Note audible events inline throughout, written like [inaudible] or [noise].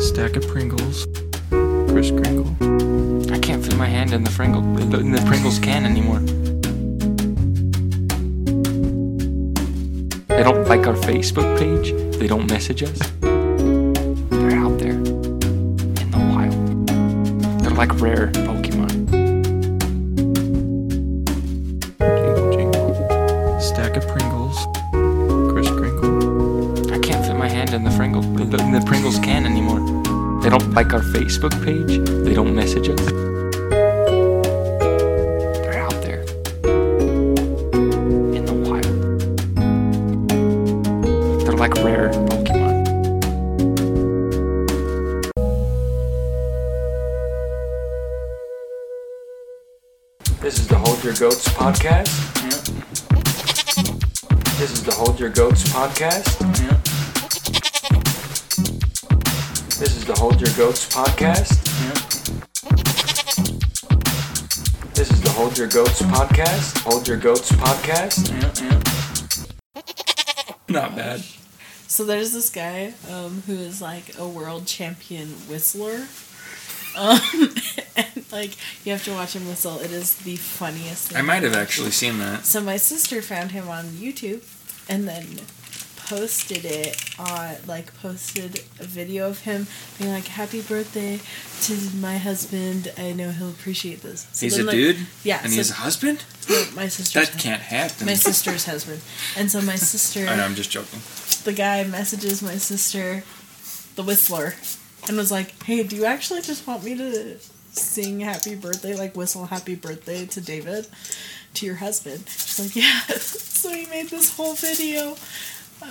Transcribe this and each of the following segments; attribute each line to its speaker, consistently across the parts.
Speaker 1: stack of Pringles. Kris Kringle. I can't fit my hand in the Pringle in the Pringles can anymore. They don't like our Facebook page. They don't message us. They're out there in the wild. They're like rare Pokemon.
Speaker 2: Jingle jingle.
Speaker 1: Stack of Pringles.
Speaker 2: Kris Kringle.
Speaker 1: I can't fit my hand in the Pringle in the Pringles can anymore. They don't like our Facebook page. They don't message us. They're out there in the wild. They're like rare Pokemon. This is the Hold Your Goats podcast. This is the Hold Your Goats podcast. This is the Hold Your Goats podcast. This is the Hold Your Goats podcast. Hold Your Goats podcast. Not bad.
Speaker 3: So there's this guy um, who is like a world champion whistler. Um, [laughs] and like you have to watch him whistle. It is the funniest thing.
Speaker 1: I might have actually seen that.
Speaker 3: So my sister found him on YouTube and then posted it on like posted a video of him being like happy birthday to my husband. I know he'll appreciate this. So
Speaker 1: He's
Speaker 3: then,
Speaker 1: a
Speaker 3: like-
Speaker 1: dude,
Speaker 3: Yeah.
Speaker 1: and
Speaker 3: so
Speaker 1: he's a husband.
Speaker 3: my sister's
Speaker 1: That can't happen.
Speaker 3: my sister's husband. And so my sister
Speaker 1: [laughs] I know. I'm just joking.
Speaker 3: the guy messages my sister, the whistler, and was like, "Hey, do you actually just want me to sing happy birthday, like whistle happy birthday to David, to your husband?" She's like, "Yeah." [laughs] so he made this whole video,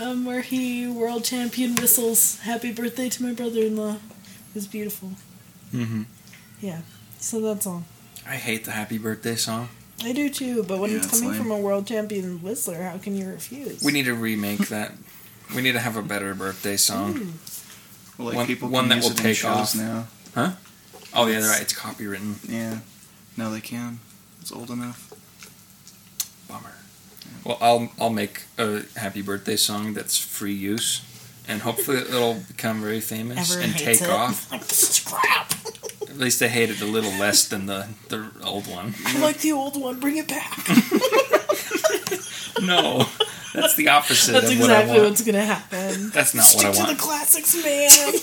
Speaker 3: um, where he world champion whistles happy birthday to my brother-in-law. It was beautiful.
Speaker 1: hmm
Speaker 3: Yeah. So that's all.
Speaker 1: I hate the Happy Birthday song.
Speaker 3: I do too, but when
Speaker 1: Yeah,
Speaker 3: it's
Speaker 1: it's
Speaker 3: coming
Speaker 1: lame.
Speaker 3: from a world champion whistler, how can you refuse?
Speaker 1: We need to remake that. We need to have a better birthday song.
Speaker 3: Ooh,
Speaker 2: Well, like
Speaker 1: One-
Speaker 2: people
Speaker 1: one
Speaker 2: can
Speaker 1: that
Speaker 2: use
Speaker 1: will
Speaker 2: it in
Speaker 1: take
Speaker 2: shows
Speaker 1: off.
Speaker 2: now.
Speaker 1: Oh yeah, they're right. It's copywritten.
Speaker 2: Yeah. No, they can. It's old
Speaker 1: [laughs]
Speaker 2: enough.
Speaker 1: Bummer. Well, I'll I'll make a Happy Birthday song that's free use, and
Speaker 3: [laughs]
Speaker 1: hopefully it'll become very famous
Speaker 3: everyone
Speaker 1: and
Speaker 3: hates
Speaker 1: take
Speaker 3: it. [laughs]
Speaker 1: off.
Speaker 3: Scrap.
Speaker 1: At least I hate it a little less than the the old
Speaker 3: [laughs]
Speaker 1: one.
Speaker 3: I like the old one. Bring it back.
Speaker 1: No, that's the opposite
Speaker 3: That's
Speaker 1: of what
Speaker 3: exactly
Speaker 1: I want.
Speaker 3: what's gonna happen.
Speaker 1: That's not
Speaker 3: Stick
Speaker 1: [laughs] what I
Speaker 3: to
Speaker 1: want.
Speaker 3: the classics,
Speaker 1: [laughs]
Speaker 3: man.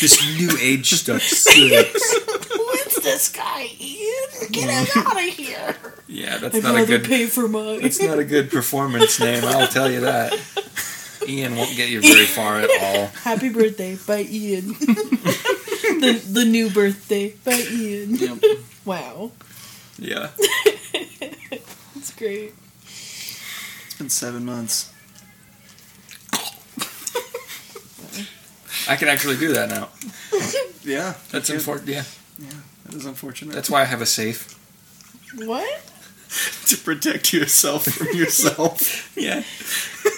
Speaker 1: This new
Speaker 3: [laughs]
Speaker 1: age stuff sucks.
Speaker 3: What's this guy? Ian? Get him out of here.
Speaker 1: yeah, that's
Speaker 3: I'd
Speaker 1: Mm. not
Speaker 3: rather
Speaker 1: a good.
Speaker 3: pay for mine.
Speaker 1: That's not a good performance name. I'll tell you that. Ian won't get you very far at all.
Speaker 3: [laughs] Happy birthday, by
Speaker 1: [laughs]
Speaker 3: Ian. [laughs] the the new birthday, by Ian.
Speaker 2: Yep.
Speaker 3: Wow,
Speaker 1: Yeah.
Speaker 3: that's great.
Speaker 2: it's been seven months.
Speaker 1: I can actually do that now.
Speaker 2: Yeah.
Speaker 1: That's
Speaker 2: you could.
Speaker 1: unfortunate. Yeah,
Speaker 2: That is unfortunate.
Speaker 1: that's why I have a safe.
Speaker 3: What?
Speaker 2: to protect yourself from yourself.
Speaker 1: [laughs] Yeah,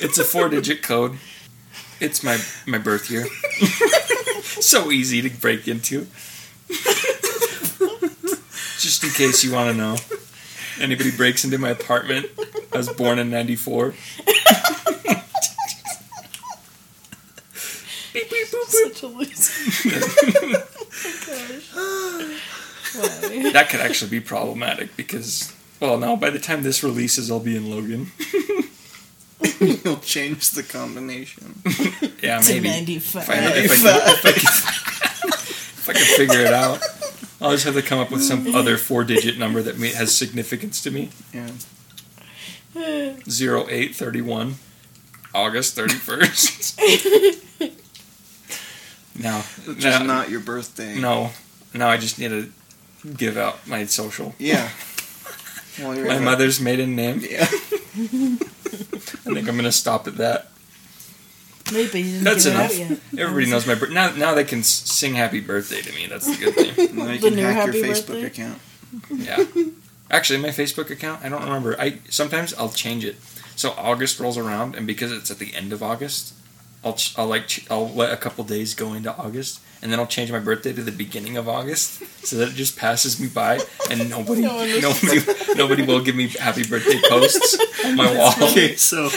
Speaker 1: it's a four-digit code. It's my my birth year. so easy to break into. Just in case you want to know, anybody breaks into my apartment. I was born in '94.
Speaker 3: Such a
Speaker 1: [laughs]
Speaker 3: loser. [laughs] Oh my gosh.
Speaker 1: [sighs]
Speaker 3: Wow.
Speaker 1: That could actually be problematic because, well, now by the time this releases, I'll be in Logan.
Speaker 2: [laughs] You'll change the combination.
Speaker 1: Yeah,
Speaker 3: To
Speaker 1: maybe.
Speaker 3: ninety
Speaker 1: If I, if, I, if, I can, if I can [laughs] figure it out, I'll just have to come up with some other four digit number that may, has significance to me.
Speaker 2: Yeah.
Speaker 1: 0831, August [laughs] 31st. now,
Speaker 2: Which
Speaker 1: now,
Speaker 2: is not your birthday.
Speaker 1: no, now I just need to give out my social. [laughs]
Speaker 2: Yeah. Well, you're
Speaker 1: My
Speaker 2: not-
Speaker 1: mother's maiden name.
Speaker 2: Yeah.
Speaker 1: [laughs] I think I'm going to stop at that.
Speaker 3: Maybe you didn't
Speaker 1: [laughs] That's
Speaker 3: give
Speaker 1: enough.
Speaker 3: it out yet.
Speaker 1: Everybody knows my birthday. Now, now they can s- sing happy birthday to me. That's the good thing.
Speaker 4: [laughs]
Speaker 2: And then you
Speaker 3: The
Speaker 2: can
Speaker 3: new
Speaker 2: hack your
Speaker 3: happy
Speaker 2: Facebook
Speaker 3: birthday? [laughs]
Speaker 2: account.
Speaker 1: Yeah. Actually, my Facebook account, I don't remember. I sometimes I'll change it. So August rolls around, and because it's at the end of August, I'll ch- I'll like ch- I'll let a couple days go into August, and then I'll change my birthday to the beginning of August so that it just passes me by and nobody
Speaker 3: No one
Speaker 1: nobody nobody will give me happy birthday posts on my wall.
Speaker 2: Okay,
Speaker 1: [laughs]
Speaker 2: so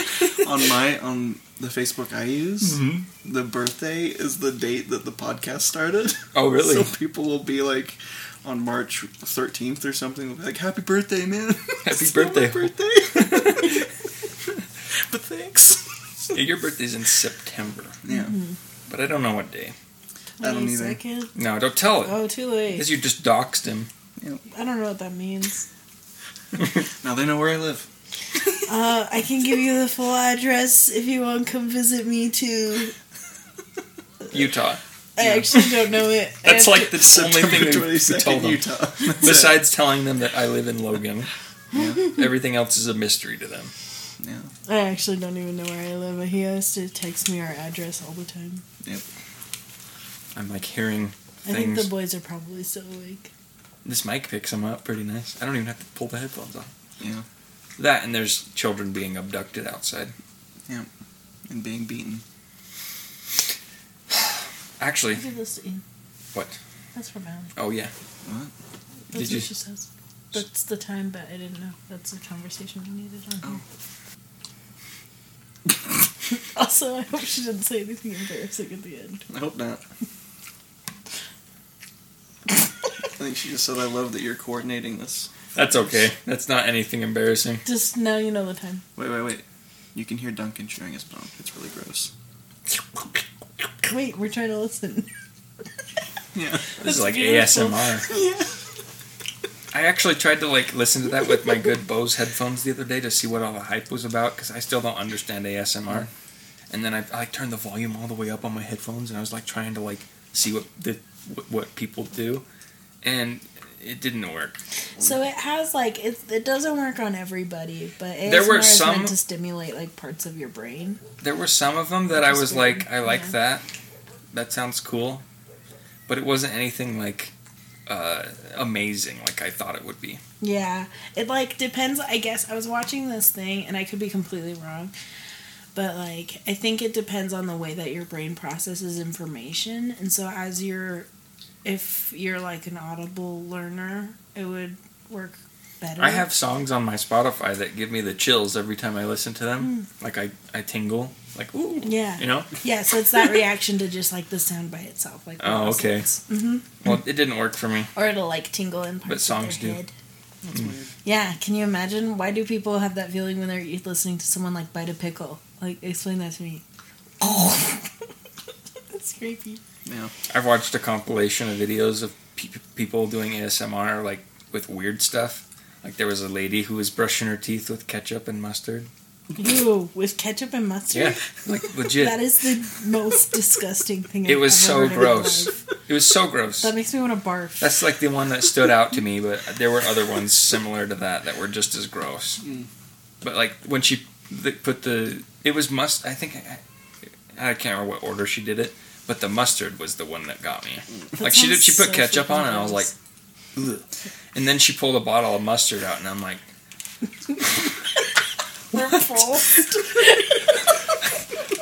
Speaker 2: on my on the Facebook I use,
Speaker 1: Mm-hmm.
Speaker 2: the birthday is the date that the podcast started.
Speaker 1: Oh really?
Speaker 2: [laughs] So people will be like on March 13th or something, will be like, "Happy birthday, man!
Speaker 4: [laughs]
Speaker 1: Happy
Speaker 2: It's not my
Speaker 1: birthday.
Speaker 2: birthday!" [laughs] but thanks.
Speaker 1: Yeah, Your birthday's in September,
Speaker 2: Yeah,
Speaker 1: but I don't know what day.
Speaker 2: I don't either.
Speaker 3: 22nd?
Speaker 1: No, don't tell it.
Speaker 3: Oh, too late.
Speaker 1: Because you just doxed him.
Speaker 3: I don't know what that means.
Speaker 2: Now they know where I live.
Speaker 3: Uh, I can give you the full address if you want. Come visit me too.
Speaker 1: Utah.
Speaker 3: I actually don't know it. I
Speaker 1: [laughs] That's
Speaker 3: have
Speaker 1: like
Speaker 3: to-
Speaker 1: the only thing that we tell
Speaker 2: Second
Speaker 1: them.
Speaker 2: Utah. [laughs] That's it.
Speaker 1: Besides telling them that I live in Logan,
Speaker 2: Yeah.
Speaker 1: everything else is a mystery to them.
Speaker 2: yeah.
Speaker 3: I actually don't even know where I live. He has to text me our address all the time.
Speaker 1: I'm like hearing
Speaker 3: I think
Speaker 1: things.
Speaker 3: the boys are probably still awake.
Speaker 1: this mic picks them up pretty nice. I don't even have to pull the headphones off.
Speaker 2: Yeah.
Speaker 1: That and there's children being abducted outside.
Speaker 2: and being beaten.
Speaker 1: Actually,
Speaker 3: Look at this.
Speaker 1: what?
Speaker 3: That's from Alan.
Speaker 1: Oh yeah.
Speaker 2: What?
Speaker 3: That's
Speaker 1: Did
Speaker 3: what
Speaker 1: you-
Speaker 3: she says. That's the time, but I didn't know. That's the conversation we needed on here.
Speaker 1: Oh.
Speaker 3: [laughs] also, I hope she didn't say anything embarrassing at the end.
Speaker 2: I hope not. I think she just said, "I love that you're coordinating this."
Speaker 1: That's okay. That's not anything embarrassing.
Speaker 3: Just now you know the time.
Speaker 2: Wait, wait, wait. You can hear Duncan chewing his bone. It's really gross.
Speaker 3: Wait, we're trying to listen.
Speaker 2: Yeah.
Speaker 1: This is like
Speaker 3: beautiful.
Speaker 1: ASMR.
Speaker 2: Yeah.
Speaker 1: I actually tried to like listen to that with my good Bose headphones the other day to see what all the hype was about because I still don't understand ASMR. And then I, I like turned the volume all the way up on my headphones and I was like trying to like see what the what, what people do, and it didn't work.
Speaker 3: So it has like it. It doesn't work on everybody, but ASMR
Speaker 1: There were
Speaker 3: is
Speaker 1: some-
Speaker 3: meant to stimulate like parts of your brain.
Speaker 1: There were some of them that I was
Speaker 3: Interesting.
Speaker 1: like, I like
Speaker 3: Yeah.
Speaker 1: that. That sounds cool, but it wasn't anything like uh, amazing like I thought it would be.
Speaker 3: Yeah, it like depends. I guess I was watching this thing, and I could be completely wrong, but like I think it depends on the way that your brain processes information. And so, as you're, if you're like an audible learner, it would work better.
Speaker 1: I have songs on my Spotify that give me the chills every time I listen to them. Like I, I tingle, like ooh,
Speaker 3: Hmm. Yeah.
Speaker 1: you know.
Speaker 3: Yeah, so it's that reaction to just like the sound by itself, like
Speaker 1: Oh,
Speaker 3: mouse
Speaker 1: okay.
Speaker 3: sounds.
Speaker 1: Well, it didn't work for me.
Speaker 3: or it'll like tingle in parts
Speaker 1: But songs
Speaker 3: of
Speaker 1: do.
Speaker 3: their head. Hmm. Yeah, can you imagine? Why do people have that feeling when they're listening to someone like bite a pickle? Like, explain that to me. Oh, [laughs] that's creepy.
Speaker 2: Yeah.
Speaker 1: I've watched a compilation of videos of pe- people doing ASMR, like with weird stuff. Like there was a lady who was brushing her teeth with ketchup and mustard.
Speaker 3: Ew, with ketchup and mustard.
Speaker 1: Yeah, like
Speaker 3: [laughs]
Speaker 1: legit.
Speaker 3: That is the [laughs] most disgusting thing.
Speaker 1: it
Speaker 3: I've
Speaker 1: was
Speaker 3: ever
Speaker 1: so
Speaker 3: heard in my
Speaker 1: gross.
Speaker 3: life.
Speaker 1: It was so gross.
Speaker 3: That makes me want to barf.
Speaker 1: That's like the one that stood out to me, but there were other ones similar to that that were just as gross.
Speaker 3: Hmm.
Speaker 1: But like when she th- put the, it was must. I think I, I can't remember what order she did it, but the mustard was the one that got me. like she did,
Speaker 3: sounds
Speaker 1: she put
Speaker 3: so
Speaker 1: ketchup on, it, and I was like,
Speaker 3: freaking
Speaker 1: Ugh. and then she pulled a bottle of mustard out, and I'm like,
Speaker 3: repulsed.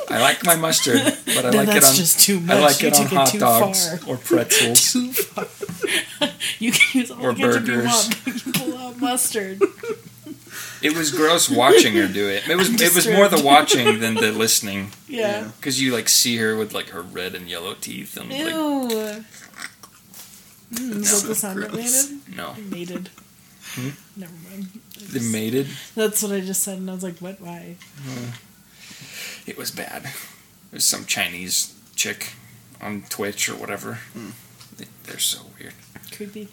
Speaker 1: I like my mustard, [laughs]
Speaker 3: [laughs]
Speaker 1: but I
Speaker 3: Then
Speaker 1: like it
Speaker 3: that's
Speaker 1: on.
Speaker 3: just too much.
Speaker 1: I like
Speaker 3: you
Speaker 1: it on
Speaker 3: took
Speaker 1: hot
Speaker 3: it too
Speaker 1: dogs
Speaker 3: far. [laughs]
Speaker 1: or pretzels.
Speaker 3: Too far. [laughs] you can use all
Speaker 1: Or
Speaker 3: the ketchup you
Speaker 1: burgers.
Speaker 3: want, but [laughs] you pull out mustard.
Speaker 1: It was gross watching her do it. It was it was more the
Speaker 3: Disturbed.
Speaker 1: watching than
Speaker 3: [laughs]
Speaker 1: the listening.
Speaker 3: Yeah.
Speaker 1: Because you like see her with like her red and yellow teeth and
Speaker 3: Ew.
Speaker 1: like
Speaker 3: Mm, is that the sound that
Speaker 2: gross.
Speaker 3: mated?
Speaker 1: no,
Speaker 3: Mated.
Speaker 1: Hmm?
Speaker 3: Never mind. I
Speaker 1: the
Speaker 3: just-
Speaker 1: mated.
Speaker 3: That's what I just said, and I was like, what? Why?
Speaker 1: It was bad. It was some Chinese chick on Twitch or whatever. They, they're so weird. [laughs]
Speaker 3: Creepy.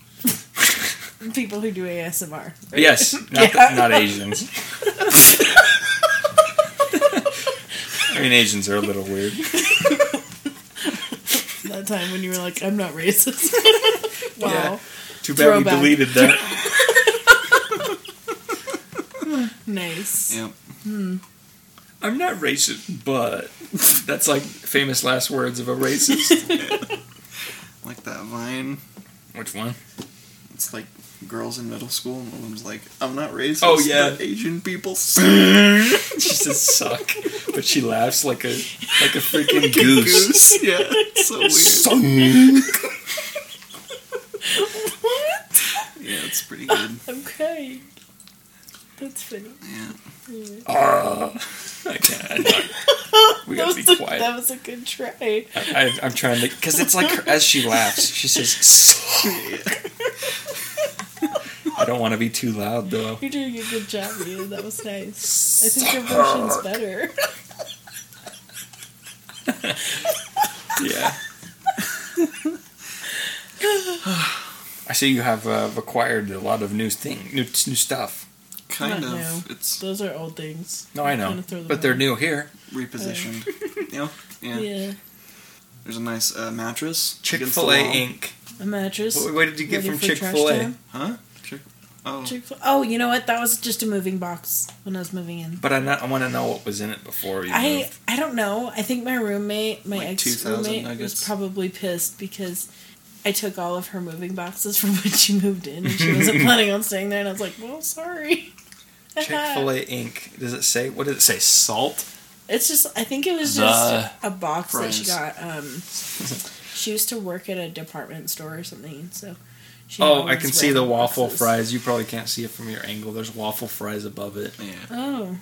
Speaker 3: People who do ASMR. right?
Speaker 1: [laughs] Yes, not,
Speaker 3: Yeah.
Speaker 1: not Asians. I mean, Asians are a little weird.
Speaker 3: That time when you were like, I'm not racist. [laughs] wow.
Speaker 1: Yeah. Too bad
Speaker 3: Throwback.
Speaker 1: we deleted that.
Speaker 3: Nice.
Speaker 2: Yep.
Speaker 1: [laughs] I'm not racist, but that's like famous last words of a racist.
Speaker 2: Like that vine.
Speaker 1: Which one?
Speaker 2: It's like girls in middle school, and one of them's like, "I'm not racist.
Speaker 1: Oh, yeah.
Speaker 2: but Asian people suck."
Speaker 1: [laughs] She says suck, but she laughs like a like [laughs] a freaking goose.
Speaker 2: Goose. [laughs] Yeah, it's so weird.
Speaker 1: Suck.
Speaker 3: What?
Speaker 2: Yeah, it's pretty good.
Speaker 3: I'm crying. That's funny.
Speaker 2: Yeah.
Speaker 1: Ah. I can't. I'm not, we
Speaker 3: that,
Speaker 1: gotta
Speaker 3: was
Speaker 1: be
Speaker 3: a,
Speaker 1: quiet.
Speaker 3: that was a good try.
Speaker 1: I, I'm trying to, because it's like her, as she laughs, she says, "Suck." I don't want to be too loud though.
Speaker 3: You're doing a good job, Ian. That was nice. I think your version's better. [laughs]
Speaker 1: Yeah. I see you have uh, acquired a lot of new thing, new, new stuff.
Speaker 2: Kind
Speaker 3: Not
Speaker 2: of.
Speaker 3: new.
Speaker 2: It's
Speaker 3: Those are old things.
Speaker 1: No, I know,
Speaker 3: Kinda throw them
Speaker 1: but they're
Speaker 3: out.
Speaker 1: new here.
Speaker 3: [laughs]
Speaker 2: repositioned. you know? Yeah.
Speaker 3: Yeah.
Speaker 2: There's a nice uh, mattress.
Speaker 1: Chick
Speaker 2: against the
Speaker 1: Fil A
Speaker 2: wall.
Speaker 1: Inc.
Speaker 3: A mattress.
Speaker 1: What, what did you get
Speaker 3: ready
Speaker 1: from
Speaker 3: for
Speaker 1: Chick
Speaker 3: trash
Speaker 1: Fil A?
Speaker 3: time.
Speaker 2: Huh? Chick. Oh.
Speaker 3: Chick-fil- oh, you know what? That was just a moving box when I was moving in.
Speaker 1: But I, not, I want to know what was in it before you
Speaker 3: I
Speaker 1: moved.
Speaker 3: I don't know. I think my roommate, my
Speaker 2: Like
Speaker 3: ex
Speaker 2: 2,000
Speaker 3: roommate, was
Speaker 2: nuggets.
Speaker 3: probably pissed because I took all of her moving boxes [laughs] from when she moved in, and she
Speaker 1: [laughs]
Speaker 3: wasn't planning on staying there. And I was like, "Well, sorry." [laughs]
Speaker 1: Chick Fil A Inc. Does it say what does it say? Salt.
Speaker 3: It's just I think it was
Speaker 1: The
Speaker 3: just a box that she
Speaker 2: fries.
Speaker 3: got. Um, she used to work at a department store or something, so. She had
Speaker 1: Oh,
Speaker 3: all
Speaker 1: I
Speaker 3: these
Speaker 1: can see the
Speaker 3: random
Speaker 1: waffle
Speaker 3: boxes.
Speaker 1: fries. You probably can't see it from your angle. There's waffle fries above it.
Speaker 2: Yeah.
Speaker 3: Oh,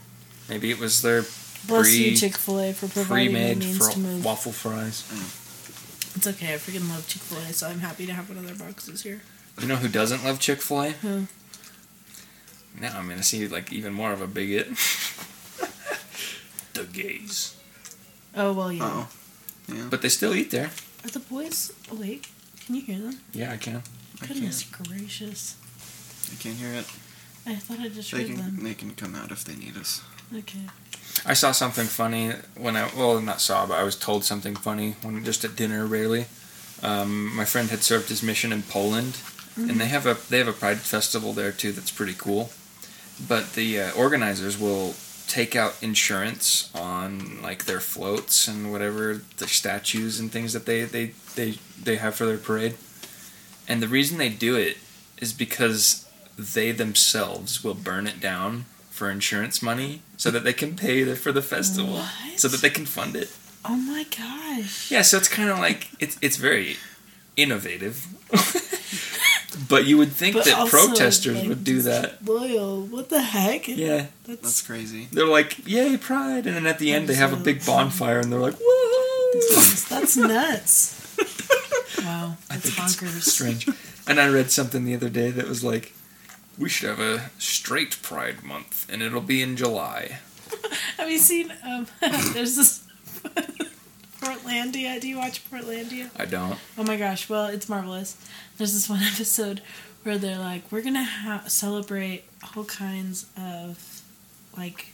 Speaker 1: Maybe it was their
Speaker 3: bless
Speaker 1: Free-
Speaker 3: you, Chick Fil A, for providing me
Speaker 1: pre-made
Speaker 3: means to
Speaker 1: fro-
Speaker 3: move.
Speaker 1: waffle fries.
Speaker 3: It's okay. I freaking love Chick Fil A, so I'm happy to have one of their boxes here.
Speaker 1: You know who doesn't love Chick Fil A?
Speaker 3: Who?
Speaker 1: Now I'm gonna see like even more of a bigot. [laughs] the gays,
Speaker 3: Oh well, yeah.
Speaker 2: Oh. Yeah.
Speaker 1: but they still eat there.
Speaker 3: Are the boys awake? Can you hear them?
Speaker 1: Yeah, I can.
Speaker 2: I
Speaker 3: Goodness gracious.
Speaker 2: I can't hear it.
Speaker 3: I thought I just
Speaker 2: They
Speaker 3: heard
Speaker 2: can.
Speaker 3: them.
Speaker 2: They can come out if they need us.
Speaker 3: Okay.
Speaker 1: I saw something funny when I well not saw but I was told something funny when just at dinner rarely. Um, my friend had served his mission in Poland, and they have a they have a pride festival there too that's pretty cool. But the uh, organizers will take out insurance on like their floats and whatever the statues and things that they they they, they have for their parade. And the reason they do it is because they themselves will burn it down for insurance money so that they can pay the- for the festival
Speaker 3: What?
Speaker 1: so that they can fund it.
Speaker 3: Oh my gosh.
Speaker 1: Yeah, so it's kind of like it's it's very innovative. [laughs] but you would think
Speaker 3: But
Speaker 1: that
Speaker 3: also,
Speaker 1: protesters
Speaker 3: like,
Speaker 1: would do that.
Speaker 3: Loyal. What the heck?
Speaker 1: Yeah.
Speaker 3: That's,
Speaker 2: That's crazy.
Speaker 1: They're like, "Yay, pride." And then at the end they have a big
Speaker 3: Absolutely.
Speaker 1: bonfire and they're like, "Whoa!"
Speaker 3: that's
Speaker 1: [laughs]
Speaker 3: nuts. wow. That's
Speaker 1: It's
Speaker 3: bonkers.
Speaker 1: strange. And I read something the other day that was like, "We should have a straight pride month and it'll be in July."
Speaker 3: Have you seen um [laughs] there's this Portlandia. Do you watch Portlandia?
Speaker 1: I don't.
Speaker 3: Oh my gosh, well, it's marvelous. There's this one [laughs] episode where they're like, we're gonna ha- celebrate all kinds of like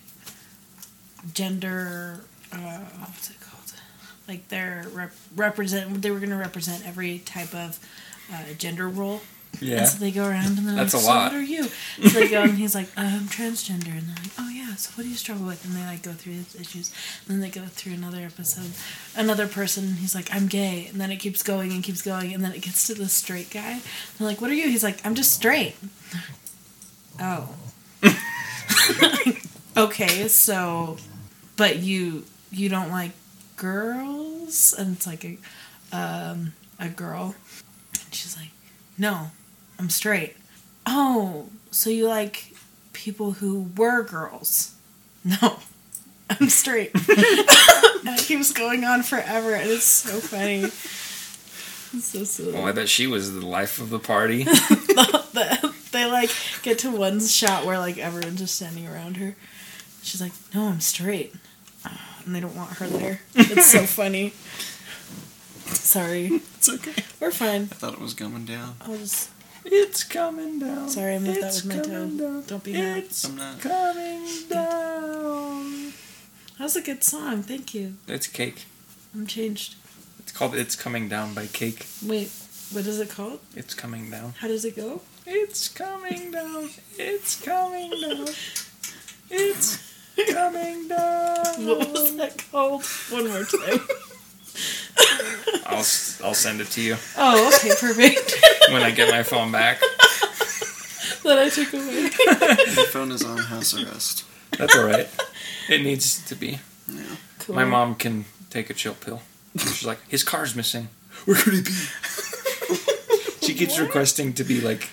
Speaker 3: gender, uh, what's it called? Like they're rep- represent, they were gonna represent every type of uh, gender role.
Speaker 1: Yeah.
Speaker 3: And [laughs] so they go around and they're
Speaker 1: That's
Speaker 3: like,
Speaker 1: a
Speaker 3: so
Speaker 1: lot.
Speaker 3: what are you? So they go and he's like, I'm transgender. And they're like, oh yeah, so what do you struggle with? And they like go through his issues. And then they go through another episode, another person. And he's like, I'm gay. And then it keeps going and keeps going. And then it gets to the straight guy. They're like, what are you? He's like, I'm just straight. Oh. [laughs] okay, so, but you you don't like girls? And it's like a, um, a girl. And she's like, no, I'm straight. Oh, so you like people who were girls? No, [laughs] I'm straight. [laughs] and it keeps going on forever, and it's so funny. It's so silly.
Speaker 1: Well, I bet she was the life of
Speaker 3: [laughs]
Speaker 1: the party.
Speaker 3: The- [laughs] they like get to one shot where like everyone's just standing around her. She's like, "No, I'm straight," and they don't want her there. It's
Speaker 1: [laughs]
Speaker 3: so funny. Sorry,
Speaker 2: It's okay.
Speaker 3: we're fine.
Speaker 2: I thought it was coming down.
Speaker 3: I'll just
Speaker 1: It's coming down.
Speaker 3: Sorry, I moved that
Speaker 1: It's
Speaker 3: with my toe.
Speaker 1: coming
Speaker 3: Don't be mad.
Speaker 1: It's
Speaker 2: I'm
Speaker 3: [laughs]
Speaker 2: not.
Speaker 1: coming down.
Speaker 3: that was a good song. Thank you.
Speaker 1: It's cake.
Speaker 3: I'm changed.
Speaker 1: It's called "It's Coming Down" by Cake.
Speaker 3: Wait, what is it called?
Speaker 1: It's coming down.
Speaker 3: How does it go?
Speaker 1: It's coming down. It's coming down. It's coming down.
Speaker 3: What was that called? One more [laughs] time.
Speaker 1: I'll s- I'll send it to you
Speaker 3: oh, okay, perfect.
Speaker 1: when I get my phone
Speaker 3: [laughs]
Speaker 1: back.
Speaker 3: that I took away.
Speaker 2: Your phone is on house arrest.
Speaker 1: That's all right. It needs to be.
Speaker 2: Yeah.
Speaker 3: Cool.
Speaker 1: My mom can take a chill pill. She's like, his car's missing. Where could he be? she keeps requesting to be like,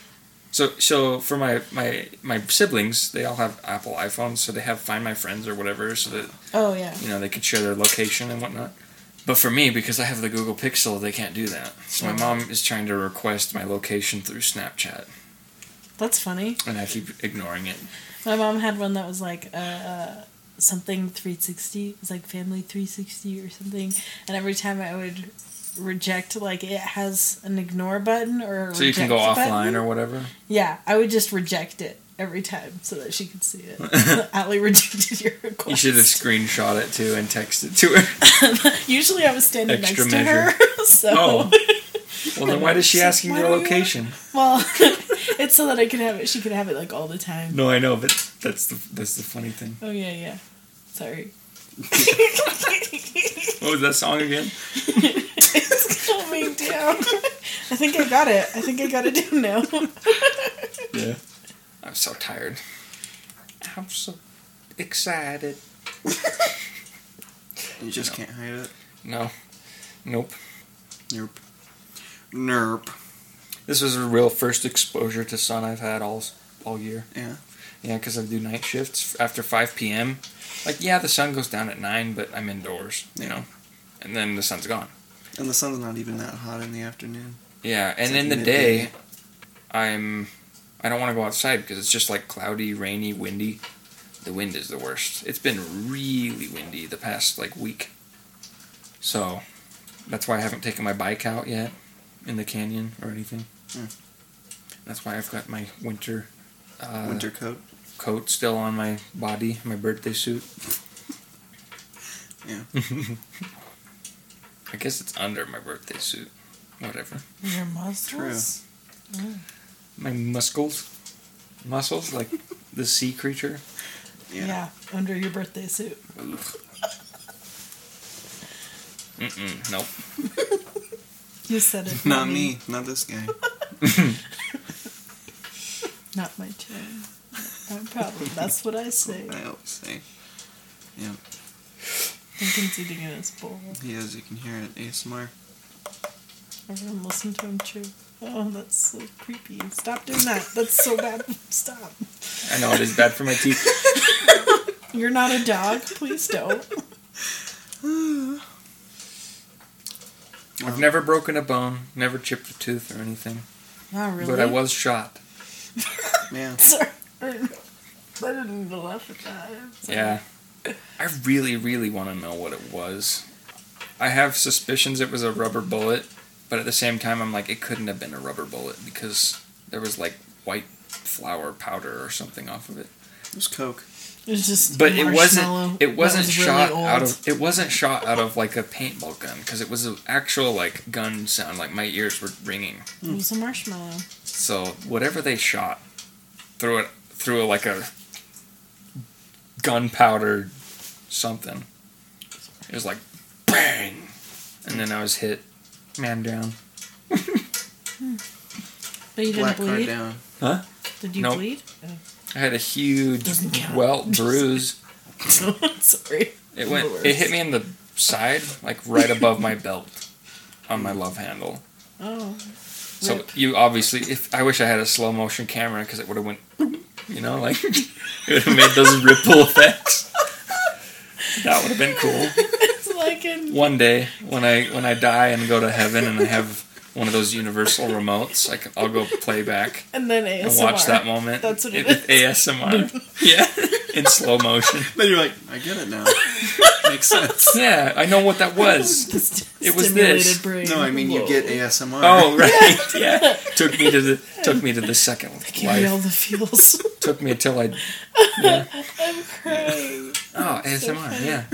Speaker 1: so so for my my my siblings, they all have Apple iPhones, so they have Find My Friends or whatever, so that
Speaker 3: Oh yeah.
Speaker 1: you know they could share their location and whatnot. But for me, because I have the Google Pixel, they can't do that. So my mom is trying to request my location through Snapchat,
Speaker 3: That's funny.
Speaker 1: and I keep ignoring it.
Speaker 3: My mom had one that was like uh, something 360. It was like family 360 or something. And every time I would reject, like it has an ignore button or a
Speaker 1: So you can go
Speaker 3: reject
Speaker 1: offline
Speaker 3: button.
Speaker 1: or whatever.
Speaker 3: Yeah, I would just reject it every time so that she could see
Speaker 1: [laughs]
Speaker 3: it. Allie rejected your request.
Speaker 1: You should have screenshot it too and texted to [laughs] her.
Speaker 3: Usually I was standing
Speaker 1: Extra
Speaker 3: next
Speaker 1: measure.
Speaker 3: to her, [laughs] so.
Speaker 1: Oh. Well, then why does she ask you
Speaker 3: Why
Speaker 1: your
Speaker 3: do you-
Speaker 1: location?
Speaker 3: Well, [laughs] it's so that I could have it. She could have it like all the time.
Speaker 1: No, I know, but that's the that's the funny thing.
Speaker 3: Oh yeah, yeah. Sorry.
Speaker 1: What was that song again?
Speaker 3: It's coming down. I think I got it. I think I got it down now.
Speaker 1: Yeah. I'm so tired. I'm so excited.
Speaker 2: You just can't hide it.
Speaker 1: No. Nope.
Speaker 2: Nerp. Nerp.
Speaker 1: This was a real first exposure to sun I've had all all year.
Speaker 2: Yeah.
Speaker 1: Yeah, because I do night shifts after 5 p.m. Like, yeah, the sun goes down at 9, but I'm indoors, you know? And then the sun's gone.
Speaker 2: And the sun's not even that hot in the afternoon.
Speaker 1: Yeah, and
Speaker 2: like
Speaker 1: in the
Speaker 2: midday.
Speaker 1: day, I'm I don't want to go outside because it's just like cloudy, rainy, windy. The wind is the worst. It's been really windy the past like week. So that's why I haven't taken my bike out yet in the canyon or anything.
Speaker 2: Mm.
Speaker 1: That's why I've got my winter uh,
Speaker 2: Winter coat.
Speaker 1: coat still on my body, my birthday suit.
Speaker 2: Yeah.
Speaker 1: [laughs] I guess it's under my birthday suit. Whatever.
Speaker 3: Your muscles.
Speaker 1: My muscles. Muscles like the sea creature.
Speaker 2: Yeah.
Speaker 3: yeah, under your birthday suit.
Speaker 1: Mm-mm, nope.
Speaker 3: You said it.
Speaker 2: Not me. Not this guy.
Speaker 3: Not my chair. Not my problem. That's what I say.
Speaker 4: [laughs]
Speaker 2: I always say. Yeah.
Speaker 3: Lincoln's eating in his bowl.
Speaker 2: He is. You can hear it. ASMR.
Speaker 3: Everyone listen to him chew. Oh, that's so creepy. Stop doing that. That's so bad. Stop.
Speaker 1: I know it is bad for my teeth.
Speaker 3: You're not a dog. Please don't.
Speaker 1: I've never broken a bone, never chipped a tooth or anything.
Speaker 3: Not really.
Speaker 1: But I was shot.
Speaker 2: Yeah.
Speaker 3: Sorry. [laughs] I didn't even laugh at that.
Speaker 1: Yeah. I really, really want to know what it was. I have suspicions it was a rubber bullet, but at the same time, I'm like, it couldn't have been a rubber bullet because there was like white flour powder or something off of it.
Speaker 2: It was Coke.
Speaker 3: It was just.
Speaker 1: But it
Speaker 3: marshmallow
Speaker 1: wasn't.
Speaker 3: that
Speaker 1: It
Speaker 3: was
Speaker 1: wasn't
Speaker 3: really
Speaker 1: shot
Speaker 3: old.
Speaker 1: out of. It wasn't shot out of like a paintball gun because it was an actual like gun sound. Like my ears were ringing.
Speaker 3: It was a marshmallow.
Speaker 1: So whatever they shot, through it through like a gunpowder something. It was like bang, and then I was hit, man down.
Speaker 3: But you didn't
Speaker 2: Black card
Speaker 3: bleed.
Speaker 2: down.
Speaker 1: Huh?
Speaker 3: Did you
Speaker 1: Nope. [laughs]
Speaker 3: bleed?
Speaker 1: I had a huge
Speaker 3: Doesn't count.
Speaker 1: welt bruise.
Speaker 3: Oh. [laughs] Sorry.
Speaker 1: It went. It hit me in the side, like right above my belt, on my love handle.
Speaker 3: Oh.
Speaker 1: So
Speaker 3: Rip.
Speaker 1: you obviously, if I wish I had a slow motion camera because it would have went, you know, like [laughs] it would have made those ripple effects. That would have been cool.
Speaker 3: it's like in.
Speaker 1: One day when I when I die and go to heaven and I have one of those universal remotes, I can, I'll go play back
Speaker 3: And then ASMR.
Speaker 1: and watch
Speaker 3: [laughs]
Speaker 1: that moment.
Speaker 3: That's what it
Speaker 1: with
Speaker 3: is. [laughs]
Speaker 1: ASMR. yeah, in slow motion.
Speaker 2: Then you're like, I get it
Speaker 3: [laughs]
Speaker 2: now. Makes sense.
Speaker 1: Yeah, I know what that was. It was
Speaker 3: Stimulated
Speaker 1: this.
Speaker 3: brain.
Speaker 2: No, I mean you
Speaker 3: Whoa.
Speaker 2: get ASMR.
Speaker 1: Oh
Speaker 3: [laughs]
Speaker 1: right, yeah. Took me to the took me to the second
Speaker 3: Give me all
Speaker 1: life.
Speaker 3: the feels. [laughs]
Speaker 1: Took me until I
Speaker 3: I'm crying.
Speaker 1: oh ASMR yeah.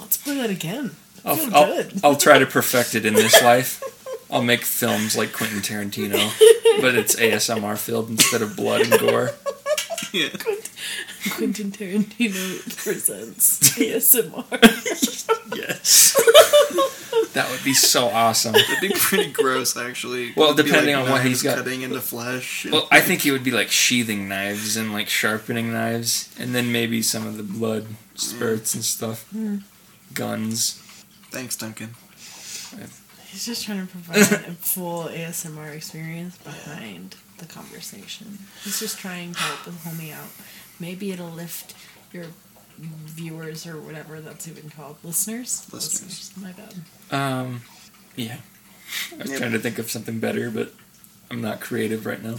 Speaker 3: Let's play that again. I feel
Speaker 1: I'll, I'll,
Speaker 3: good.
Speaker 1: I'll try to perfect it in this life. I'll make films like Quentin Tarantino, but it's ASMR filled instead of blood and gore.
Speaker 2: [laughs] Yeah.
Speaker 3: Quentin [laughs] Tarantino presents ASMR.
Speaker 1: Yes. That would be so awesome.
Speaker 2: That'd be pretty gross, actually.
Speaker 1: [laughs] Well,
Speaker 2: It'd be
Speaker 1: depending on what
Speaker 2: knives
Speaker 1: he's got.
Speaker 2: cutting into flesh. and-
Speaker 1: Well, I think he would be like sheathing knives and like sharpening knives, and then maybe some of the blood spurts and stuff.
Speaker 3: Hmm.
Speaker 1: Guns.
Speaker 2: Thanks, Duncan.
Speaker 3: He's just trying to provide a full ASMR experience behind the conversation. He's just trying to help and homie out. Maybe it'll lift your viewers or whatever that's even called. Listeners?
Speaker 2: Listeners.
Speaker 3: My bad.
Speaker 1: Um, yeah. I was
Speaker 2: Yep.
Speaker 1: trying to think of something better, but I'm not creative right now.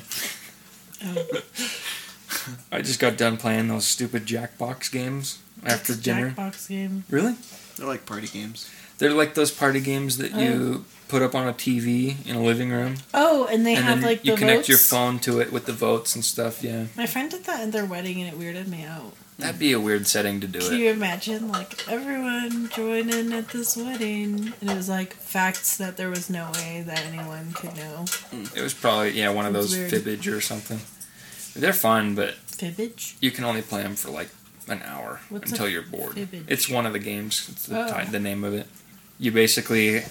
Speaker 3: Oh,
Speaker 1: [laughs] I just got done playing those stupid Jackbox games after dinner.
Speaker 3: Jackbox game.
Speaker 1: Really?
Speaker 2: I like party games.
Speaker 1: They're like those party games that
Speaker 3: Oh.
Speaker 1: you put up on a TV in a living room,
Speaker 3: Oh, and they
Speaker 1: and
Speaker 3: have
Speaker 1: then
Speaker 3: like the
Speaker 1: you connect your
Speaker 3: votes.
Speaker 1: phone to it with the votes and stuff. Yeah,
Speaker 3: My friend did that at their wedding and it weirded me out.
Speaker 1: that'd be a weird setting to do
Speaker 3: Can
Speaker 1: it.
Speaker 3: you imagine, like, everyone join in at this wedding? And it was like facts that there was no way that anyone could know.
Speaker 1: It was probably yeah one of
Speaker 3: Sounds
Speaker 1: those
Speaker 3: weird.
Speaker 1: fibbage or something. They're fun, but
Speaker 3: Fibbage?
Speaker 1: you can only play them for like an hour
Speaker 3: What's
Speaker 1: until
Speaker 3: a
Speaker 1: you're bored.
Speaker 3: fibbage?
Speaker 1: It's one of the games. It's the,
Speaker 3: Oh.
Speaker 1: ti- the name of it. You basically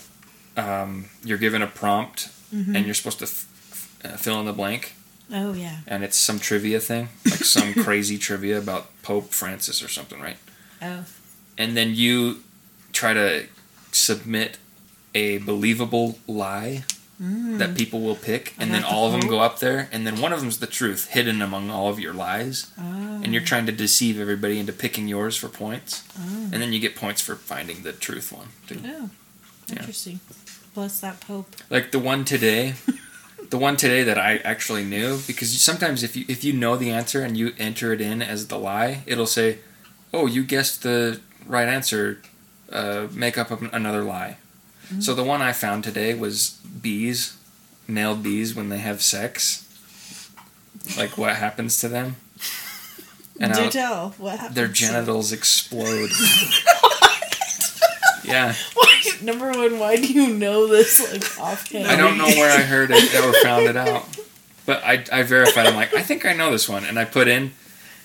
Speaker 1: um, you're given a prompt
Speaker 3: Mm-hmm.
Speaker 1: and you're supposed to f- f- uh, fill in the blank,
Speaker 3: Oh, yeah.
Speaker 1: and it's some trivia thing,
Speaker 3: [laughs]
Speaker 1: like some crazy trivia about Pope Francis or something, right?
Speaker 3: Oh.
Speaker 1: and then you try to submit a believable lie that people will pick, and then
Speaker 3: About Mm. the
Speaker 1: all of them
Speaker 3: Pope?
Speaker 1: go up there, and then one of them's the truth hidden among all of your lies,
Speaker 3: Oh.
Speaker 1: and you're trying to deceive everybody into picking yours for points, and then you get points for finding the truth one too.
Speaker 3: Oh,
Speaker 1: Yeah.
Speaker 3: interesting. Bless that Pope.
Speaker 1: Like the one today, [laughs] the one today that I actually knew because sometimes if you if you know the answer and you enter it in as the lie, it'll say, "Oh, you guessed the right answer. Uh, make up an- another lie." So the one I found today was bees, male bees when they have sex. Like what happens to them? And
Speaker 3: Do
Speaker 1: I'll-
Speaker 3: tell what happened.
Speaker 1: their
Speaker 3: [laughs]
Speaker 1: genitals explode. yeah.
Speaker 3: Number one, why do you know this like offhand?
Speaker 1: I don't know where I heard it or found it out, but I, I verified. I'm like, I think I know this one, and I put in,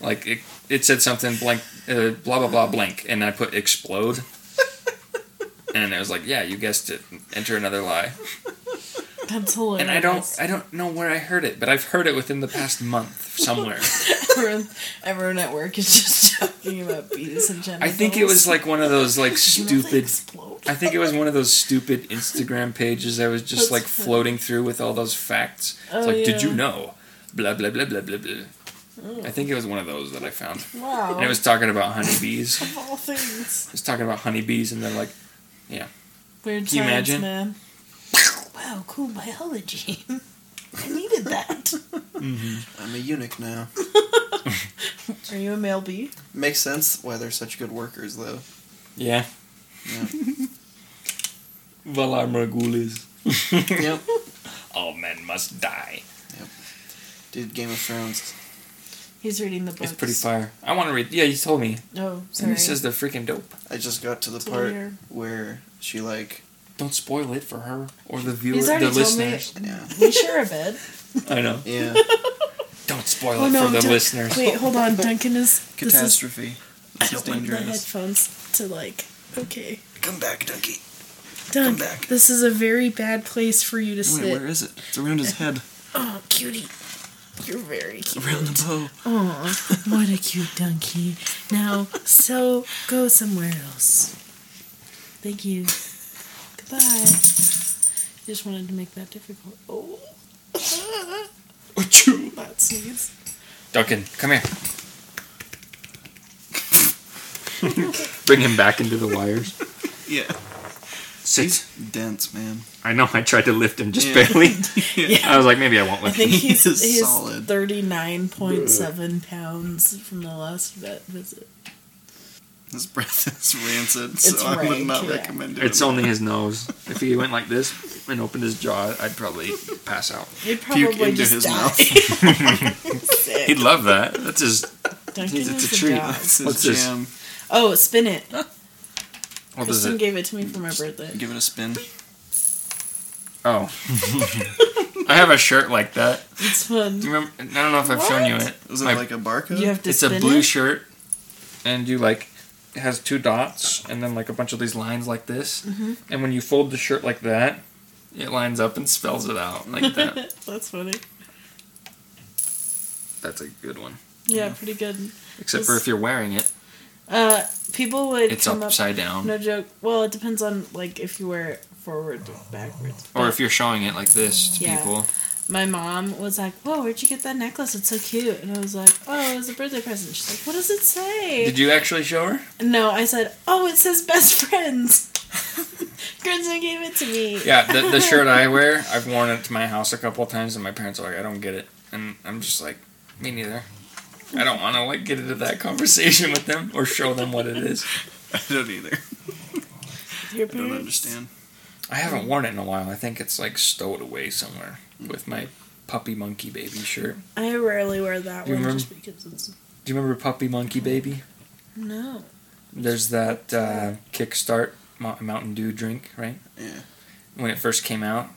Speaker 1: like it, it said something blank, uh, blah blah blah blank, and I put explode, and it was like, yeah, you guessed it. Enter another lie,
Speaker 3: That's hilarious.
Speaker 1: and I don't I don't know where I heard it, but I've heard it within the past month somewhere.
Speaker 3: everyone, everyone at work is just [laughs] talking about bees and genitals.
Speaker 1: I think it was like one of those like
Speaker 3: Genitals
Speaker 1: stupid.
Speaker 3: explode.
Speaker 1: I think it was one of those stupid Instagram pages I was just
Speaker 3: That's
Speaker 1: like
Speaker 3: funny.
Speaker 1: floating through with all those facts. it's
Speaker 3: Oh,
Speaker 1: like, did
Speaker 3: yeah. Oh.
Speaker 1: you know? Blah blah blah blah blah blah. I think it was one of those that I found.
Speaker 3: Wow.
Speaker 1: And it was talking about honeybees. it
Speaker 3: of all things.
Speaker 1: was talking about honeybees, and they're like,
Speaker 3: Weird
Speaker 1: Can you
Speaker 3: science,
Speaker 1: imagine?
Speaker 3: man. Wow, cool biology. [laughs] I needed that.
Speaker 2: I'm a eunuch now.
Speaker 3: Are you a male bee?
Speaker 2: Makes sense why they're such good workers, though.
Speaker 1: yeah. [laughs] Valar Margulis.
Speaker 2: Yep.
Speaker 1: [laughs] All men must die.
Speaker 2: Dude, Game of Thrones.
Speaker 3: He's reading the books.
Speaker 1: It's pretty fire. I want to read. Yeah, you told me.
Speaker 3: Oh, sorry.
Speaker 1: And it says they're freaking dope.
Speaker 2: I just got to the
Speaker 3: It's
Speaker 2: part
Speaker 3: weird.
Speaker 2: where she like,
Speaker 1: Don't spoil it for her or the viewer,
Speaker 3: He's
Speaker 1: the
Speaker 3: already told
Speaker 1: listeners.
Speaker 3: [laughs]
Speaker 2: yeah,
Speaker 3: me we share a bed.
Speaker 1: I know.
Speaker 2: yeah,
Speaker 1: Don't spoil
Speaker 3: Oh,
Speaker 1: it
Speaker 3: no,
Speaker 1: for the
Speaker 3: Dun-
Speaker 1: listeners.
Speaker 3: Wait, hold on. Duncan is. This is
Speaker 2: catastrophe.
Speaker 3: I
Speaker 2: This is
Speaker 3: don't want the
Speaker 2: dangerous.
Speaker 3: headphones to like. Okay,
Speaker 2: Come back, Ducky.
Speaker 3: Doug.
Speaker 2: back.
Speaker 3: This is a very bad place for you to sit.
Speaker 2: Wait, where is it? It's around his head,
Speaker 3: Oh, cutie, you're very cute.
Speaker 2: around the
Speaker 3: [laughs]
Speaker 2: bow.
Speaker 3: Oh, what a cute donkey. Now, so go somewhere else. Thank you. Goodbye. I just wanted to make that difficult. Oh, [laughs]
Speaker 1: Achoo.
Speaker 3: that sneeze.
Speaker 1: Duncan, come here. [laughs] Bring him back into the wires.
Speaker 2: Yeah,
Speaker 1: Sit.
Speaker 2: dense man.
Speaker 1: I know I tried to lift him just
Speaker 2: Yeah.
Speaker 1: [laughs] barely.
Speaker 3: Yeah.
Speaker 1: I was like, maybe I won't
Speaker 3: I
Speaker 1: lift him.
Speaker 3: think he's,
Speaker 2: He is
Speaker 3: he's
Speaker 2: solid.
Speaker 3: 39.7 pounds from the last vet visit.
Speaker 2: His breath [laughs] is rancid, so
Speaker 3: It's
Speaker 2: I would
Speaker 3: rank,
Speaker 2: not
Speaker 3: yeah.
Speaker 2: recommend it.
Speaker 1: It's only his nose. If he went like this and opened his jaw, I'd probably pass out.
Speaker 3: He'd
Speaker 2: Puke
Speaker 3: probably
Speaker 2: into
Speaker 3: just
Speaker 2: his
Speaker 3: die.
Speaker 2: mouth.
Speaker 3: Sick.
Speaker 1: He'd love that. That's his.
Speaker 3: Duncan
Speaker 2: It's
Speaker 3: is
Speaker 2: a
Speaker 3: the
Speaker 2: treat.
Speaker 3: dog.
Speaker 2: It's his
Speaker 1: What's this?
Speaker 2: jam.
Speaker 3: Oh, spin it.
Speaker 1: What is
Speaker 3: Kristen
Speaker 1: it?
Speaker 3: gave it to me for my birthday.
Speaker 2: Give it a spin.
Speaker 1: Oh. [laughs] I have a shirt like that.
Speaker 3: It's fun.
Speaker 1: Do you remember? I don't know if I've shown you it.
Speaker 2: Was it
Speaker 1: My-
Speaker 2: like a barcode?
Speaker 3: You have to
Speaker 1: It's a
Speaker 3: spin
Speaker 1: blue
Speaker 3: it?
Speaker 1: shirt, and you like it has two dots and then like a bunch of these lines like this.
Speaker 3: Mm-hmm.
Speaker 1: And when you fold the shirt like that, it lines up and spells it out
Speaker 3: [laughs]
Speaker 1: like that.
Speaker 3: That's funny.
Speaker 1: That's a good one.
Speaker 3: Yeah,
Speaker 1: Yeah.
Speaker 3: pretty good.
Speaker 1: Except for if you're wearing it,
Speaker 3: Uh, people would
Speaker 1: it's
Speaker 3: come
Speaker 1: upside
Speaker 3: up.
Speaker 1: down.
Speaker 3: No joke. Well, it depends on like if you wear it forward or backwards.
Speaker 1: Or if you're showing it like this to
Speaker 3: Yeah.
Speaker 1: people.
Speaker 3: My mom was like, "Whoa, where'd you get that necklace? It's so cute." And I was like, "Oh, it was a birthday present." She's like, "What does it say?"
Speaker 1: Did you actually show her?
Speaker 3: no, I said, "Oh, it says best friends." [laughs] Grinson gave it to me.
Speaker 1: Yeah, the,
Speaker 3: [laughs]
Speaker 1: the shirt I wear, I've worn it to my house a couple of times, and my parents are like, I don't get it. And I'm just like, me neither. I don't want to like get into that conversation with them or show them what it is.
Speaker 2: [laughs] I don't either.
Speaker 3: Your
Speaker 2: I don't
Speaker 3: parents-
Speaker 2: understand.
Speaker 1: I haven't worn it in a while. I think it's like stowed away somewhere with my puppy monkey baby shirt.
Speaker 3: I rarely wear that
Speaker 1: Do you
Speaker 3: one
Speaker 1: remember-
Speaker 3: just because it's
Speaker 1: Do you remember puppy monkey baby?
Speaker 3: no.
Speaker 1: There's that uh, Kickstart Mo- Mountain Dew drink, right?
Speaker 2: Yeah.
Speaker 1: When it first came out,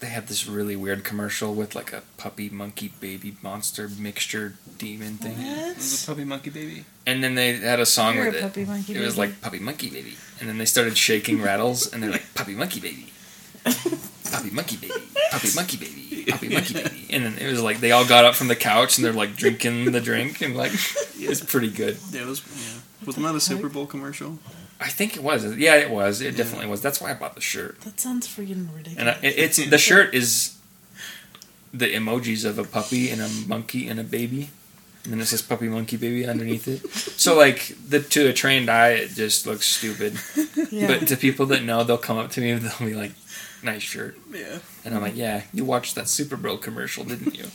Speaker 1: they had this really weird commercial with like a puppy monkey baby monster mixture demon thing.
Speaker 2: It was a
Speaker 3: What?
Speaker 2: puppy monkey baby.
Speaker 1: And then they had a song
Speaker 3: You're
Speaker 1: with
Speaker 3: a
Speaker 1: it.
Speaker 3: puppy monkey.
Speaker 1: it was
Speaker 3: baby.
Speaker 1: like Puppy Monkey Baby. And then they started shaking rattles and they're like, Puppy
Speaker 3: [laughs]
Speaker 1: Monkey Baby. Puppy Monkey Baby. Puppy Monkey Baby. Puppy Monkey Baby. And then it was like they all got up from the couch and they're like drinking the drink and like it's pretty good.
Speaker 2: Yeah, it was. Yeah, wasn't that a Super Bowl commercial?
Speaker 1: I think it was. Yeah, it was. It definitely was. That's why I bought the shirt.
Speaker 3: that sounds freaking ridiculous.
Speaker 1: And I, it, it's the shirt is the emojis of a puppy and a monkey and a baby, and then it says puppy monkey baby underneath it. So like the to a trained eye, it just looks stupid.
Speaker 3: [laughs] yeah.
Speaker 1: But to people that know, they'll come up to me and they'll be like, "Nice shirt,"
Speaker 2: Yeah.
Speaker 1: and I'm like, "Yeah, you watched that Super Bowl commercial, didn't you?"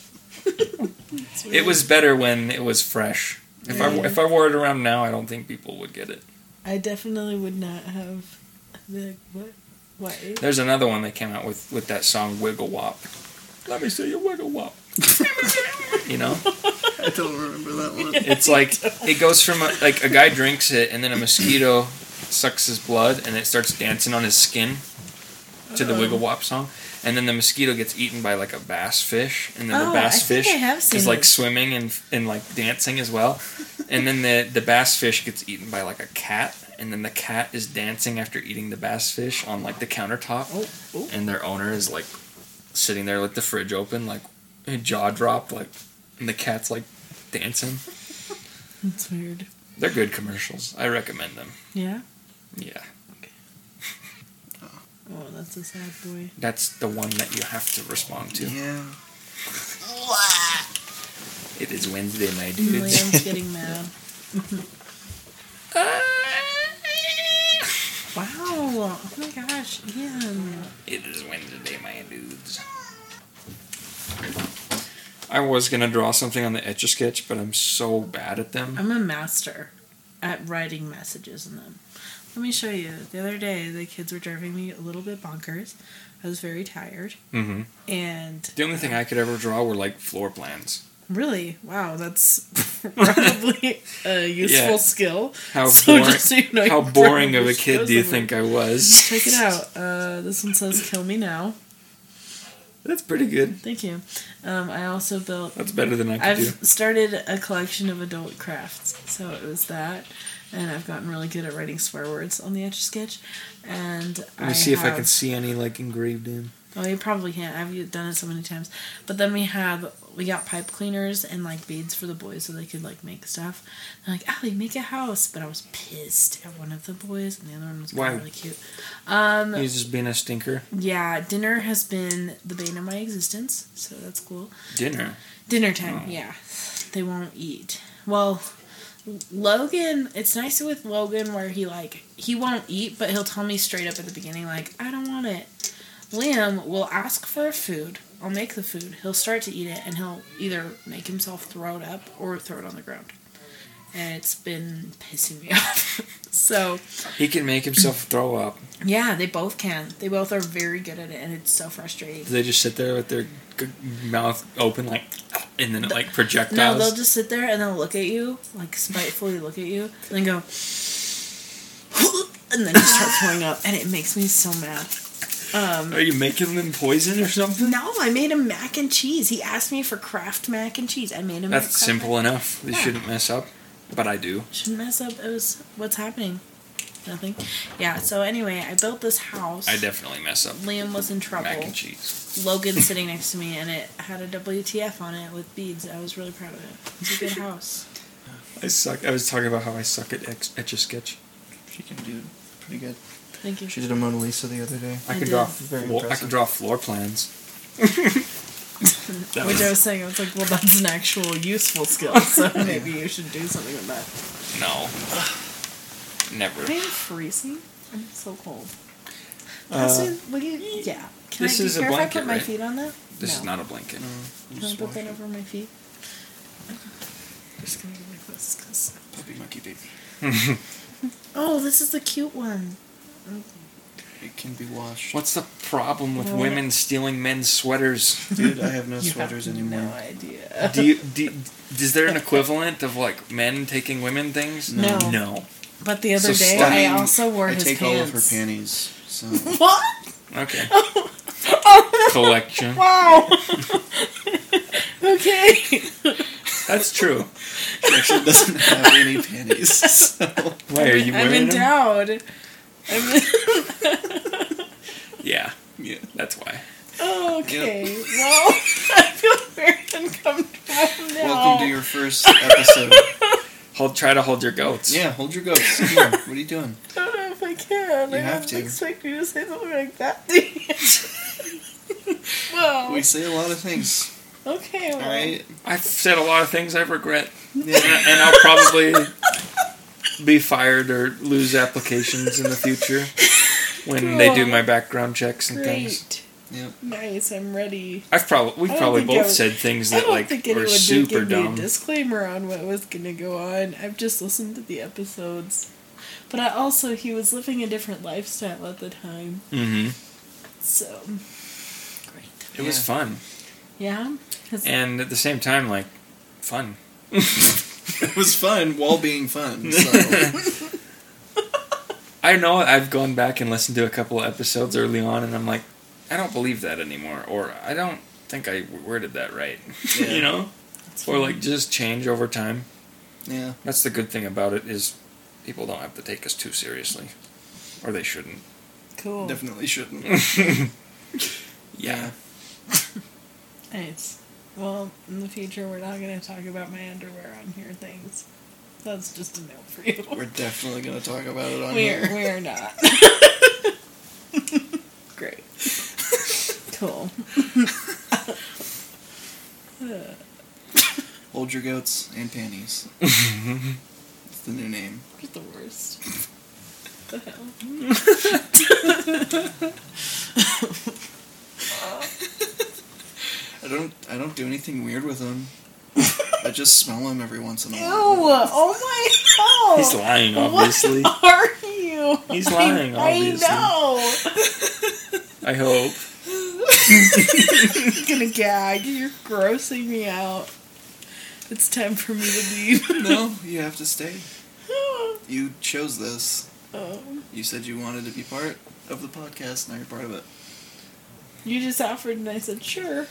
Speaker 3: It's
Speaker 1: It
Speaker 3: weird.
Speaker 1: was better when it was fresh. If I if I wore it around now, I don't think people would get it.
Speaker 3: I definitely would not have. I'd be like, what? What?
Speaker 1: There's another one that came out with with that song Wiggle Wop. Let me see your wiggle wop.
Speaker 3: [laughs]
Speaker 1: you know.
Speaker 2: I don't remember that one.
Speaker 1: [laughs] It's like it goes from a, like a guy drinks it, and then a mosquito sucks his blood, and it starts dancing on his skin to the Wiggle Wop song. And then the mosquito gets eaten by like a bass fish, and then
Speaker 3: Oh,
Speaker 1: the
Speaker 3: I
Speaker 1: bass
Speaker 3: think
Speaker 1: fish
Speaker 3: I have seen
Speaker 1: is like
Speaker 3: this.
Speaker 1: swimming and and like dancing as well. And then the the bass fish gets eaten by like a cat, and then the cat is dancing after eating the bass fish on like the countertop,
Speaker 3: Oh, oh.
Speaker 1: and their owner is like sitting there with the fridge open, like jaw dropped, like, and the cat's like dancing.
Speaker 3: That's weird.
Speaker 1: They're good commercials. I recommend them.
Speaker 3: Yeah.
Speaker 1: Yeah.
Speaker 3: Oh, that's a sad boy.
Speaker 1: That's the one that you have to respond to.
Speaker 2: Yeah.
Speaker 1: It is Wednesday, my
Speaker 3: Liam's
Speaker 1: dudes.
Speaker 3: getting mad. Wow. Oh my gosh. Ian.
Speaker 1: [laughs] it is Wednesday, my dudes. I was gonna draw something on the etch a sketch, but I'm so bad at them.
Speaker 3: I'm a master at writing messages in them. Let me show you. The other day, the kids were driving me a little bit bonkers. I was very tired.
Speaker 1: Mm-hmm.
Speaker 3: And
Speaker 1: The only thing I could ever draw were like floor plans.
Speaker 3: really, wow, that's [laughs] probably a useful
Speaker 1: Yeah.
Speaker 3: skill. [laughs]
Speaker 1: How
Speaker 3: So
Speaker 1: boring!
Speaker 3: just so you know,
Speaker 1: how
Speaker 3: you
Speaker 1: boring of a
Speaker 3: probably
Speaker 1: kid
Speaker 3: should
Speaker 1: do you
Speaker 3: have
Speaker 1: think I was?
Speaker 3: Check it out. Uh, this one says, Kill me now.
Speaker 1: That's pretty good.
Speaker 3: Thank you. Um, I also built
Speaker 1: That's better than I could
Speaker 3: I've
Speaker 1: do.
Speaker 3: started a collection of adult crafts, so it was that, and I've gotten really good at writing swear words on the etch a sketch. And
Speaker 1: Let
Speaker 3: I
Speaker 1: me see if I
Speaker 3: have-
Speaker 1: can see any like engraved in.
Speaker 3: Oh, you probably can't. I've done it so many times. But then we have we got pipe cleaners and like beads for the boys so they could like make stuff. They're like, Allie, make a house. But I was pissed at one of the boys, and the other one was
Speaker 1: Why?
Speaker 3: kinda really cute.
Speaker 1: He's just being a stinker.
Speaker 3: Yeah, dinner has been the bane of my existence, so that's cool.
Speaker 1: Dinner.
Speaker 3: Dinner time, yeah. They won't eat. Well, Logan, it's nice with Logan where he like he won't eat, but he'll tell me straight up at the beginning like, "I don't want it." Liam will ask for food. I'll make the food. He'll start to eat it and he'll either make himself throw it up or throw it on the ground. And it's been pissing me [laughs] off. so,
Speaker 1: He can make himself throw up.
Speaker 3: yeah, they both can. They both are very good at it and it's so frustrating.
Speaker 1: Do they just sit there with their g- mouth open, like, and then it, like
Speaker 3: No,
Speaker 1: projectiles?
Speaker 3: they'll just sit there and they'll look at you, like spitefully look at you, and then go, [laughs] and then just [laughs] start throwing up, and it makes me so mad.
Speaker 1: Are you making them poison or something?
Speaker 3: No, I made him mac and cheese. He asked me for Kraft mac and cheese. I made him.
Speaker 1: That's
Speaker 3: Kraft mac-
Speaker 1: simple enough. They
Speaker 3: Yeah.
Speaker 1: shouldn't mess up. but I do.
Speaker 3: Should mess up. It was what's happening. Nothing. Yeah. So anyway, I built this house.
Speaker 1: I definitely mess up
Speaker 3: Liam was in trouble.
Speaker 1: mac and cheese. [laughs]
Speaker 3: Logan sitting next to me, and it had a WTF on it with beads. I was really proud of it. It's a
Speaker 1: [laughs]
Speaker 3: good house.
Speaker 1: I suck. I was talking about how I suck at ex- etch a sketch.
Speaker 4: She can do pretty good.
Speaker 3: Thank you.
Speaker 5: She did a Mona Lisa the other day.
Speaker 1: I,
Speaker 3: I
Speaker 1: can
Speaker 3: did.
Speaker 1: draw.
Speaker 5: Very
Speaker 1: Well, I
Speaker 5: impressive.
Speaker 1: can draw floor plans. That
Speaker 3: Which
Speaker 1: was-
Speaker 3: I was saying, I was like, well, that's an actual useful skill,
Speaker 1: [laughs]
Speaker 3: so maybe you should do something with that.
Speaker 1: No. Never.
Speaker 3: I'm freezing. I'm so cold.
Speaker 5: Uh,
Speaker 3: Justin, will you, yeah. Can
Speaker 1: this
Speaker 3: I, do you
Speaker 1: is a
Speaker 3: care if I
Speaker 1: blanket,
Speaker 3: put my
Speaker 1: right?
Speaker 3: feet on that?
Speaker 1: This
Speaker 3: no.
Speaker 1: is not a blanket.
Speaker 3: Can I put that over my feet? I'm just gonna get my clothes because.
Speaker 4: Puppy monkey baby.
Speaker 3: Oh, this is the cute one.
Speaker 4: It can be washed.
Speaker 1: What's the problem with
Speaker 3: Well-
Speaker 1: women stealing men's sweaters?
Speaker 4: Dude, I have no
Speaker 3: You have
Speaker 4: sweaters anymore.
Speaker 3: No idea.
Speaker 1: Do you, do, is there an equivalent of like men taking women things?
Speaker 3: No. No.
Speaker 1: No.
Speaker 3: But the other
Speaker 1: So
Speaker 3: day,
Speaker 1: Stein-
Speaker 3: I also wore
Speaker 4: I
Speaker 3: his
Speaker 4: take all of her
Speaker 3: pants.
Speaker 4: panties. So
Speaker 3: [laughs] What? [laughs]
Speaker 1: Okay. Collection.
Speaker 3: Wow. [laughs] okay.
Speaker 1: That's true.
Speaker 4: she actually doesn't have any
Speaker 3: [laughs]
Speaker 4: panties. So
Speaker 1: Why are you
Speaker 3: I'm
Speaker 1: wearing them?
Speaker 3: endowed. I'm
Speaker 1: Yeah,
Speaker 4: yeah.
Speaker 1: that's why.
Speaker 3: okay. Well, [laughs] I feel very uncomfortable now.
Speaker 4: Welcome to your first episode.
Speaker 1: Hold, try to hold your goats.
Speaker 4: yeah, hold your goats. Come on. What are you doing?
Speaker 3: I don't know if I can.
Speaker 4: You
Speaker 3: I
Speaker 4: have
Speaker 3: didn't
Speaker 4: to.
Speaker 3: expect you to say something like that. [laughs] to me. well,
Speaker 4: We say a lot of things.
Speaker 3: okay. Well,
Speaker 4: Alright.
Speaker 1: I've said a lot of things I regret, and,
Speaker 4: Yeah.
Speaker 1: I- and I'll probably be fired or lose applications in the future when they do my background checks and things.
Speaker 3: great.
Speaker 4: Yep.
Speaker 3: Nice. I'm ready.
Speaker 1: I've probably
Speaker 3: I
Speaker 1: we've
Speaker 3: don't
Speaker 1: probably
Speaker 3: think I
Speaker 1: both
Speaker 3: would-
Speaker 1: said things
Speaker 3: I
Speaker 1: that
Speaker 3: don't
Speaker 1: like
Speaker 3: think
Speaker 1: were
Speaker 3: anyone
Speaker 1: super
Speaker 3: did give me
Speaker 1: dumb.
Speaker 3: a disclaimer on what was gonna go on. I've just listened to the episodes, but I also he was living a different lifestyle at the time,
Speaker 1: hmm
Speaker 3: so great.
Speaker 1: It was
Speaker 4: Yeah.
Speaker 1: fun,
Speaker 3: Yeah, Has-
Speaker 1: and at the same time, like fun.
Speaker 4: It was fun while being fun. So.
Speaker 3: [laughs]
Speaker 1: I know I've gone back and listened to a couple of episodes early on, and I'm like, I don't believe that anymore, or I don't think I worded that right. [laughs]
Speaker 4: Yeah.
Speaker 1: you know, or like just change over time.
Speaker 4: Yeah.
Speaker 1: That's the good thing about it is people don't have to take us too seriously, or they shouldn't. [laughs]
Speaker 3: cool.
Speaker 4: Definitely shouldn't.
Speaker 1: Yeah,
Speaker 3: Nice. Well, in the future, we're not gonna talk about my underwear on here things. That's just a note for you.
Speaker 4: We're definitely gonna talk about it on
Speaker 3: We're
Speaker 4: here.
Speaker 3: we're not. [laughs] Great. cool. [laughs]
Speaker 4: Hold your goats and
Speaker 3: [laughs]
Speaker 4: panties. it's the new name.
Speaker 3: You're the worst. the hell?
Speaker 4: I don't. I don't do anything weird with them. I just smell them every once in
Speaker 3: [laughs]
Speaker 4: a
Speaker 3: Ew!
Speaker 4: while.
Speaker 3: Oh my god!
Speaker 1: he's lying, obviously.
Speaker 3: [laughs] What are you?
Speaker 1: He's lying,
Speaker 3: I,
Speaker 1: obviously.
Speaker 3: I
Speaker 1: I
Speaker 4: [laughs]
Speaker 1: hope.
Speaker 3: know. I'm gonna gag. You're grossing me out. It's time for me to leave.
Speaker 4: No, you have to stay. You chose this.
Speaker 3: [laughs] Um,
Speaker 4: You said you wanted to be part of the podcast. Now you're part of it.
Speaker 3: you just offered, and I said sure. Well, here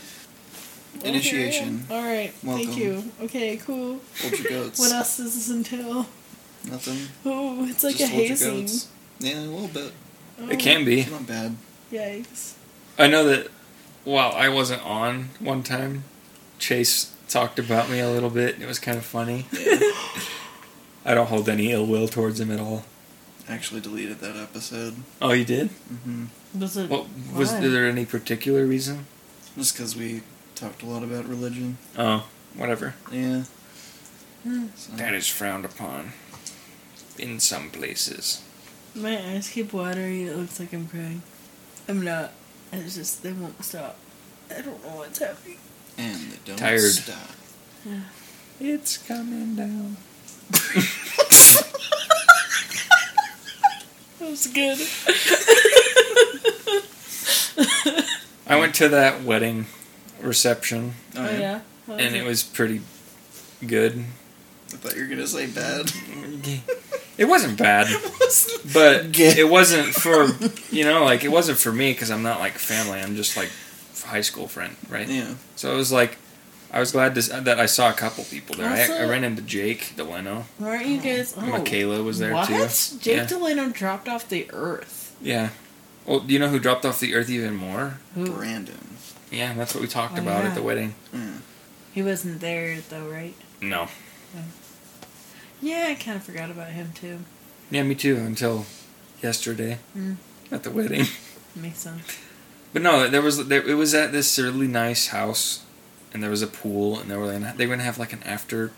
Speaker 3: I am.
Speaker 4: Initiation.
Speaker 3: All right. Thank
Speaker 4: Welcome.
Speaker 3: you. Okay. Cool. [laughs]
Speaker 4: Hold your goats.
Speaker 3: What else does this entail?
Speaker 4: Nothing.
Speaker 3: Oh, it's like
Speaker 4: just
Speaker 3: a
Speaker 4: hold your
Speaker 3: hazing.
Speaker 4: goats. Yeah, a little bit.
Speaker 3: Oh,
Speaker 1: It can be.
Speaker 4: It's not bad.
Speaker 3: Yikes.
Speaker 1: I know that while I wasn't on one time, Chase talked about me a little bit. It was kind of [laughs] funny. I don't hold any ill will towards him at all.
Speaker 4: I actually deleted that episode.
Speaker 1: Oh, you did?
Speaker 4: Mm-hmm.
Speaker 3: Was it?
Speaker 1: What was
Speaker 3: Why?
Speaker 1: there any particular reason?
Speaker 4: Just because we talked a lot about religion.
Speaker 1: Oh, whatever.
Speaker 4: Yeah.
Speaker 3: Hmm.
Speaker 4: So,
Speaker 1: That is frowned upon in some places.
Speaker 3: My eyes keep watering. It looks like I'm crying. I'm not. It's just they won't stop. I don't know what's happening.
Speaker 4: and they don't
Speaker 1: Tired.
Speaker 4: stop.
Speaker 1: It's coming down.
Speaker 3: That was
Speaker 1: [laughs]
Speaker 3: good.
Speaker 1: I went to that wedding reception
Speaker 3: Oh yeah. That
Speaker 1: and it was pretty good.
Speaker 4: I thought you were gonna say bad.
Speaker 1: It wasn't bad,
Speaker 3: [laughs]
Speaker 1: but
Speaker 4: Gay.
Speaker 1: it wasn't for you know like it wasn't for me because I'm not like family. I'm just like high school friend, right?
Speaker 4: yeah.
Speaker 1: So it was like I was glad to, s- that I saw a couple people there. I, I
Speaker 3: Also-
Speaker 1: ran into Jake Deleno.
Speaker 3: Aren't you guys? Oh,
Speaker 1: Michaela was there
Speaker 3: what?
Speaker 1: too.
Speaker 3: Jake
Speaker 1: yeah.
Speaker 3: Delano dropped off the earth.
Speaker 1: yeah. Well, do you know who dropped off the earth even more?
Speaker 3: Who?
Speaker 2: Brandon.
Speaker 1: Yeah, that's what we talked
Speaker 3: Oh,
Speaker 1: about
Speaker 3: yeah.
Speaker 1: at the wedding.
Speaker 2: Mm.
Speaker 3: He wasn't there though, right?
Speaker 1: No.
Speaker 3: Yeah, I kind of forgot about him too.
Speaker 1: Yeah, me too. Until yesterday
Speaker 3: Mm.
Speaker 1: at the wedding.
Speaker 3: Makes sense.
Speaker 1: But no, there was there, it was at this really nice house, and there was a pool, and they were gonna, they were gonna have like an after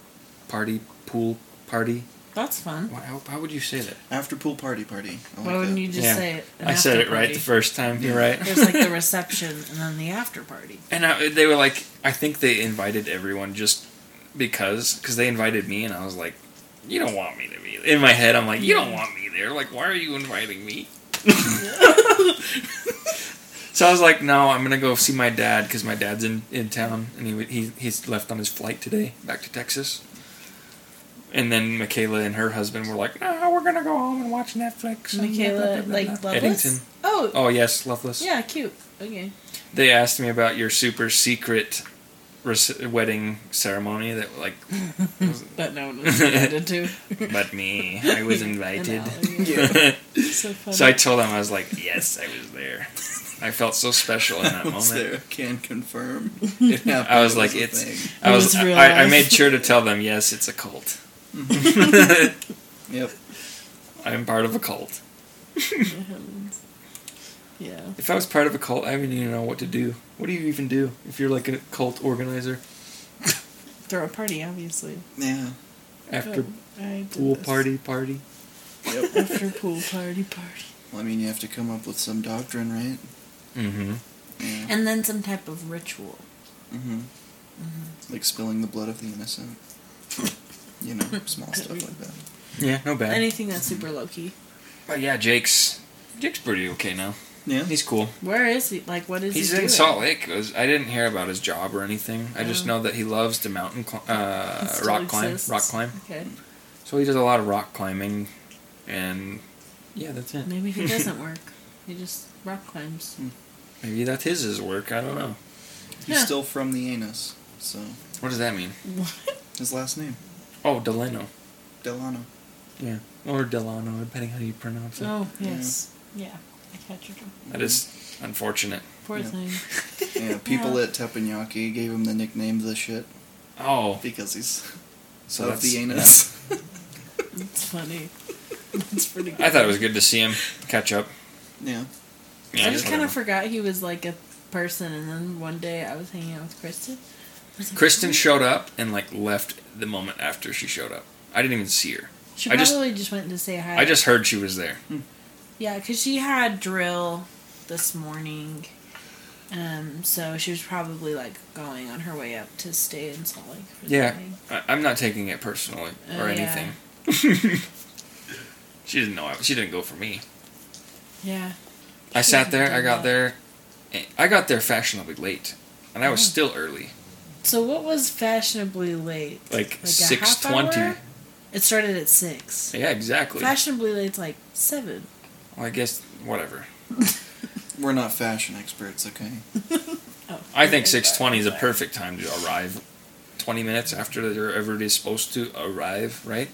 Speaker 1: party pool party.
Speaker 3: That's fun.
Speaker 1: Why, how, how would you say that?
Speaker 2: After pool party party. I like
Speaker 3: Why wouldn't
Speaker 2: that.
Speaker 4: [laughs]
Speaker 3: you just
Speaker 1: Oh Yeah.
Speaker 3: say it? an
Speaker 1: I said
Speaker 3: after
Speaker 1: it right
Speaker 3: party?
Speaker 1: the first time. You're
Speaker 3: There's like
Speaker 1: right. [laughs]
Speaker 3: the reception and then the after party.
Speaker 1: and I, they were like, I think they invited everyone just because, because they invited me, and I was like, you don't want me to be in my head. I'm like, you don't want me there. Like, why are you inviting
Speaker 3: [laughs]
Speaker 1: me? so I was like, no, I'm gonna go see my dad because my dad's in, in town, and he w- he he's left on his flight today back to Texas. And then Michaela and her husband were like, no, we're gonna go home and watch Netflix. and blah, blah,
Speaker 3: Michaela,
Speaker 1: blah, blah,
Speaker 3: like
Speaker 1: blah."
Speaker 3: Loveless.
Speaker 1: Eddington.
Speaker 3: Oh,
Speaker 1: Oh yes, Loveless.
Speaker 3: yeah, cute. Okay.
Speaker 1: they asked me about your super secret rec- wedding ceremony that like
Speaker 3: That no one
Speaker 1: [laughs]
Speaker 3: was invited to.
Speaker 1: but me Hmm.
Speaker 3: [laughs]
Speaker 1: i was invited
Speaker 3: And Allie. so funny.
Speaker 1: so i told them i was like yes i was there i felt so special
Speaker 2: [laughs]
Speaker 1: in that
Speaker 2: I was there.
Speaker 1: moment
Speaker 2: Can
Speaker 3: [laughs]
Speaker 2: confirm. It happened.
Speaker 1: i was
Speaker 2: It
Speaker 1: like
Speaker 2: a
Speaker 1: it's
Speaker 2: thing.
Speaker 1: i
Speaker 3: It
Speaker 1: was,
Speaker 3: was
Speaker 1: I-
Speaker 3: real
Speaker 1: I, I
Speaker 3: life.
Speaker 1: made sure to tell them yes it's a cult
Speaker 3: [laughs]
Speaker 1: [laughs]
Speaker 2: Yep.
Speaker 1: i'm part of a cult
Speaker 3: yeah.
Speaker 1: if i was part of a cult i wouldn't even know what to do what do you even do if you're like a cult organizer
Speaker 3: Throw a party, obviously.
Speaker 2: Yeah.
Speaker 1: after
Speaker 3: Oh, I did
Speaker 1: pool
Speaker 3: this.
Speaker 1: party party [laughs]
Speaker 2: Yep. well,
Speaker 3: After pool party party.
Speaker 2: I mean, you have to come up with some doctrine, right?
Speaker 1: mm-hmm
Speaker 2: Yeah.
Speaker 3: And then some type of ritual.
Speaker 2: Mm-hmm.
Speaker 3: Mm-hmm.
Speaker 2: Like spilling the blood of the innocent. You
Speaker 3: [laughs]
Speaker 2: know, small stuff like that.
Speaker 1: yeah no bad
Speaker 3: Anything that's super low key.
Speaker 1: but yeah jake's jake's pretty okay now
Speaker 2: Yeah.
Speaker 1: he's cool
Speaker 3: Where is he? Like, what is
Speaker 1: He's
Speaker 3: he
Speaker 1: in
Speaker 3: doing?
Speaker 1: Salt Lake. It was- I didn't hear about his job or anything. I just
Speaker 3: Oh.
Speaker 1: know that he loves to mountain cli-
Speaker 3: He
Speaker 1: uh,
Speaker 3: still
Speaker 1: rock
Speaker 3: exists.
Speaker 1: climb, rock climb.
Speaker 3: Okay.
Speaker 1: So he does a lot of rock climbing, and yeah, that's it.
Speaker 3: Maybe
Speaker 1: [laughs]
Speaker 3: he doesn't work. He just rock climbs.
Speaker 1: Maybe that's his, his work. I don't know.
Speaker 2: He's
Speaker 3: Yeah.
Speaker 2: still from the anus, so
Speaker 1: What does that mean?
Speaker 2: his last name
Speaker 1: Oh, Delano.
Speaker 3: [laughs]
Speaker 2: Delano.
Speaker 1: Yeah, or Delano, depending how you pronounce it.
Speaker 3: Oh, yes. Yeah. I catch your drift.
Speaker 1: That is unfortunate.
Speaker 3: Poor
Speaker 2: Yeah.
Speaker 3: thing.
Speaker 2: Yeah. People
Speaker 3: Yeah.
Speaker 2: at Teppanyaki gave him the nickname "the shit"
Speaker 1: Oh,
Speaker 2: because he's
Speaker 1: So
Speaker 2: of the
Speaker 1: that's-
Speaker 2: anus.
Speaker 1: [laughs]
Speaker 3: It's funny. [laughs] It's pretty good.
Speaker 1: I thought it was good to see him catch up.
Speaker 2: Yeah.
Speaker 1: Yeah,
Speaker 3: I just kind
Speaker 1: whatever.
Speaker 3: of forgot he was like a person, and then one day I was hanging out with Kristen. I was like,
Speaker 1: Kristen showed up and like left the moment after she showed up. I didn't even see her.
Speaker 3: She
Speaker 1: I just-
Speaker 3: probably just, went to say hi.
Speaker 1: I just heard she was there.
Speaker 3: yeah, because she had drill this morning, um, so she was probably like going on her way up to stay in Salt Lake. For the
Speaker 1: Yeah,
Speaker 3: morning.
Speaker 1: I, I'm not taking it personally
Speaker 3: Oh,
Speaker 1: or
Speaker 3: yeah.
Speaker 1: anything. [laughs] she didn't know. I, she didn't go for me.
Speaker 3: yeah.
Speaker 1: I
Speaker 3: She
Speaker 1: sat there.
Speaker 3: didn't
Speaker 1: I got
Speaker 3: know.
Speaker 1: there. and- I got there fashionably late, and I was
Speaker 3: Oh.
Speaker 1: still early,
Speaker 3: So what was fashionably late?
Speaker 1: like
Speaker 3: a
Speaker 1: six
Speaker 3: half
Speaker 1: twenty.
Speaker 3: hour? It started at six.
Speaker 1: Yeah, exactly.
Speaker 3: Fashionably late's like seven.
Speaker 1: well, I guess whatever.
Speaker 2: We're not fashion experts, okay?
Speaker 3: Oh,
Speaker 1: I think
Speaker 3: okay.
Speaker 1: six twenty is a perfect time to arrive. Twenty minutes after they're everybody's supposed to arrive, right?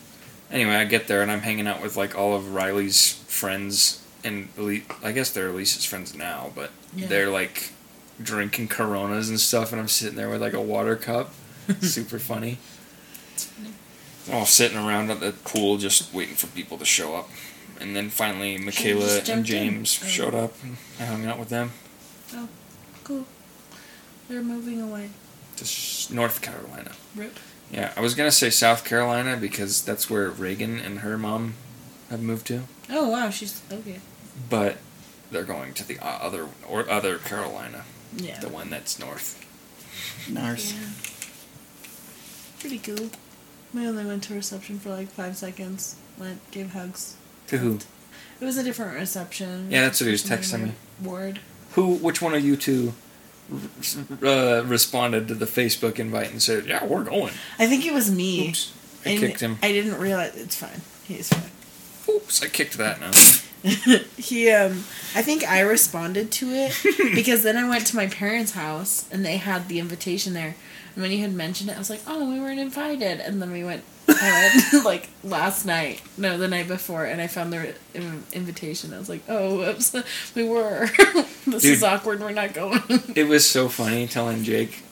Speaker 1: Anyway, I get there and I'm hanging out with like all of Riley's friends and Elise, I guess they're Elise's friends now, but
Speaker 3: Yeah.
Speaker 1: they're like drinking Coronas and stuff, and I'm sitting there with like a water cup.
Speaker 3: [laughs]
Speaker 1: Super funny. I'm all sitting around at the pool just waiting for people to show up. And then finally, Michaela
Speaker 3: just
Speaker 1: and
Speaker 3: jumped in.
Speaker 1: James
Speaker 3: Oh.
Speaker 1: showed up. And I hung out with them.
Speaker 3: Cool. They're moving away.
Speaker 1: Just North Carolina.
Speaker 3: Rip.
Speaker 1: Yeah, I was gonna say South Carolina because that's where Reagan and her mom have moved to,
Speaker 3: Oh wow, she's okay.
Speaker 1: but they're going to the o- other or other Carolina,
Speaker 3: Yeah.
Speaker 1: the one that's north.
Speaker 2: Nars.
Speaker 3: Yeah. Pretty cool. We only went to reception for like five seconds. Went, gave hugs.
Speaker 1: To who?
Speaker 3: It was a different reception.
Speaker 1: Yeah, that's what he was texting me.
Speaker 3: Ward.
Speaker 1: Who? Which one of you two r- uh, responded to the Facebook invite and said, "Yeah, we're going."
Speaker 3: I think it was me.
Speaker 1: Oops, I
Speaker 3: And
Speaker 1: kicked him.
Speaker 3: I didn't realize it's fine. He's fine.
Speaker 1: Oops, I kicked that now.
Speaker 3: [laughs] He, um, I think I responded to
Speaker 1: [laughs]
Speaker 3: it because then I went to my parents' house and they had the invitation there. And when you had mentioned it, I was like, "Oh, we weren't invited." And then we went, I went [laughs] like last night, no, the night before, and I found the um, invitation. I was like, "Oh, whoops, [laughs] we were. this
Speaker 1: Dude.
Speaker 3: is awkward. We're not going." [laughs]
Speaker 1: It was so funny telling Jake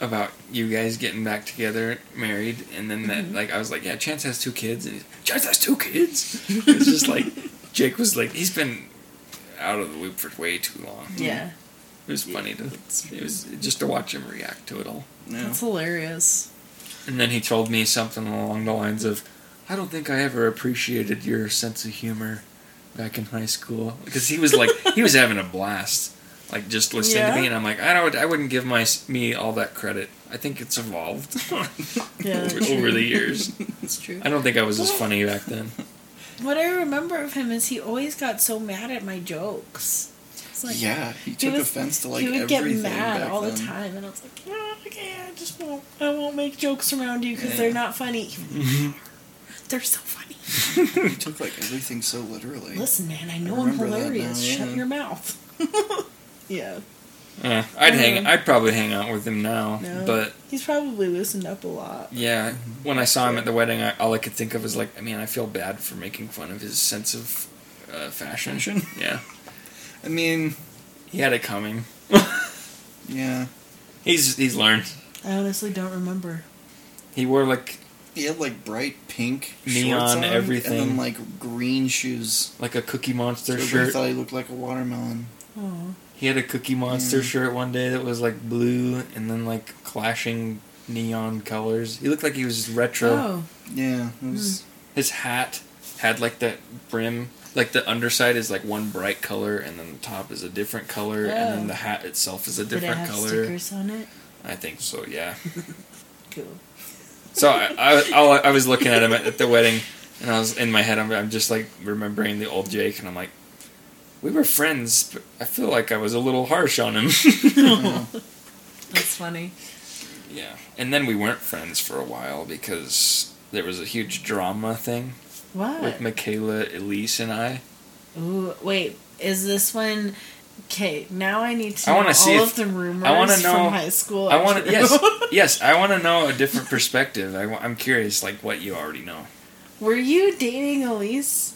Speaker 1: about you guys getting back together, married, and then that like I was like, yeah, Chance has two kids, and he's, Chance has two kids. It's just like Jake was like, he's been out of the loop for way too long.
Speaker 3: yeah,
Speaker 1: It was funny to it was just to watch him react to it all.
Speaker 2: No.
Speaker 3: that's hilarious.
Speaker 1: And then he told me something along the lines of, I don't think I ever appreciated your sense of humor back in high school. Because he was like, he was having a blast, like just listening to me.
Speaker 3: Yeah.
Speaker 1: And I'm like, I don't, I wouldn't give my me all that credit. I think it's evolved
Speaker 3: Yeah,
Speaker 1: [laughs] over,
Speaker 3: that's
Speaker 1: over
Speaker 3: true.
Speaker 1: the years.
Speaker 3: That's true.
Speaker 1: I don't think I was as funny back then.
Speaker 3: What I remember of him is he always got so mad at my jokes. It's like,
Speaker 2: yeah, he
Speaker 3: he
Speaker 2: took
Speaker 3: was-
Speaker 2: offense to like
Speaker 3: he would get
Speaker 2: everything
Speaker 3: mad
Speaker 2: back
Speaker 3: all
Speaker 2: then.
Speaker 3: the time, and I was like, yeah, okay, I just won't, I won't make jokes around you because they're
Speaker 2: Yeah.
Speaker 3: not funny. they're so funny.
Speaker 2: He took like everything so literally.
Speaker 3: Listen, man, I know I am
Speaker 2: remember that
Speaker 3: hilarious.
Speaker 2: now,
Speaker 3: Shut
Speaker 2: yeah.
Speaker 3: your mouth. [laughs] yeah,
Speaker 1: Uh, I'd hang,
Speaker 3: Mhm.
Speaker 1: I'd probably hang out with him now.
Speaker 3: No.
Speaker 1: But
Speaker 3: he's probably loosened up a lot.
Speaker 1: yeah, when I saw him at the wedding, I, all I could think of was like, I mean, I feel bad for making fun of his sense of uh, fashion. [laughs]
Speaker 2: Fashion?
Speaker 1: Yeah,
Speaker 2: I mean,
Speaker 1: he had it coming.
Speaker 2: yeah,
Speaker 1: He's he's learned.
Speaker 3: I honestly don't remember.
Speaker 1: He wore like
Speaker 2: he had like bright pink
Speaker 1: Neon
Speaker 2: shorts on,
Speaker 1: everything.
Speaker 2: and then like green shoes.
Speaker 1: like a Cookie Monster
Speaker 2: Everybody
Speaker 1: shirt.
Speaker 2: thought he looked like a watermelon.
Speaker 3: Oh,
Speaker 1: He had a Cookie Monster
Speaker 2: Yeah.
Speaker 1: shirt one day that was like blue and then like clashing neon colors. He looked like he was retro.
Speaker 3: oh,
Speaker 2: Yeah, it was.
Speaker 1: His hat had like that brim, like the underside is like one bright color and then the top is a different color and then
Speaker 3: Oh.
Speaker 1: the hat itself is a
Speaker 3: did it
Speaker 1: different
Speaker 3: have
Speaker 1: color.
Speaker 3: stickers on it?
Speaker 1: I think so, yeah.
Speaker 3: Cool.
Speaker 1: So I, I, all I, I was looking at him at, at the wedding, and I was in my head. I'm, I'm just like remembering the old Jake, and I'm like, we were friends, but I feel like I was a little harsh on him. [laughs]
Speaker 3: That's funny.
Speaker 1: yeah, and then we weren't friends for a while because there was a huge drama thing with
Speaker 3: What?
Speaker 1: Michaela, Elise, and I.
Speaker 3: Ooh, wait, is this when? Okay, now I need to
Speaker 1: I
Speaker 3: know
Speaker 1: wanna
Speaker 3: all
Speaker 1: see if-
Speaker 3: of the rumors
Speaker 1: I wanna know-
Speaker 3: from high school.
Speaker 1: I
Speaker 3: are [laughs]
Speaker 1: want to
Speaker 3: true.
Speaker 1: yes, yes, I want to know a different perspective. I, wa- I'm curious, like what you already know.
Speaker 3: Were you dating Elise?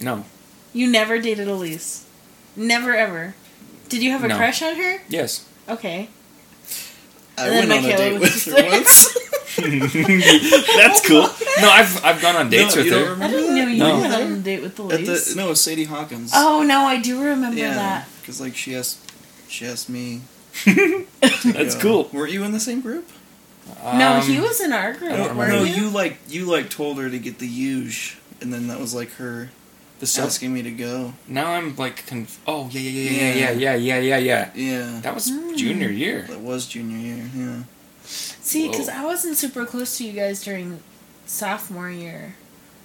Speaker 1: No,
Speaker 3: You never dated Elise. Never ever. Did you have a
Speaker 1: No.
Speaker 3: crush on her?
Speaker 1: yes,
Speaker 3: Okay.
Speaker 2: I went on a
Speaker 3: Michaela
Speaker 2: date
Speaker 3: was
Speaker 2: with
Speaker 3: just
Speaker 2: her
Speaker 3: like-
Speaker 2: once.
Speaker 3: [laughs]
Speaker 1: [laughs] that's cool. No, I've I've gone on [laughs] dates
Speaker 2: No,
Speaker 1: with
Speaker 2: you don't
Speaker 1: her.
Speaker 3: I
Speaker 2: remember
Speaker 3: didn't
Speaker 2: that?
Speaker 3: know you
Speaker 1: No.
Speaker 3: went on a date with
Speaker 2: At
Speaker 3: Elise.
Speaker 2: the no, it was Sadie Hawkins.
Speaker 3: oh no, I do remember
Speaker 2: yeah,
Speaker 3: that.
Speaker 2: because like she asked, she asked me.
Speaker 1: That's cool.
Speaker 2: Were you in the same group?
Speaker 3: no,
Speaker 1: Um,
Speaker 3: he was in our group.
Speaker 1: I don't
Speaker 3: weren't
Speaker 2: no,
Speaker 1: remember.
Speaker 3: you?
Speaker 2: you like you like told her to get the huge, and then that was like her
Speaker 1: The
Speaker 2: asking me to go.
Speaker 1: Now I'm like, conf- oh yeah yeah yeah yeah yeah yeah yeah yeah yeah.
Speaker 2: Yeah,
Speaker 1: That was
Speaker 3: Hmm.
Speaker 1: junior year.
Speaker 2: that was junior year. Yeah,
Speaker 3: See, because
Speaker 1: Whoa.
Speaker 3: I wasn't super close to you guys during sophomore year.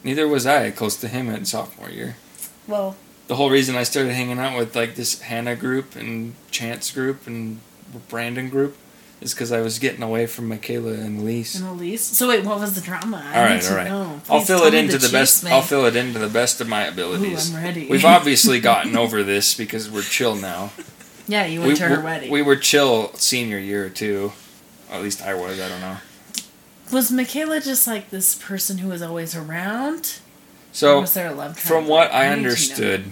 Speaker 1: Neither was I close to him in sophomore year.
Speaker 3: Well,
Speaker 1: The whole reason I started hanging out with like this Hannah group and Chance group and Brandon group is because I was getting away from Michaela and Elise.
Speaker 3: in Elise. So wait, what was the drama? Oh, I
Speaker 1: all
Speaker 3: need
Speaker 1: right,
Speaker 3: to
Speaker 1: all right.
Speaker 3: know.
Speaker 1: I'll
Speaker 3: Please
Speaker 1: fill
Speaker 3: tell
Speaker 1: it
Speaker 3: me
Speaker 1: into the,
Speaker 3: cheese,
Speaker 1: best.
Speaker 3: man.
Speaker 1: I'll fill it into the best of my abilities.
Speaker 3: Ooh, I'm ready. [laughs]
Speaker 1: We've obviously gotten over this because we're chill now.
Speaker 3: yeah, you [laughs] went
Speaker 1: we,
Speaker 3: to her
Speaker 1: we-
Speaker 3: wedding.
Speaker 1: we were chill senior year too. At least I was. I don't know.
Speaker 3: was Michaela just like this person who was always around?
Speaker 1: So
Speaker 3: or was there a love
Speaker 1: From
Speaker 3: triangle?
Speaker 1: what I
Speaker 3: need to know.
Speaker 1: understood,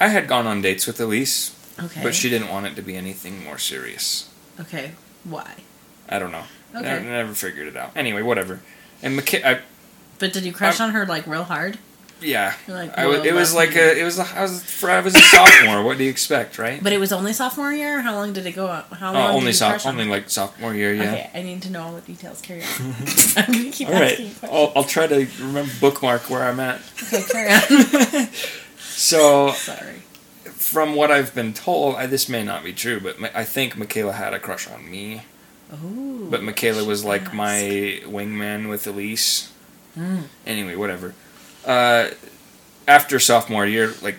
Speaker 1: I had gone on dates with Elise,
Speaker 3: Okay.
Speaker 1: but she didn't want it to be anything more serious.
Speaker 3: Okay. Why?
Speaker 1: I don't know.
Speaker 3: Okay.
Speaker 1: Never, never figured it out. Anyway, whatever. And Mika- I,
Speaker 3: But did you crush
Speaker 1: I'm-
Speaker 3: on her like real hard?
Speaker 1: yeah,
Speaker 3: You're like,
Speaker 1: I was,
Speaker 3: "Whoa,
Speaker 1: it
Speaker 3: that's
Speaker 1: was like
Speaker 3: weird."
Speaker 1: a, it was, a, I was, for, I was a sophomore. what do you expect, right?
Speaker 3: But it was only sophomore year. How long did it go on? How long?
Speaker 1: Oh,
Speaker 3: did
Speaker 1: only
Speaker 3: you
Speaker 1: soph,
Speaker 3: crush on
Speaker 1: only
Speaker 3: her?
Speaker 1: like sophomore year, yeah.
Speaker 3: Okay, I need to know all the details. Carry
Speaker 1: [laughs]
Speaker 3: on. [laughs] I'm gonna keep
Speaker 1: All right, Oh.
Speaker 3: asking questions.
Speaker 1: I'll, I'll try to remember bookmark where I'm at.
Speaker 3: Okay, carry on.
Speaker 1: [laughs]
Speaker 3: [laughs]
Speaker 1: So,
Speaker 3: Sorry.
Speaker 1: from what I've been told, I, this may not be true, but Mi- I think Michaela had a crush on me.
Speaker 3: Oh.
Speaker 1: But Michaela was like
Speaker 3: Ask.
Speaker 1: my wingman with Elise.
Speaker 3: Hmm.
Speaker 1: Anyway, whatever. Uh, after sophomore year, like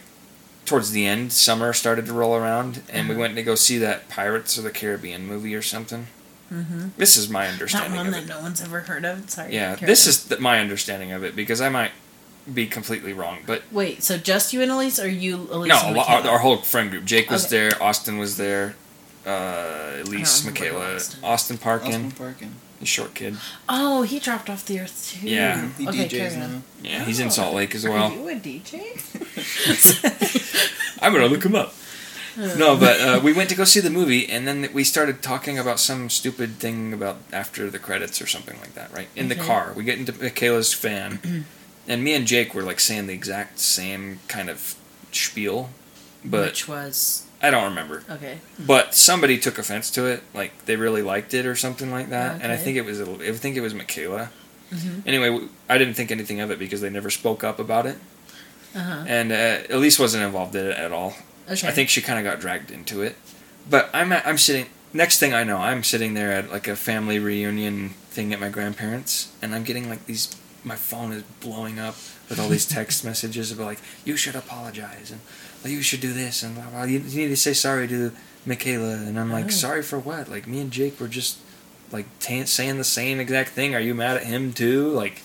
Speaker 1: towards the end, summer started to roll around, and
Speaker 3: Uh-huh.
Speaker 1: we went to go see that Pirates of the Caribbean movie or something. Mm-hmm. This is my
Speaker 3: that
Speaker 1: understanding
Speaker 3: one
Speaker 1: of
Speaker 3: that
Speaker 1: it.
Speaker 3: no one's ever heard of. Sorry.
Speaker 1: Yeah,
Speaker 3: carry
Speaker 1: this
Speaker 3: on.
Speaker 1: is th- my understanding of it because I might be completely wrong, but
Speaker 3: Wait, so just you and Elise, or you, Elise?
Speaker 1: no,
Speaker 3: and
Speaker 1: a lo- our,
Speaker 3: Michaela?
Speaker 1: our whole friend group. Jake was
Speaker 3: Okay.
Speaker 1: there. Austin was there. Uh, Elise,
Speaker 3: remember
Speaker 1: Michaela,
Speaker 3: Austin.
Speaker 1: Austin, Parkin,
Speaker 4: Osman Parkin.
Speaker 1: the short kid.
Speaker 3: Oh, he dropped off the earth too.
Speaker 1: Yeah.
Speaker 4: He
Speaker 3: okay,
Speaker 4: DJs
Speaker 3: carry on.
Speaker 4: now.
Speaker 1: Yeah, he's in
Speaker 6: Oh.
Speaker 1: Salt Lake as
Speaker 6: Are
Speaker 1: well.
Speaker 6: you a DJ?
Speaker 1: I'm gonna look him up.
Speaker 3: Hmm.
Speaker 1: No, but uh, we went to go see the movie, and then we started talking about some stupid thing about after the credits or something like that, right? In the
Speaker 3: Okay.
Speaker 1: car, we get into
Speaker 3: [clears throat]
Speaker 1: Michaela's fan, and me and Jake were like saying the exact same kind of spiel, but
Speaker 3: Which Oh. was
Speaker 1: I don't remember.
Speaker 3: okay.
Speaker 1: But somebody took offense to it, like they really liked it or something like that. And I
Speaker 3: Okay. Mm-hmm.
Speaker 1: think it was a little- I think it was Michaela. Anyway, w- I didn't think anything of it because they never spoke up about it,
Speaker 3: Uh-huh.
Speaker 1: and uh, Elise wasn't involved in it at all.
Speaker 3: Okay.
Speaker 1: I think she kind of got dragged into it. But I'm at, I'm sitting. Next thing I know, I'm sitting there at like a family reunion thing at my grandparents, and I'm getting like these. My phone is blowing up with all these
Speaker 3: [laughs]
Speaker 1: text messages about like you should apologize and well, you should do this and blah blah. You, you need to say sorry to Michaela, and I'm like
Speaker 3: Oh.
Speaker 1: sorry for what? Like me and Jake were just like tan saying the same exact thing. Are you mad at him too? Like.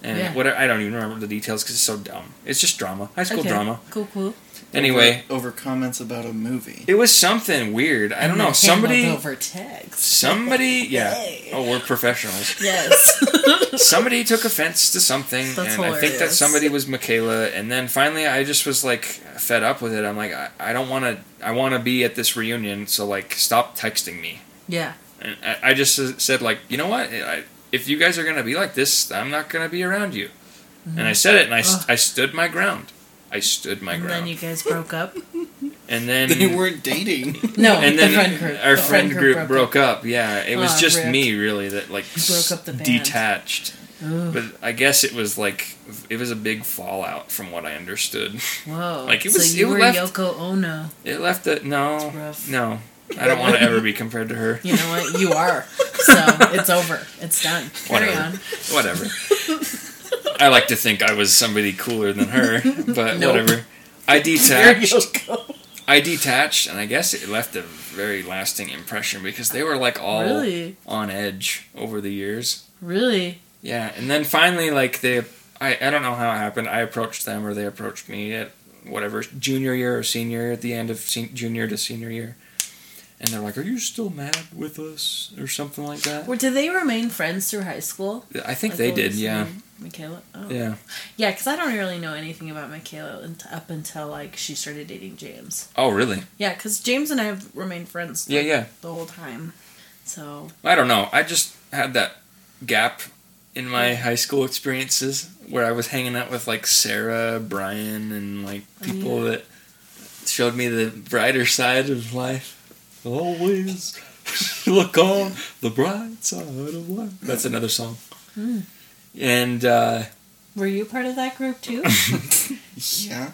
Speaker 1: And
Speaker 3: Yeah.
Speaker 1: what I don't even remember the details because it's so dumb. It's just drama, high school
Speaker 3: okay.
Speaker 1: drama.
Speaker 3: Cool, cool.
Speaker 1: Anyway,
Speaker 4: over, over comments about a movie.
Speaker 1: it was something weird. I don't know. Somebody,
Speaker 3: over text.
Speaker 1: somebody, yeah.
Speaker 3: Hey.
Speaker 1: Oh, we're professionals.
Speaker 3: Yes. [laughs]
Speaker 1: Somebody took offense to something,
Speaker 3: That's
Speaker 1: and I think that
Speaker 3: hilarious.
Speaker 1: somebody was Michaela. And then finally, I just was like fed up with it. I'm like, I, I don't want to. I want to be at this reunion, so like, stop texting me.
Speaker 3: yeah.
Speaker 1: And I, I just s- said like, you know what? I, if you guys are gonna be like this, I'm not gonna be around you. And I said it, and I, s-
Speaker 3: Mm-hmm. Ugh.
Speaker 1: I stood my ground. I stood my
Speaker 3: and
Speaker 1: ground.
Speaker 3: then you guys broke
Speaker 1: [laughs]
Speaker 3: up.
Speaker 1: [laughs] and
Speaker 4: [laughs]
Speaker 1: then
Speaker 4: They
Speaker 3: [laughs]
Speaker 4: weren't dating.
Speaker 3: No,
Speaker 1: and
Speaker 3: the
Speaker 1: then
Speaker 3: friend group.
Speaker 1: our
Speaker 3: The
Speaker 1: friend group, broke, up. Yeah, it was
Speaker 3: Aw,
Speaker 1: just
Speaker 3: ripped.
Speaker 1: me really that like
Speaker 3: You broke up the band.
Speaker 1: detached.
Speaker 3: Ugh,
Speaker 1: But I guess it was like it was a big fallout from what I understood. [laughs]
Speaker 3: whoa.
Speaker 1: like, it was-
Speaker 3: so you
Speaker 1: it
Speaker 3: were
Speaker 1: left-
Speaker 3: Yoko Ono.
Speaker 1: It left a no,
Speaker 3: It's rough.
Speaker 1: no. I don't want to ever be compared
Speaker 3: [laughs]
Speaker 1: to her.
Speaker 3: You know what? You are.
Speaker 1: [laughs]
Speaker 3: So it's over. It's done. Carry
Speaker 1: Whatever.
Speaker 3: on.
Speaker 1: Whatever. I like to think I was somebody cooler than her, but
Speaker 3: Nope.
Speaker 1: whatever. I
Speaker 3: You're
Speaker 1: detached.
Speaker 3: Yoko.
Speaker 1: I detached, and I guess it left a very lasting impression because they were like [laughs] all
Speaker 3: Really?
Speaker 1: on edge over the years.
Speaker 3: Really?
Speaker 1: Yeah, and then finally, like they, I, I don't know how it happened. I approached them, or they approached me at whatever junior year or senior year at the end of sen- junior to senior year, and they're like, "Are you still mad with us?" or something like that.
Speaker 3: Well, did they remain friends through high school?
Speaker 1: I think they did. Yeah,
Speaker 3: Michaela. Oh.
Speaker 1: yeah.
Speaker 3: Yeah, because I don't really know anything about Michaela unt- up until like she started dating James.
Speaker 1: Oh, really?
Speaker 3: Yeah, because James and I have remained friends.
Speaker 1: Yeah,
Speaker 3: like,
Speaker 1: yeah.
Speaker 3: The whole time. So
Speaker 1: I don't know. I just had that gap in my high school experiences where I was hanging out with like Sarah, Brian, and like people that showed me the brighter side of life. Always [laughs] look on the bright side of life. That's another song. And uh,
Speaker 3: were you part of that group too?
Speaker 4: Yeah.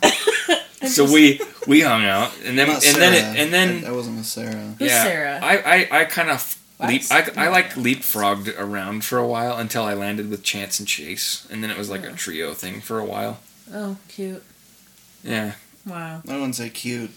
Speaker 1: so we we hung out, and then and
Speaker 4: Not Sarah.
Speaker 1: then it, and then
Speaker 4: I, I wasn't with Sarah.
Speaker 3: Who's
Speaker 1: yeah,
Speaker 3: Sarah?
Speaker 1: I, I, I kind of
Speaker 3: Wax?
Speaker 1: leap. I, I like leapfrogged around for a while until I landed with Chance and Chase, and then it was like a trio thing for a while.
Speaker 3: oh, cute.
Speaker 1: Yeah,
Speaker 3: Wow.
Speaker 4: I wouldn't say cute.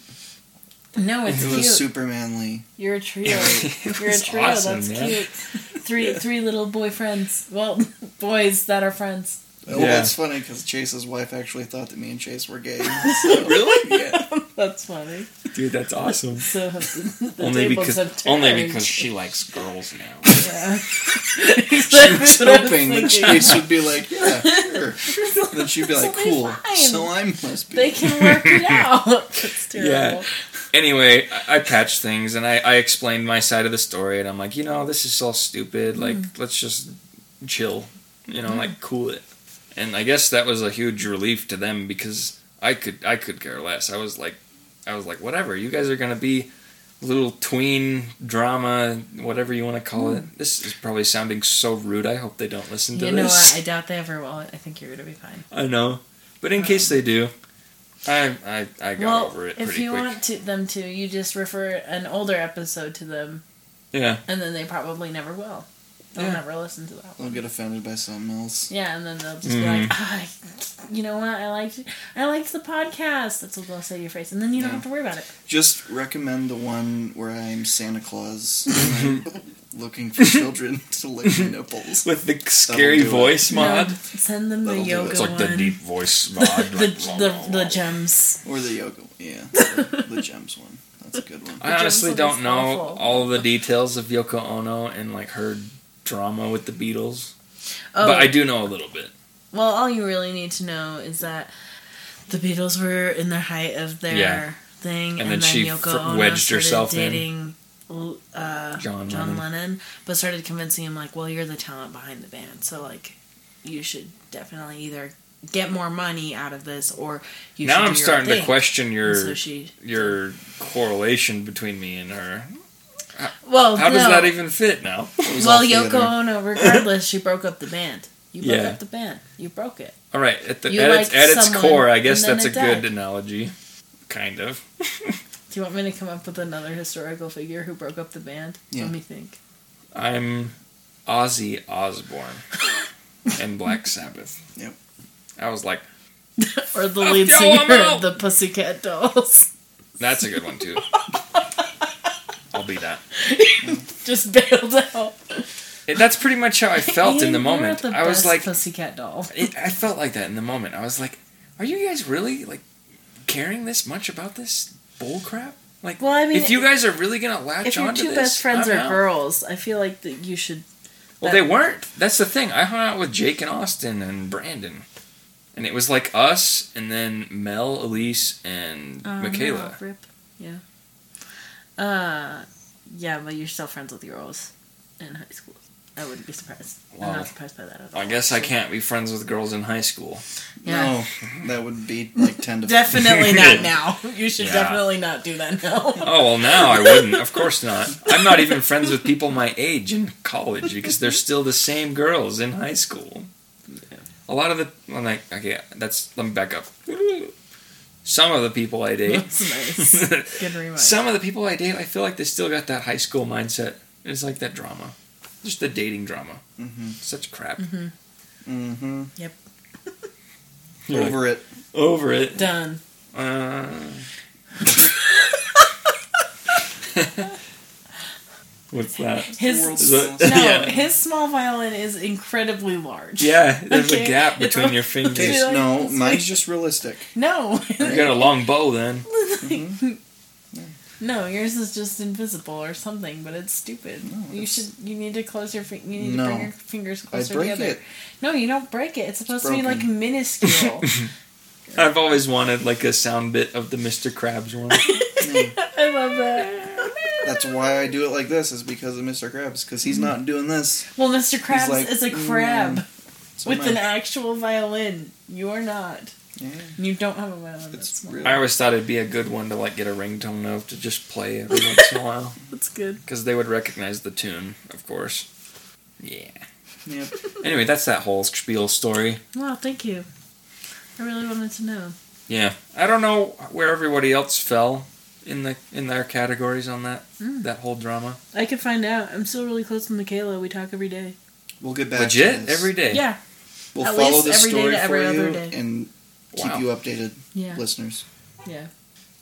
Speaker 3: No, it's
Speaker 4: It
Speaker 3: cute.
Speaker 4: was super manly.
Speaker 3: You're a trio.
Speaker 1: It
Speaker 3: You're a
Speaker 1: was
Speaker 3: trio.
Speaker 1: awesome,
Speaker 3: That's
Speaker 1: man.
Speaker 3: cute. Three three little boy friends. Well, [laughs] boys that are friends. [laughs]
Speaker 4: Well,
Speaker 1: Yeah.
Speaker 4: that's funny because Chase's wife actually thought that me and Chase
Speaker 3: [laughs]
Speaker 4: were gay. So.
Speaker 1: really?
Speaker 4: yeah.
Speaker 3: That's funny.
Speaker 1: Dude, that's awesome.
Speaker 3: So [laughs] the
Speaker 1: only
Speaker 3: tables
Speaker 1: because
Speaker 3: have turned.
Speaker 1: only because she likes girls now.
Speaker 3: Yeah. [laughs]
Speaker 4: She was hoping that
Speaker 3: Thinking.
Speaker 4: Chase would
Speaker 3: [laughs]
Speaker 4: be like, yeah, sure. Then she'd be like,
Speaker 3: So they
Speaker 4: cool.
Speaker 3: fine.
Speaker 4: So I must be.
Speaker 3: They can work
Speaker 1: [laughs]
Speaker 3: it out. [laughs] That's terrible.
Speaker 1: Yeah. anyway, I, I patched things and I, I explained my side of the story, and I'm like, you know, this is all stupid. Like,
Speaker 3: Mm.
Speaker 1: let's just chill, you know, like cool it. And I guess that was a huge relief to them because I could I could care less. I was like, I was like, whatever. You guys are gonna be little tween drama, whatever you want to call it. This is probably sounding so rude. I hope they don't listen to
Speaker 3: Mm. You know
Speaker 1: this.
Speaker 3: what? I doubt they ever will. I think you're gonna be fine.
Speaker 1: [laughs] I, know, but in case they do, I I, I got
Speaker 3: Um, well,
Speaker 1: over it pretty
Speaker 3: if you
Speaker 1: quick.
Speaker 3: want to, them to, you just refer an older episode to them,
Speaker 1: yeah.
Speaker 3: and then they probably never will. They'll
Speaker 4: Yeah.
Speaker 3: never listen to that
Speaker 4: I'll
Speaker 3: one.
Speaker 4: get offended by something else.
Speaker 3: Yeah, and then they'll just be
Speaker 1: Mm-hmm.
Speaker 3: like, "Ah, you know what? I liked, I liked the podcast. That's what they'll say to your face, and then you don't
Speaker 4: Yeah.
Speaker 3: have to worry about it.
Speaker 4: Just recommend the one where I'm Santa Claus and
Speaker 3: [laughs]
Speaker 4: I'm looking for children [laughs] to lick my nipples.
Speaker 1: With the scary
Speaker 4: do it.
Speaker 1: voice mod.
Speaker 3: No, send them the
Speaker 4: That'll do it.
Speaker 3: yoga
Speaker 1: It's like
Speaker 3: one. [laughs]
Speaker 1: the deep voice mod.
Speaker 3: the,
Speaker 1: [laughs]
Speaker 3: the,
Speaker 1: like,
Speaker 3: the, the gems.
Speaker 4: Or the yoga one. Yeah. The,
Speaker 3: [laughs]
Speaker 4: the gems one. That's a good one.
Speaker 1: I honestly
Speaker 3: Johnson is
Speaker 1: don't know
Speaker 3: awful.
Speaker 1: all of the details of Yoko Ono and like her drama with the Beatles,
Speaker 3: Oh,
Speaker 1: but I do know a little bit.
Speaker 3: well, all you really need to know is that the Beatles were in the height of their
Speaker 1: Yeah.
Speaker 3: thing, and,
Speaker 1: then
Speaker 3: then,
Speaker 1: she
Speaker 3: Yoko
Speaker 1: fr-
Speaker 3: Ono
Speaker 1: wedged
Speaker 3: started
Speaker 1: herself in.
Speaker 3: dating L- uh,
Speaker 1: John
Speaker 3: John
Speaker 1: Lennon.
Speaker 3: Lennon. but started convincing him like, "Well, you're the talent behind the band, so like, you should definitely either." Get more money out of this, or you should do
Speaker 1: now I'm
Speaker 3: your own
Speaker 1: starting to
Speaker 3: thing."
Speaker 1: question your
Speaker 3: And so she
Speaker 1: your correlation between me and her.
Speaker 3: well
Speaker 1: How does
Speaker 3: no.
Speaker 1: that even fit now? [laughs]
Speaker 4: It was
Speaker 3: well
Speaker 4: all theater.
Speaker 3: Yoko Ono regardless she broke up the band you broke
Speaker 1: Yeah.
Speaker 3: up the band you broke it
Speaker 1: All right, at, the,
Speaker 3: You
Speaker 1: at, its,
Speaker 3: liked
Speaker 1: at its
Speaker 3: someone,
Speaker 1: core, I
Speaker 3: and
Speaker 1: guess
Speaker 3: then
Speaker 1: that's a
Speaker 3: it died.
Speaker 1: good analogy, kind of.
Speaker 3: do you want me to come up with another historical figure who broke up the band
Speaker 4: Yeah.
Speaker 3: let me think
Speaker 1: I'm Ozzy
Speaker 3: [laughs]
Speaker 1: Osbourne and Black Sabbath.
Speaker 4: Yep.
Speaker 1: I was like,
Speaker 3: or the
Speaker 1: Fuck
Speaker 3: lead
Speaker 1: y'all, I'm
Speaker 3: singer
Speaker 1: out.
Speaker 3: of the Pussycat Dolls [laughs]
Speaker 1: that's a good one too. I'll be that.
Speaker 3: just bailed out
Speaker 1: It- that's pretty much how I felt in the
Speaker 3: You were
Speaker 1: moment.
Speaker 3: the
Speaker 1: I was
Speaker 3: best
Speaker 1: like,
Speaker 3: Pussycat Doll
Speaker 1: it, I felt like that in the moment. I was like, are you guys really like caring this much about this bull crap? Like,
Speaker 3: Well, I mean,
Speaker 1: if you guys are really gonna latch
Speaker 3: if your
Speaker 1: on to
Speaker 3: two
Speaker 1: this,
Speaker 3: best friends
Speaker 1: I'm
Speaker 3: are
Speaker 1: out.
Speaker 3: girls I feel like that you should
Speaker 1: Well, they weren't. That's the thing. I hung out with Jake and Austin and Brandon, and it was like us, and then Mel, Elise, and
Speaker 3: Um,
Speaker 1: Michaela.
Speaker 3: no, rip. Yeah. Uh, yeah, but you're still friends with your girls in high school. I wouldn't be surprised.
Speaker 1: Wow.
Speaker 3: I'm not surprised by that at all.
Speaker 1: I guess I can't be friends with girls in high school.
Speaker 3: [laughs] Yeah.
Speaker 4: No, that would be like 10 to
Speaker 7: Definitely
Speaker 1: [laughs]
Speaker 7: not now. You should
Speaker 1: Yeah.
Speaker 7: definitely not do that
Speaker 1: [laughs]
Speaker 7: now.
Speaker 1: Oh well, now I wouldn't. Of course not. I'm not even friends with people my age in college because they're still the same girls in high school. A lot of the I'm like, okay, that's let me back up. Some of the people I date
Speaker 3: [laughs] That's
Speaker 1: [laughs]
Speaker 3: nice. Good reminder.
Speaker 1: Some of the people I date, I feel like they still got that high school mindset. It's like that drama, just the dating drama.
Speaker 4: Mhm.
Speaker 1: Such crap.
Speaker 3: Mm-hmm.
Speaker 4: Mm-hmm.
Speaker 3: Yep.
Speaker 1: You're like,
Speaker 4: Over it.
Speaker 1: over [laughs] it.
Speaker 3: Done.
Speaker 1: Uh... [laughs] What's that?
Speaker 3: His
Speaker 4: World's
Speaker 1: Is that-
Speaker 4: [laughs] smallest-
Speaker 3: no,
Speaker 1: Yeah.
Speaker 3: his small violin is incredibly large.
Speaker 1: Yeah, there's a
Speaker 3: Okay.
Speaker 1: gap
Speaker 3: It's
Speaker 1: between
Speaker 3: a-
Speaker 1: your fingers.
Speaker 3: It's-
Speaker 4: Taste- no, mine's just realistic.
Speaker 3: No, [laughs]
Speaker 1: You got a long bow then.
Speaker 3: no, yours is just invisible or something, but it's stupid. you
Speaker 4: it's-
Speaker 3: should, you need to close your, fin- you need
Speaker 4: No.
Speaker 3: to bring your fingers
Speaker 4: I
Speaker 3: closer
Speaker 4: break
Speaker 3: together.
Speaker 4: it.
Speaker 3: No, you don't break it. It's supposed to be like
Speaker 4: broken. [laughs]
Speaker 3: minuscule. [laughs]
Speaker 1: I've always wanted like a sound bit of the Mr. Krabs one.
Speaker 3: I love that.
Speaker 4: That's why I do it like this, is because of Mr. Krabs, because
Speaker 3: Mm.
Speaker 4: he's not doing this.
Speaker 3: Well, Mr. Krabs
Speaker 4: like, mm,
Speaker 3: is a crab
Speaker 4: So
Speaker 3: with
Speaker 4: am I.
Speaker 3: an actual violin. You are not.
Speaker 4: Yeah.
Speaker 3: You don't have a violin. That's
Speaker 4: It's
Speaker 3: small.
Speaker 4: real.
Speaker 1: I always thought it'd be a good one to like get a ringtone of to just play every once in a while.
Speaker 3: That's good.
Speaker 1: because they would recognize the tune, of course. Yeah.
Speaker 4: Yep.
Speaker 1: Anyway, that's that whole spiel story.
Speaker 3: Wow, thank you. I really wanted to know.
Speaker 1: Yeah, I don't know where everybody else fell in the in their categories on that
Speaker 3: Hmm.
Speaker 1: that whole drama.
Speaker 3: I could find out. I'm still really close with Michaela. We talk every day.
Speaker 4: We'll get back to
Speaker 1: Legit
Speaker 4: this.
Speaker 1: every day.
Speaker 3: Yeah.
Speaker 4: We'll
Speaker 3: At
Speaker 4: follow
Speaker 3: least
Speaker 4: this
Speaker 3: every day
Speaker 4: story
Speaker 3: to every
Speaker 4: for
Speaker 3: other
Speaker 4: you
Speaker 3: day.
Speaker 4: and keep
Speaker 1: Wow.
Speaker 4: you updated,
Speaker 3: Yeah.
Speaker 4: listeners.
Speaker 3: Yeah.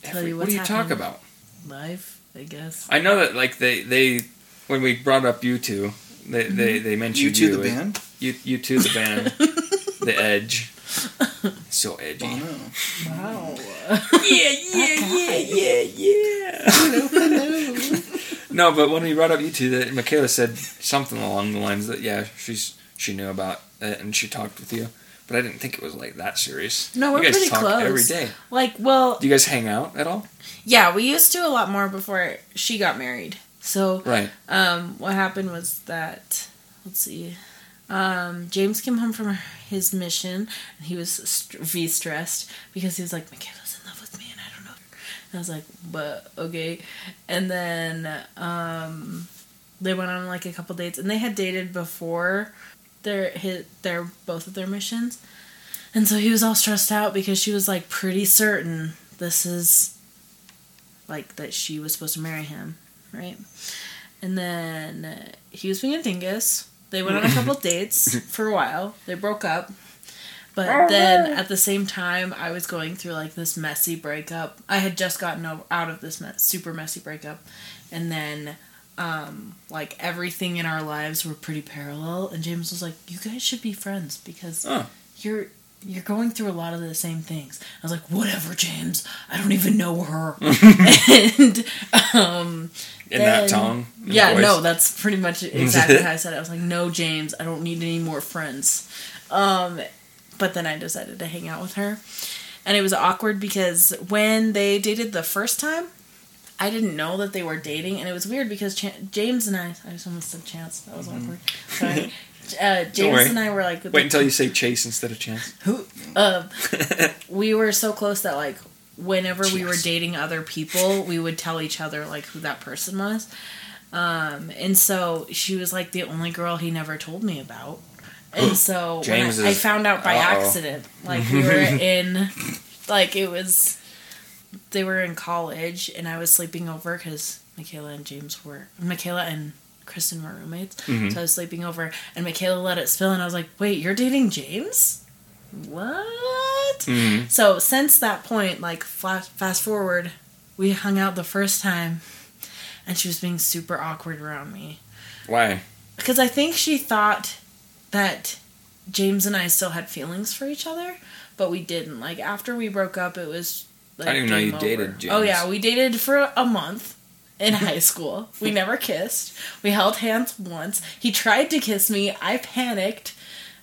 Speaker 1: Every-
Speaker 3: Tell you
Speaker 1: what do
Speaker 3: what's
Speaker 1: you talk
Speaker 3: happening.
Speaker 1: about?
Speaker 3: Life, I guess.
Speaker 1: I know that like they they when we brought up you two, they
Speaker 3: Mm-hmm.
Speaker 1: they, they
Speaker 4: You
Speaker 1: mentioned
Speaker 4: two, the
Speaker 1: as-
Speaker 4: band?
Speaker 1: You you two
Speaker 3: [laughs]
Speaker 1: the band, the Edge. So edgy.
Speaker 4: Bono.
Speaker 3: [laughs] Wow.
Speaker 1: yeah, yeah, yeah, yeah, yeah.
Speaker 3: [laughs]
Speaker 1: no, but when we brought up you two, that Michaela said something along the lines that yeah, she's she knew about it and she talked with you, but I didn't think it was like that serious.
Speaker 3: No, we're
Speaker 1: you guys
Speaker 3: pretty
Speaker 1: talk
Speaker 3: close.
Speaker 1: every day.
Speaker 3: Like, well,
Speaker 1: Do you guys hang out at all?
Speaker 3: yeah, we used to a lot more before she got married. So,
Speaker 1: Right.
Speaker 3: um, what happened was that let's see, um, James came home from his mission and he was st- v stressed because he was like, Michaela's in love with me and I don't know. And I was like, but okay. And then um, they went on like a couple dates and they had dated before their hit their both of their missions, and so he was all stressed out because she was like pretty certain this is like that she was supposed to marry him, right? And then uh, he was being a dingus. They- They went on a couple dates for a while. They broke up. But then at the same time, I was going through like this messy breakup. I had just gotten o- out of this me- super messy breakup. And then, um, like, everything in our lives were pretty parallel. And James was like, You guys should be friends because
Speaker 1: Oh.
Speaker 3: you're. You're going through a lot of the same things. I was like, whatever, James. I don't even know her. [laughs] and um,
Speaker 1: in that
Speaker 3: then-
Speaker 1: tongue. in
Speaker 3: yeah,
Speaker 1: voice.
Speaker 3: no, that's pretty
Speaker 1: [laughs]
Speaker 3: much exactly how I said it. I was like, no, James, I don't need any more friends. Um, but then I decided to hang out with her. And it was awkward because when they dated the first time, I didn't know that they were dating. And it was weird because Chan James and I, I just almost said Chance. That was awkward.
Speaker 1: [laughs]
Speaker 3: Sorry. Uh,
Speaker 1: Mm-hmm. worry.
Speaker 3: James and I were like,
Speaker 1: Wait until you say chase instead of chance.
Speaker 3: who?
Speaker 1: Um,
Speaker 3: Uh,
Speaker 1: [laughs]
Speaker 3: we were so close that like whenever we were
Speaker 1: Yes.
Speaker 3: dating other people, we would tell each other like who that person was. Um, and so she was like the only girl he never told me about.
Speaker 1: [gasps]
Speaker 3: And so when I,
Speaker 1: James
Speaker 3: I
Speaker 1: is-
Speaker 3: found out by
Speaker 1: uh-oh.
Speaker 3: accident, like
Speaker 1: [laughs]
Speaker 3: we were in, like it was, they were in college, and I was sleeping over because Michaela and James were Michaela and Kristen were roommates. So I was sleeping over, and Michaela let it spill, and I was like, "Wait, you're dating James? What?" So since that point, like flash, fast forward, we hung out the first time, and she was being super awkward around me
Speaker 1: Why?
Speaker 3: because I think she thought that James and I still had feelings for each other, but we didn't. Like after we broke up, it was. Like,
Speaker 1: I didn't even know
Speaker 3: game
Speaker 1: you dated James.
Speaker 3: Oh yeah, we dated for a month in [laughs] high school. We never kissed. We held hands once. He tried to kiss me. I panicked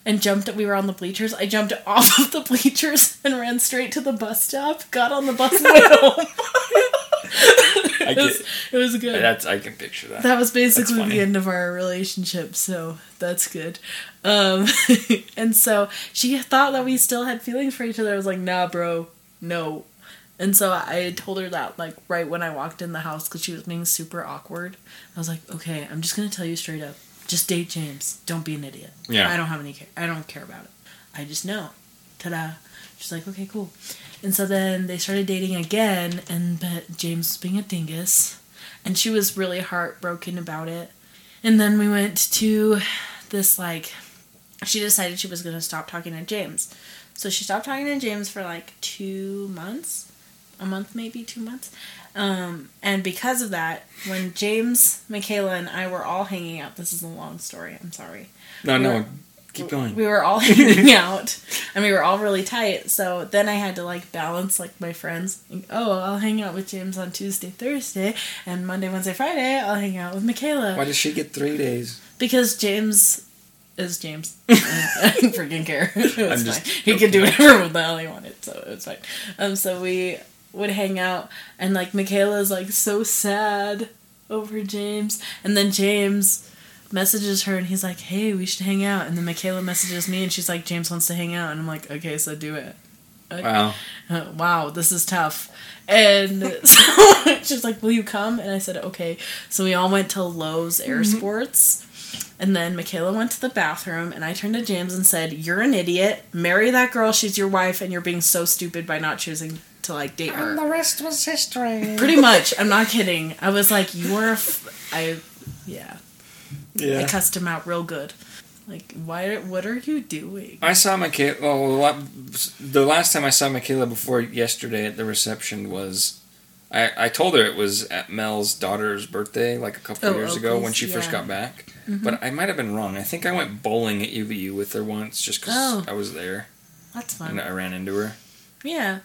Speaker 3: and jumped. We were on the bleachers. I jumped [laughs] off of the bleachers and ran straight to the bus stop. Got on the bus and went
Speaker 1: [laughs]
Speaker 3: home. [laughs]
Speaker 1: I
Speaker 3: it, was,
Speaker 1: get,
Speaker 3: it was good.
Speaker 1: that's I can picture that.
Speaker 3: That was basically
Speaker 1: funny.
Speaker 3: the end of our relationship, so that's good. Um, [laughs] and so she thought that we still had feelings for each other. I was like, nah, bro, no. And so I told her that, like, right when I walked in the house because she was being super awkward. I was like, okay, I'm just going to tell you straight up. Just date James. Don't be an idiot.
Speaker 1: Yeah.
Speaker 3: I don't have any care. I don't care about it. I just know. Ta da. She's like, okay, cool. And so then they started dating again, and but James was being a dingus, and she was really heartbroken about it. And then we went to this like, she decided she was gonna stop talking to James, so she stopped talking to James for like two months, a month maybe two months. Um, and because of that, when James, Michaela, and I were all hanging out, this is a long story. I'm sorry.
Speaker 1: no, no, keep going.
Speaker 3: We were all hanging out, and we were all really tight. So then I had to like balance like my friends. Like, oh, I'll hang out with James on Tuesday, Thursday, and Monday, Wednesday, Friday. I'll hang out with Michaela
Speaker 1: Why does she get three days?
Speaker 3: because James is
Speaker 1: [laughs]
Speaker 3: James. I didn't freaking care. It was
Speaker 1: I'm
Speaker 3: fine.
Speaker 1: just
Speaker 3: he could do whatever the hell he wanted, so it was fine. Um, so we would hang out, and like Michaela's like so sad over James, and then James messages her and he's like, "Hey, we should hang out." And then Michaela messages me, and she's like, "James wants to hang out," and I'm like, "Okay, so do it." [laughs]
Speaker 1: Wow.
Speaker 3: Uh, wow, this is tough. And [laughs] so she's like, Will you come? And I said, Okay. So we all went to Lowe's Air Sports. And then Michaela went to the bathroom, and I turned to James and said, You're an idiot. Marry that girl. She's your wife, and you're being so stupid by not choosing to like date her.
Speaker 8: The rest was
Speaker 4: [laughs]
Speaker 8: history.
Speaker 3: Pretty much. I'm not kidding. I was like, You are. a F- I. Yeah. I
Speaker 1: Yeah.
Speaker 3: cussed him out real good. Like, why? What are you doing?
Speaker 1: I saw Michaela. Well, the la- the last time I saw Michaela before yesterday at the reception was, I, I told her it was at Mel's daughter's birthday, like a couple
Speaker 3: Oh,
Speaker 1: years
Speaker 3: oh,
Speaker 1: ago when
Speaker 3: please,
Speaker 1: she first
Speaker 3: yeah. Mm-hmm.
Speaker 1: got back. But I might have been wrong. I think I went bowling at UVU with her once, just because
Speaker 3: Oh.
Speaker 1: I was there
Speaker 3: That's
Speaker 1: and
Speaker 3: fun.
Speaker 1: I ran into her.
Speaker 3: Yeah.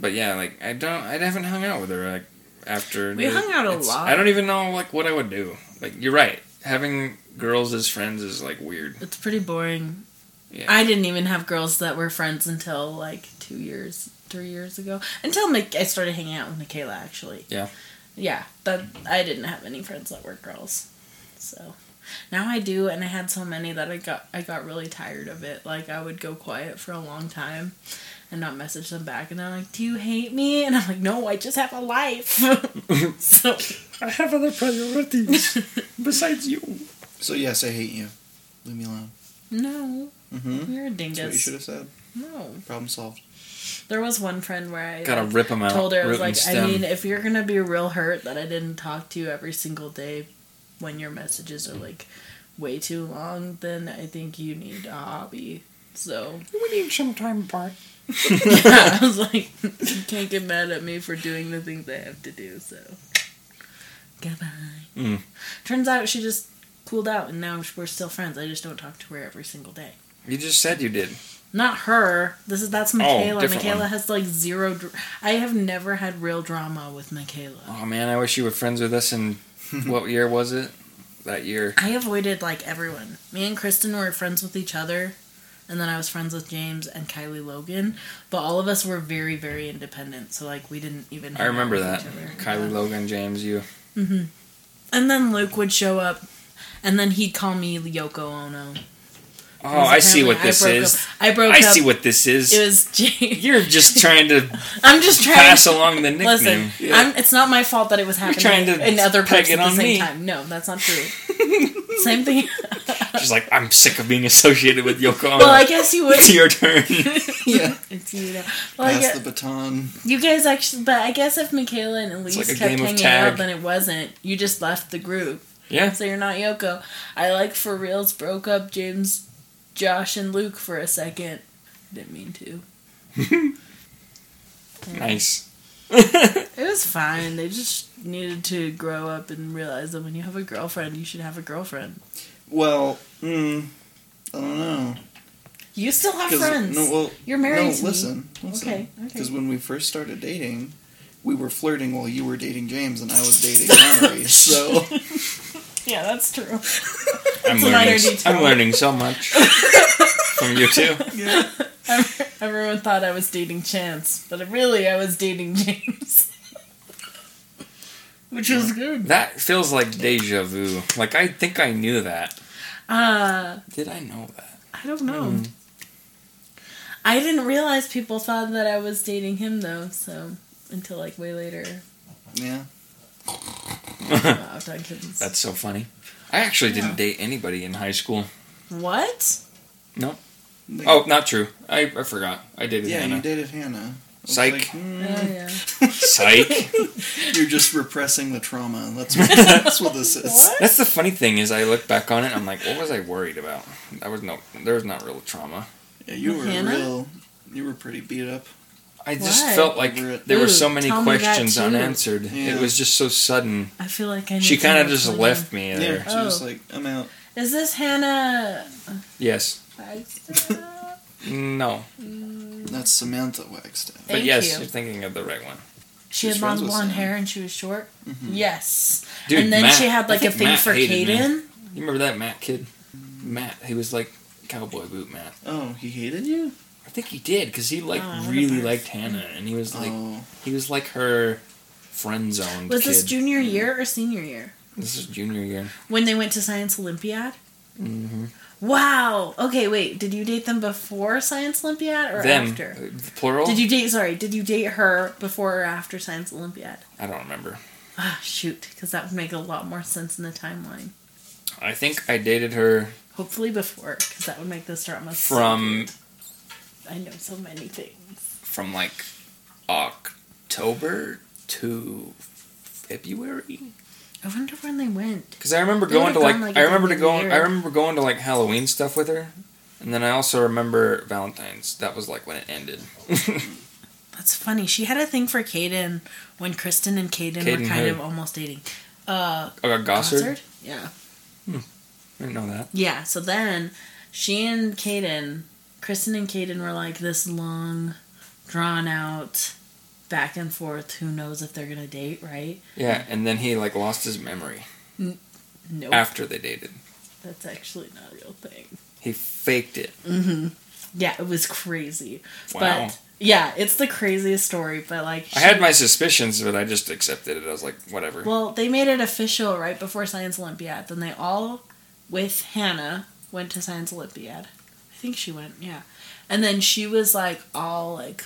Speaker 1: But yeah, like I don't, I haven't hung out with her like after.
Speaker 3: We hung out a
Speaker 1: it's-
Speaker 3: lot.
Speaker 1: I don't even know like what I would do. Like you're right, having girls as friends is like weird.
Speaker 3: It's pretty boring.
Speaker 1: Yeah.
Speaker 3: I didn't even have girls that were friends until like two years, three years ago. Until Mik- I started hanging out with Michaela, actually.
Speaker 1: Yeah.
Speaker 3: Yeah, that I didn't have any friends that were girls, so now I do, and I had so many that I got I got really tired of it. Like I would go quiet for a long time, and not message them back, and they're like, "Do you hate me?" And I'm like, "No, I just have a life." [laughs]
Speaker 4: [laughs]
Speaker 3: so
Speaker 1: I have
Speaker 3: [laughs]
Speaker 1: other priorities besides you.
Speaker 4: So yes, I hate you. Leave me alone.
Speaker 3: no,
Speaker 4: Mm-hmm.
Speaker 3: you're a
Speaker 4: That's what you
Speaker 3: dingus.
Speaker 4: should have said.
Speaker 3: No,
Speaker 4: Problem
Speaker 3: [laughs]
Speaker 4: solved.
Speaker 3: there was one friend where I
Speaker 1: Gotta
Speaker 3: like,
Speaker 1: rip them out.
Speaker 3: told her, I was
Speaker 1: root and
Speaker 3: like, I
Speaker 1: stem.
Speaker 3: mean, if you're gonna be real hurt that I didn't talk to you every single day when your messages are like way too long, then I think you need a hobby. So [laughs]
Speaker 2: We need some time apart.
Speaker 3: yeah, I was like, you can't get mad at me for doing the things I have to do. So goodbye.
Speaker 1: Mm.
Speaker 3: Turns out she just cooled out, and now we're still friends. I just don't talk to her every single day.
Speaker 1: You just said you did.
Speaker 3: Not her. This is that's Michaela.
Speaker 1: Oh, different
Speaker 3: Michaela
Speaker 1: one.
Speaker 3: has like zero. Dr- I have never had real drama with Michaela.
Speaker 1: Oh man, I wish you were friends with us. And what year was it? That year.
Speaker 3: I avoided like everyone. Me and Kristen were friends with each other, and then I was friends with James and Kylie Logan. But all of us were very, very independent. So like we didn't even. hang
Speaker 1: I
Speaker 3: out
Speaker 1: remember
Speaker 3: with
Speaker 1: that.
Speaker 3: each other. Yeah.
Speaker 1: Kylie Logan, James, you.
Speaker 3: And then Luke would show up, and then he'd call me Yoko Ono.
Speaker 1: Oh, I see what this
Speaker 3: Apparently
Speaker 1: is.
Speaker 3: I broke up.
Speaker 1: I see
Speaker 3: what
Speaker 1: what this is.
Speaker 3: it was. James. [laughs]
Speaker 1: You're just trying to
Speaker 3: I'm just trying.
Speaker 1: pass along the nickname.
Speaker 3: Listen, I'm, it's not my fault that it was happening
Speaker 1: trying to
Speaker 3: in other
Speaker 1: peg
Speaker 3: parts
Speaker 1: it
Speaker 3: at the
Speaker 1: on
Speaker 3: same
Speaker 1: me.
Speaker 3: time. No, that's not
Speaker 1: [laughs]
Speaker 3: true. same thing.
Speaker 1: She's like, I'm sick of being associated with Yoko
Speaker 3: [laughs]
Speaker 1: Ono.
Speaker 3: well, I guess you would.
Speaker 1: it's [laughs]
Speaker 3: [laughs]
Speaker 1: your turn.
Speaker 4: [laughs] Yeah.
Speaker 3: It's you know. Well, I
Speaker 4: Pass
Speaker 3: guess,
Speaker 4: the baton.
Speaker 3: you guys actually, but I guess if Michaela and Elise
Speaker 1: like a
Speaker 3: kept
Speaker 1: game of
Speaker 3: hanging
Speaker 1: tag.
Speaker 3: out, then it wasn't. You just left the group,
Speaker 1: yeah.
Speaker 3: so you're not Yoko. I like for reals broke up James, Josh, and Luke for a second. Didn't mean to.
Speaker 1: Nice.
Speaker 3: It was fine. They just needed to grow up and realize that when you have a girlfriend, you should have a girlfriend.
Speaker 4: Well, mm, I don't know.
Speaker 3: You still have
Speaker 4: 'Cause-
Speaker 3: friends.
Speaker 4: No, well,
Speaker 3: You're married
Speaker 4: No,
Speaker 3: to me.
Speaker 4: listen, listen.
Speaker 3: Okay, okay.
Speaker 4: Because when we first started dating, we were flirting while you were dating James and I was dating
Speaker 3: [laughs]
Speaker 4: Mallory. so
Speaker 3: Yeah, that's true.
Speaker 1: [laughs] I'm
Speaker 3: a minor
Speaker 1: learning, s-
Speaker 3: detail.
Speaker 1: I'm learning
Speaker 3: [laughs]
Speaker 1: so much from you too.
Speaker 3: Everyone thought I was dating Chance, but really I was dating [laughs] James. Which was good.
Speaker 1: That feels like deja vu. Like I think I knew that.
Speaker 3: Uh,
Speaker 1: Did I know that?
Speaker 3: I don't know.
Speaker 1: Mm.
Speaker 3: I didn't realize people thought that I was dating him though, so until like way
Speaker 1: [laughs]
Speaker 3: later.
Speaker 4: yeah,
Speaker 3: Wow, Duncan's-
Speaker 1: That's so funny. I actually didn't date anybody in high school.
Speaker 3: what?
Speaker 1: Oh, not true. I, I forgot. I dated
Speaker 4: yeah,
Speaker 1: Hannah.
Speaker 4: you dated Hannah. I was
Speaker 1: Psych.
Speaker 4: like, hmm,
Speaker 3: Oh, yeah.
Speaker 4: [laughs]
Speaker 1: Psych.
Speaker 4: You're just repressing the trauma. and That's what, that's what this is.
Speaker 1: That's the funny thing is I look back on it. I'm like, what was I worried about? I was no. There was not real trauma.
Speaker 4: Yeah, you were
Speaker 3: Hannah?
Speaker 4: real. You were pretty beat up.
Speaker 1: I just
Speaker 3: Why?
Speaker 1: felt like
Speaker 4: Over it.
Speaker 1: there were so
Speaker 3: Ooh,
Speaker 1: many
Speaker 3: tell me that
Speaker 1: questions
Speaker 3: too.
Speaker 1: unanswered.
Speaker 4: Yeah.
Speaker 1: It was just so sudden.
Speaker 3: I feel like I. Need
Speaker 1: She
Speaker 3: to
Speaker 1: kind of
Speaker 3: know
Speaker 1: just
Speaker 3: someone.
Speaker 1: left me
Speaker 4: Yeah,
Speaker 1: there.
Speaker 4: she was
Speaker 3: Oh.
Speaker 4: like, I'm out.
Speaker 3: Is this Hannah?
Speaker 1: Yes.
Speaker 3: Wagstaff?
Speaker 1: No.
Speaker 4: That's Samantha Wagstaff.
Speaker 1: But
Speaker 3: Thank
Speaker 1: yes,
Speaker 3: you.
Speaker 1: you. are thinking of the right one.
Speaker 3: She
Speaker 4: She's
Speaker 3: had
Speaker 4: friends
Speaker 3: long
Speaker 4: with
Speaker 3: blonde
Speaker 4: Sam.
Speaker 3: hair and she was short. Yes.
Speaker 1: Mm-hmm. Dude,
Speaker 3: and then
Speaker 1: Matt-
Speaker 3: she had
Speaker 1: I
Speaker 3: like a
Speaker 1: think
Speaker 3: thing
Speaker 1: Matt
Speaker 3: for
Speaker 1: hated me.
Speaker 3: Caden.
Speaker 1: You remember that Matt kid? Matt, he was like cowboy boot Matt.
Speaker 4: Oh, he hated you?
Speaker 1: I think he did because he like
Speaker 3: Oh, I wonder
Speaker 1: really
Speaker 3: if-
Speaker 1: liked Hannah, and he was like
Speaker 4: oh,
Speaker 1: he was like her friend zoned
Speaker 3: Was
Speaker 1: kid. Mm-hmm.
Speaker 3: this junior year or senior year?
Speaker 1: This is junior year.
Speaker 3: When they went to Science Olympiad?
Speaker 1: Mm-hmm.
Speaker 3: Wow. Okay, wait. Did you date them before Science Olympiad or
Speaker 1: Them
Speaker 3: after?
Speaker 1: uh, plural.
Speaker 3: Did you date, sorry, did you date her before or after Science Olympiad?
Speaker 1: I don't remember.
Speaker 3: Ah, shoot, because that would make a lot more sense in the timeline.
Speaker 1: I think I dated her
Speaker 3: Hopefully before, because that would make this drama so
Speaker 1: from
Speaker 3: good. I know so many things.
Speaker 1: from like October to February.
Speaker 3: I wonder when they went.
Speaker 1: Because I remember
Speaker 3: They
Speaker 1: going
Speaker 3: would've
Speaker 1: to like,
Speaker 3: gone, like,
Speaker 1: I
Speaker 3: at the
Speaker 1: remember to
Speaker 3: end of the
Speaker 1: go I
Speaker 3: year.
Speaker 1: remember going to like Halloween stuff with her, and then I also remember Valentine's. That was like when it ended. [laughs]
Speaker 3: That's funny. She had a thing for Caden when Kristen and Caden were
Speaker 1: Caden
Speaker 3: kind
Speaker 1: who?
Speaker 3: of almost dating. Uh,
Speaker 1: Oh, Gossard.
Speaker 3: Gossard? Yeah.
Speaker 1: I didn't know that.
Speaker 3: Yeah, so then she and Caden, Kristen and Caden were like this long, drawn out, back and forth, who knows if they're gonna date, right?
Speaker 1: Yeah, and then he like lost his memory
Speaker 3: Nope.
Speaker 1: after they dated.
Speaker 3: That's actually not a real thing.
Speaker 1: He faked it.
Speaker 3: Yeah, it was crazy.
Speaker 1: Wow.
Speaker 3: But yeah, it's the craziest story, but like she-
Speaker 1: I had my suspicions, but I just accepted it. I was like, whatever.
Speaker 3: Well, they made it official right before Science Olympiad. Then they all, with Hannah, went to Science Olympiad. I think she went, yeah. And then she was like all like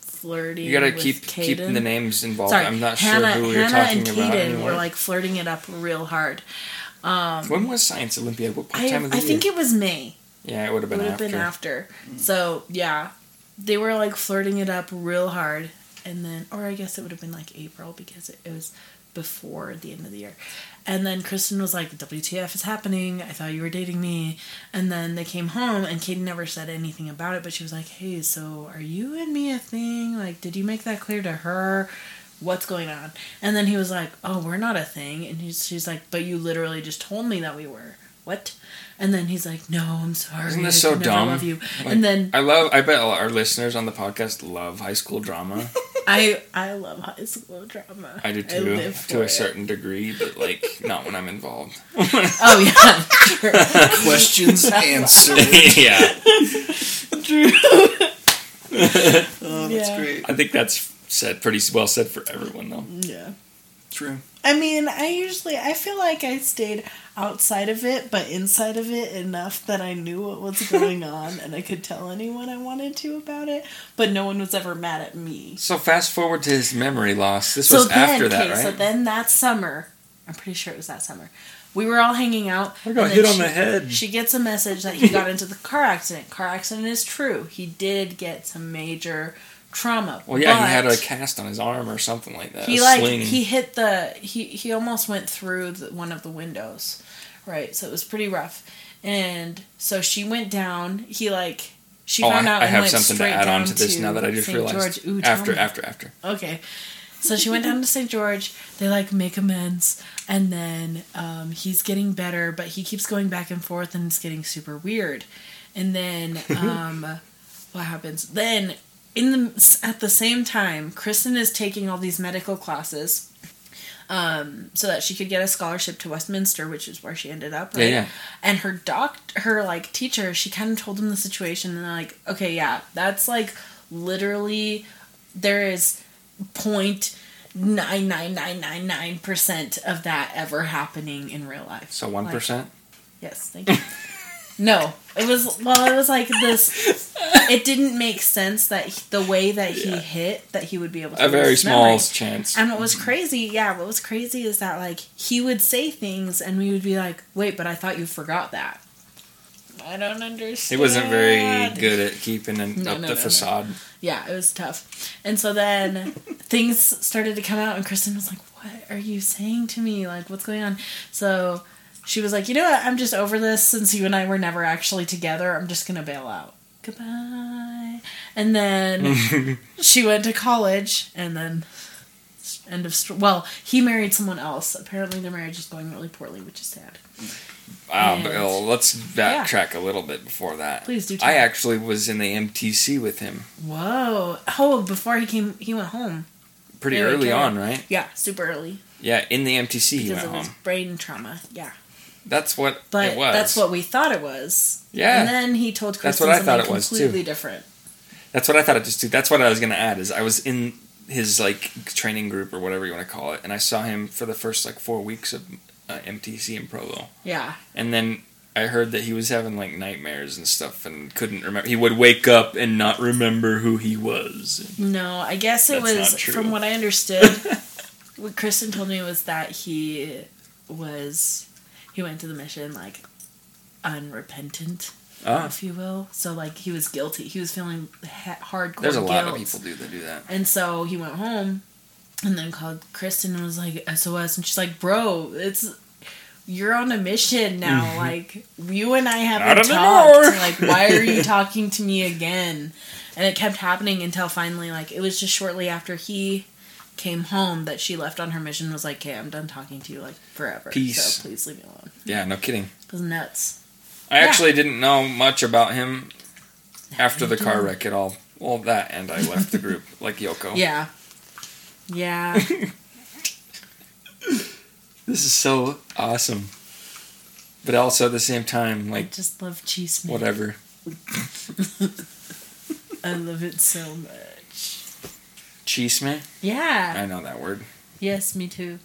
Speaker 3: flirting.
Speaker 1: you gotta
Speaker 3: with
Speaker 1: keep
Speaker 3: Caden.
Speaker 1: keeping the names involved.
Speaker 3: Sorry,
Speaker 1: I'm not
Speaker 3: Hannah,
Speaker 1: sure who
Speaker 3: Hannah
Speaker 1: you're talking
Speaker 3: and
Speaker 1: about
Speaker 3: Caden
Speaker 1: anymore.
Speaker 3: were like flirting it up real hard.
Speaker 1: when was Science Olympiad? What
Speaker 3: I,
Speaker 1: time of the
Speaker 3: I
Speaker 1: year?
Speaker 3: think it was May.
Speaker 1: yeah, it would have
Speaker 3: It
Speaker 1: been
Speaker 3: would have
Speaker 1: after.
Speaker 3: been after. So yeah, they were like flirting it up real hard. and then, or I guess it would have been like April because it, it was before the end of the year. And then Kristen was like, WTF is happening. I thought you were dating me. And then they came home, and Katie never said anything about it, but she was like, hey, so are you and me a thing? Like, did you make that clear to her? What's going on? And then he was like, oh, we're not a thing. And he's, she's like, but you literally just told me that we were. What? And then he's like, no, I'm sorry.
Speaker 1: Isn't this
Speaker 3: I
Speaker 1: so
Speaker 3: could never
Speaker 1: dumb?
Speaker 3: Love you.
Speaker 1: Like,
Speaker 3: and then
Speaker 1: I love. I bet all our listeners on the podcast love high school drama.
Speaker 3: I I love high school drama. [laughs]
Speaker 1: I do too,
Speaker 3: live
Speaker 1: to
Speaker 3: for
Speaker 1: a
Speaker 3: it.
Speaker 1: certain degree, but like not when
Speaker 3: [laughs]
Speaker 1: I'm involved. [laughs]
Speaker 3: Oh yeah,
Speaker 4: [laughs] Questions [laughs] answered.
Speaker 1: yeah, [laughs]
Speaker 3: Drew. [laughs]
Speaker 9: Oh, that's
Speaker 3: Yeah.
Speaker 9: great.
Speaker 1: I think that's said pretty well said for everyone though.
Speaker 10: Yeah.
Speaker 9: True.
Speaker 10: I mean, I usually I feel like I stayed outside of it, but inside of it enough that I knew what
Speaker 1: [laughs]
Speaker 10: was going on and I could tell anyone I wanted to about it, but no one was ever mad at me.
Speaker 1: So fast forward to his memory loss. This
Speaker 3: so
Speaker 1: was
Speaker 3: then,
Speaker 1: after that,
Speaker 3: okay,
Speaker 1: right?
Speaker 3: so then that summer, I'm pretty sure it was that summer. We were all hanging out.
Speaker 1: I
Speaker 3: and then
Speaker 1: got hit on
Speaker 3: she-
Speaker 1: the head.
Speaker 3: She gets a message that he got into the car accident. Car accident is true. He did get some major trauma.
Speaker 1: well, yeah,
Speaker 3: but
Speaker 1: he had a cast on his arm or something like that.
Speaker 3: he
Speaker 1: a
Speaker 3: like
Speaker 1: sling.
Speaker 3: he hit the he he almost went through the, one of the windows right so it was pretty rough and so she went down he like she
Speaker 1: oh,
Speaker 3: found
Speaker 1: I,
Speaker 3: out
Speaker 1: I
Speaker 3: and
Speaker 1: have
Speaker 3: went
Speaker 1: something to
Speaker 3: straight
Speaker 1: add on
Speaker 3: down
Speaker 1: to this now that I just
Speaker 3: St.
Speaker 1: realized.
Speaker 3: George. Ooh, tell
Speaker 1: after,
Speaker 3: me.
Speaker 1: after, after.
Speaker 3: Okay. So she went down to St. George. They like make amends, and then um, he's getting better, but he keeps going back and forth, and it's getting super weird. And
Speaker 1: [laughs]
Speaker 3: then um, what happens? Then in the at the same time, Kristen is taking all these medical classes, um, so that she could get a scholarship to Westminster, which is where she ended up.
Speaker 1: Yeah, yeah.
Speaker 3: And her doc, her like teacher, she kind of told him the situation, and like, okay, yeah, that's like literally there is point nine nine nine nine nine percent of that ever happening in real life.
Speaker 1: So one
Speaker 3: Like,
Speaker 1: percent.
Speaker 3: yes, thank you. no, it was well, it was like this. It didn't make sense that he- the way that he hit that he would be able to
Speaker 1: a very
Speaker 3: lose
Speaker 1: small
Speaker 3: memory.
Speaker 1: chance.
Speaker 3: And what was crazy, yeah, what was crazy is that like he would say things and we would be like, "Wait, but I thought you forgot that." I don't
Speaker 1: He
Speaker 3: understand.
Speaker 1: wasn't very good at keeping an,
Speaker 3: No, no,
Speaker 1: up the
Speaker 3: no, no.
Speaker 1: facade.
Speaker 3: yeah, it was tough. And so then things started to come out, and Kristen was like, What are you saying to me? Like, what's going on? So she was like, You know what? I'm just over this since you and I were never actually together. I'm just going to bail out. Goodbye. And then she went to college, and then end of st- well he married someone else apparently their marriage is going really poorly which is sad
Speaker 1: Wow,
Speaker 3: And-
Speaker 1: but well, let's backtrack a little bit before that.
Speaker 3: Please do
Speaker 1: I
Speaker 3: tell.
Speaker 1: actually was in the MTC with him
Speaker 3: whoa oh before he came he went home
Speaker 1: pretty
Speaker 3: Really
Speaker 1: early
Speaker 3: good.
Speaker 1: on, right?
Speaker 3: yeah super early
Speaker 1: Yeah, in the MTC he
Speaker 3: because
Speaker 1: went
Speaker 3: of his
Speaker 1: home.
Speaker 3: brain trauma yeah
Speaker 1: That's what
Speaker 3: But
Speaker 1: it was.
Speaker 3: that's what we thought it was.
Speaker 1: Yeah.
Speaker 3: And then he told Kristen
Speaker 1: That's what I
Speaker 3: something
Speaker 1: thought it was,
Speaker 3: completely
Speaker 1: too.
Speaker 3: different.
Speaker 1: That's what I thought it just. That's what I was gonna add. Is I was in his like training group or whatever you want to call it, and I saw him for the first like four weeks of uh, MTC in Provo,
Speaker 3: Yeah.
Speaker 1: and then I heard that he was having like nightmares and stuff, and couldn't remember. He would wake up and not remember who he was.
Speaker 3: No, I guess it
Speaker 1: That's
Speaker 3: was
Speaker 1: not true.
Speaker 3: from what I
Speaker 1: [laughs]
Speaker 3: understood. what Kristen told me was that he was he went to the mission like unrepentant,
Speaker 1: Ah,
Speaker 3: if you will. So like he was guilty. He was feeling ha- hardcore.
Speaker 1: there's a lot of
Speaker 3: guilt.
Speaker 1: people do that do that.
Speaker 3: And so he went home and then called Kristen and was like, SOS. And she's like, Bro, it's. You're on a mission now. Like you and I haven't
Speaker 1: Mm-hmm. Not
Speaker 3: talked.
Speaker 1: anymore.
Speaker 3: Like why are
Speaker 1: [laughs]
Speaker 3: you talking to me again? And it kept happening until finally, like it was just shortly after he came home that she left on her mission. and Was like, okay, I'm done talking to you like forever.
Speaker 1: Peace.
Speaker 3: So please leave me alone.
Speaker 1: Yeah, no kidding.
Speaker 3: It was nuts.
Speaker 1: I
Speaker 3: Yeah.
Speaker 1: actually didn't know much about him after the car wreck at all. All that, and I left
Speaker 3: [laughs]
Speaker 1: the group like Yoko.
Speaker 3: Yeah.
Speaker 1: [laughs]
Speaker 3: Yeah.
Speaker 1: This is so awesome. But also at the same time,
Speaker 3: I
Speaker 1: like
Speaker 3: just love cheese. man.
Speaker 1: whatever.
Speaker 3: I love it so much.
Speaker 1: Chisme.
Speaker 3: Yeah.
Speaker 1: I know that word.
Speaker 3: Yes, me too.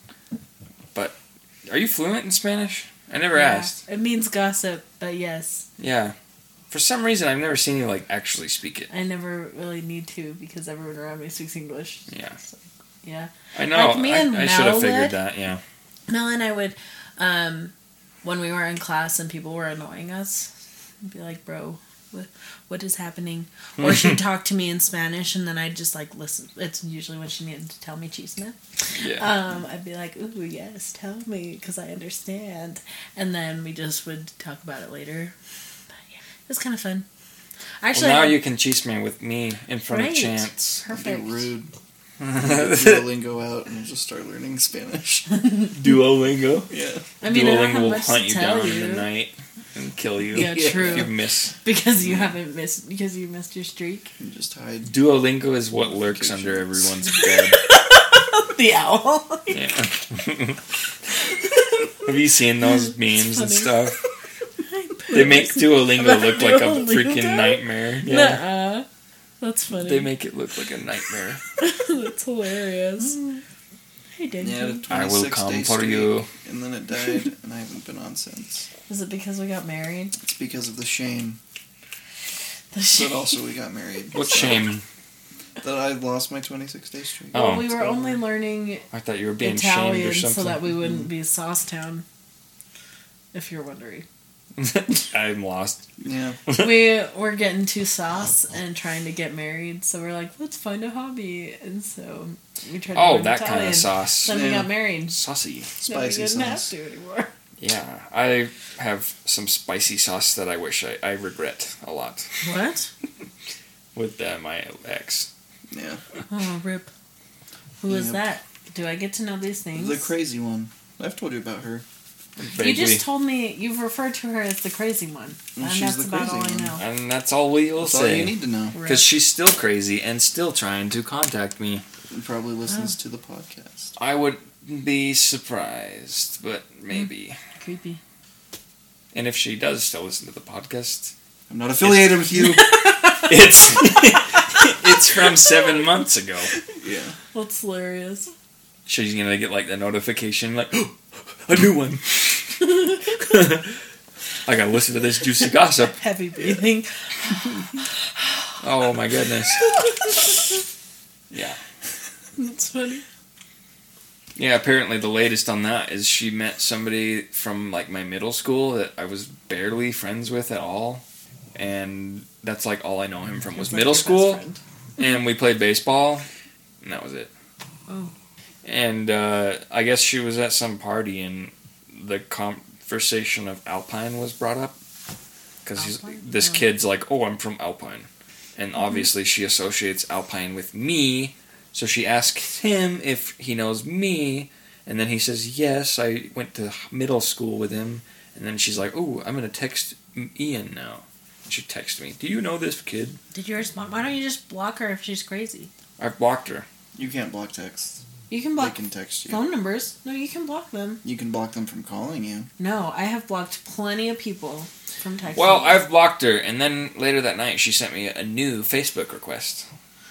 Speaker 1: Are you fluent in Spanish? I never
Speaker 3: Yeah,
Speaker 1: asked.
Speaker 3: It means gossip, but yes,
Speaker 1: Yeah. For some reason, I've never seen you like actually speak it.
Speaker 3: I never really need to because everyone around me speaks English.
Speaker 1: Yeah.
Speaker 3: So, yeah.
Speaker 1: I know.
Speaker 3: Like me
Speaker 1: I,
Speaker 3: and
Speaker 1: I should have
Speaker 3: Mel
Speaker 1: figured
Speaker 3: would.
Speaker 1: that. Yeah.
Speaker 3: Mel and I would, um, when we were in class and people were annoying us, I'd be like, bro, What, what is happening?
Speaker 1: [laughs]
Speaker 3: Or she'd talk to me in Spanish, and then I'd just like listen. It's usually when she needed to tell me chisme.
Speaker 1: Yeah.
Speaker 3: Um, I'd be like, "Ooh, yes, tell me, because I understand." And then we just would talk about it later. But yeah, it was kind of fun. Actually,
Speaker 1: well, now you can cheese me with me in front
Speaker 3: Right.
Speaker 1: of
Speaker 3: [laughs]
Speaker 1: Chance.
Speaker 3: perfect.
Speaker 4: Be rude.
Speaker 1: [laughs]
Speaker 4: Duolingo out and just start learning Spanish. [laughs]
Speaker 1: Duolingo.
Speaker 4: Yeah.
Speaker 3: I mean, I don't
Speaker 1: Duolingo
Speaker 3: have
Speaker 1: will
Speaker 3: much
Speaker 1: hunt
Speaker 3: to
Speaker 1: you
Speaker 3: tell
Speaker 1: down
Speaker 3: you.
Speaker 1: in the night and kill you.
Speaker 3: Yeah,
Speaker 4: Yeah.
Speaker 1: [laughs] If you
Speaker 3: true.
Speaker 1: miss.
Speaker 3: [laughs] Because you haven't missed. Because you missed your
Speaker 1: [laughs]
Speaker 3: streak.
Speaker 4: And just hide.
Speaker 1: Duolingo is what lurks under everyone's [laughs] bed.
Speaker 3: The [laughs] owl.
Speaker 1: Yeah. [laughs] Have you seen those memes and
Speaker 3: funny.
Speaker 1: stuff?
Speaker 3: [laughs]
Speaker 1: They make Duolingo
Speaker 3: About
Speaker 1: look like a
Speaker 3: Duolingo?
Speaker 1: freaking nightmare. Yeah.
Speaker 3: Nuh-uh. That's funny.
Speaker 1: They make it look like a nightmare.
Speaker 3: [laughs] That's
Speaker 1: [gasps]
Speaker 3: hilarious. Hey, Dave.
Speaker 4: Yeah, the
Speaker 1: I will
Speaker 4: 26
Speaker 1: come
Speaker 4: day
Speaker 1: for
Speaker 4: streak,
Speaker 1: you.
Speaker 4: And then it died, and I haven't been on since.
Speaker 3: Is it because we got married? [laughs]
Speaker 4: It's because of the shame,
Speaker 3: The
Speaker 4: but
Speaker 3: shit.
Speaker 4: also we got married.
Speaker 1: What
Speaker 4: So,
Speaker 1: shame?
Speaker 4: That I lost my 26 day streak.
Speaker 1: Oh.
Speaker 3: well, we were only learning
Speaker 1: I thought you were being shamed
Speaker 3: Italian
Speaker 1: or something. Mm.
Speaker 3: so
Speaker 1: [laughs]
Speaker 3: that we wouldn't be Sauce Town. If you're wondering,
Speaker 1: I'm lost.
Speaker 4: Yeah.
Speaker 3: [laughs] we were getting too sauce and trying to get married, so we're like, let's find a hobby, and so we tried. To
Speaker 1: Oh,
Speaker 3: learn
Speaker 1: that
Speaker 3: Italian.
Speaker 1: kind of sauce.
Speaker 3: Then we
Speaker 4: Yeah.
Speaker 3: got married. Then
Speaker 1: Saucy.
Speaker 3: we
Speaker 4: Spicy
Speaker 3: didn't have
Speaker 4: sauce.
Speaker 3: to anymore. [laughs]
Speaker 1: Yeah, I have some spicy sauce that I wish I, I regret a lot
Speaker 3: What?
Speaker 1: with uh, my ex.
Speaker 4: Yeah.
Speaker 3: Oh, rip. Who is
Speaker 4: Yep.
Speaker 3: that? Do I get to know these things?
Speaker 4: The crazy one. I've told you about her.
Speaker 1: Vaguely.
Speaker 3: You just told me you've referred to her as the crazy one, and
Speaker 4: Well, Mm, she's
Speaker 3: that's
Speaker 4: the
Speaker 3: about
Speaker 4: crazy
Speaker 3: all
Speaker 4: one.
Speaker 3: I know.
Speaker 1: and that's all we will
Speaker 4: That's all you
Speaker 1: say.
Speaker 4: need to know.
Speaker 1: Because she's still crazy and still trying to contact me.
Speaker 4: And probably
Speaker 3: Oh.
Speaker 4: listens to the podcast.
Speaker 1: I would be surprised, but maybe.
Speaker 3: creepy.
Speaker 1: And if she does still listen to the podcast, [laughs]
Speaker 4: I'm not affiliated
Speaker 3: [laughs]
Speaker 4: with you.
Speaker 1: it's [laughs] it's from seven months ago.
Speaker 4: yeah.
Speaker 3: That's hilarious.
Speaker 1: She's gonna get like the notification, like [gasps] a new one. [laughs] I gotta listen to this juicy gossip.
Speaker 3: Heavy breathing.
Speaker 4: [laughs]
Speaker 3: [laughs]
Speaker 1: Oh my goodness. Yeah.
Speaker 3: That's funny.
Speaker 1: Yeah, apparently the latest on that is she met somebody from like my middle school that I was barely friends with at all. And that's like all I know him from was
Speaker 3: That's like
Speaker 1: middle
Speaker 3: your best
Speaker 1: school.
Speaker 3: friend.
Speaker 1: And we played baseball. And that was it.
Speaker 3: Oh.
Speaker 1: And uh, I guess she was at some party and the conversation of Alpine was brought up. Because
Speaker 3: Alpine? Mm-hmm.
Speaker 1: this
Speaker 3: Oh.
Speaker 1: kid's like, oh, I'm from Alpine. And obviously she associates Alpine with me. So she asks him if he knows me, and then he says, "Yes, I went to middle school with him." And then she's like, "Oh, I'm gonna text Ian now." And she texts me, "Do you know this kid?"
Speaker 3: Did you respond? Why don't you just block her if she's crazy?
Speaker 1: I blocked her.
Speaker 4: You can't block texts.
Speaker 3: You can
Speaker 4: They
Speaker 3: block
Speaker 4: can text you.
Speaker 3: phone numbers. No, you can block them.
Speaker 4: You can block them from calling you.
Speaker 3: No, I have blocked plenty of people from texting.
Speaker 1: Well,
Speaker 3: me.
Speaker 1: I've blocked her, and then later that night she sent me a new Facebook request.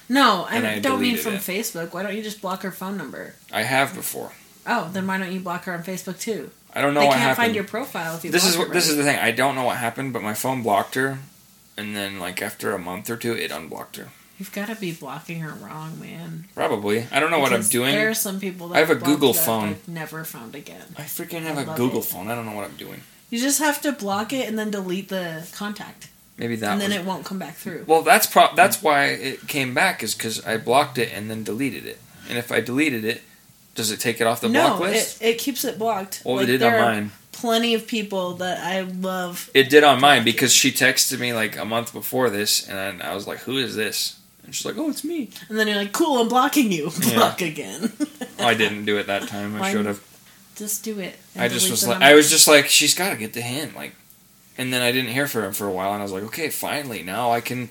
Speaker 3: no, I
Speaker 1: and I
Speaker 3: don't mean
Speaker 1: deleted
Speaker 3: from
Speaker 1: it.
Speaker 3: Facebook. Why don't you just block her phone number?
Speaker 1: I have before.
Speaker 3: Oh, then why don't you block her on Facebook too?
Speaker 1: I don't know
Speaker 3: they
Speaker 1: what
Speaker 3: can't
Speaker 1: happened.
Speaker 3: find your profile if you.
Speaker 1: this
Speaker 3: block
Speaker 1: is what
Speaker 3: her,
Speaker 1: this
Speaker 3: right?
Speaker 1: is the thing. I don't know what happened, but my phone blocked her, and then like after a month or two, it unblocked her.
Speaker 3: You've got to be blocking her wrong, man.
Speaker 1: Probably. I don't know what I'm
Speaker 3: Because
Speaker 1: doing.
Speaker 3: There are some people that
Speaker 1: I have a
Speaker 3: blocked
Speaker 1: Google
Speaker 3: that
Speaker 1: phone.
Speaker 3: I've never found again.
Speaker 1: I freaking have
Speaker 3: I
Speaker 1: a
Speaker 3: love
Speaker 1: Google
Speaker 3: it.
Speaker 1: phone. I don't know what I'm doing.
Speaker 3: You just have to block it and then delete the contact,
Speaker 1: Maybe that
Speaker 3: and then
Speaker 1: was
Speaker 3: it Hmm. won't come back through.
Speaker 1: Well, that's pro- that's why it came back is because I blocked it and then deleted it. And if I deleted it, does it take it off the
Speaker 3: no,
Speaker 1: block list?
Speaker 3: it it keeps it blocked.
Speaker 1: well,
Speaker 3: Like,
Speaker 1: it did
Speaker 3: there
Speaker 1: on
Speaker 3: are
Speaker 1: mine.
Speaker 3: Plenty of people that I love.
Speaker 1: It did on mine because she texted me like a month before this, and I was like, "Who is this?" And she's like, "Oh, it's me."
Speaker 3: And then you're like, "Cool, I'm blocking you." [laughs]
Speaker 1: Yeah.
Speaker 3: Block again.
Speaker 1: Oh, I didn't do it that time. I
Speaker 3: Mine-
Speaker 1: should have.
Speaker 3: [laughs] Just do it. and
Speaker 1: I just
Speaker 3: delete
Speaker 1: was
Speaker 3: the
Speaker 1: like,
Speaker 3: number.
Speaker 1: I was just like, she's got to get the hint, like. And then I didn't hear from him for a while, and I was like, okay, finally, now I can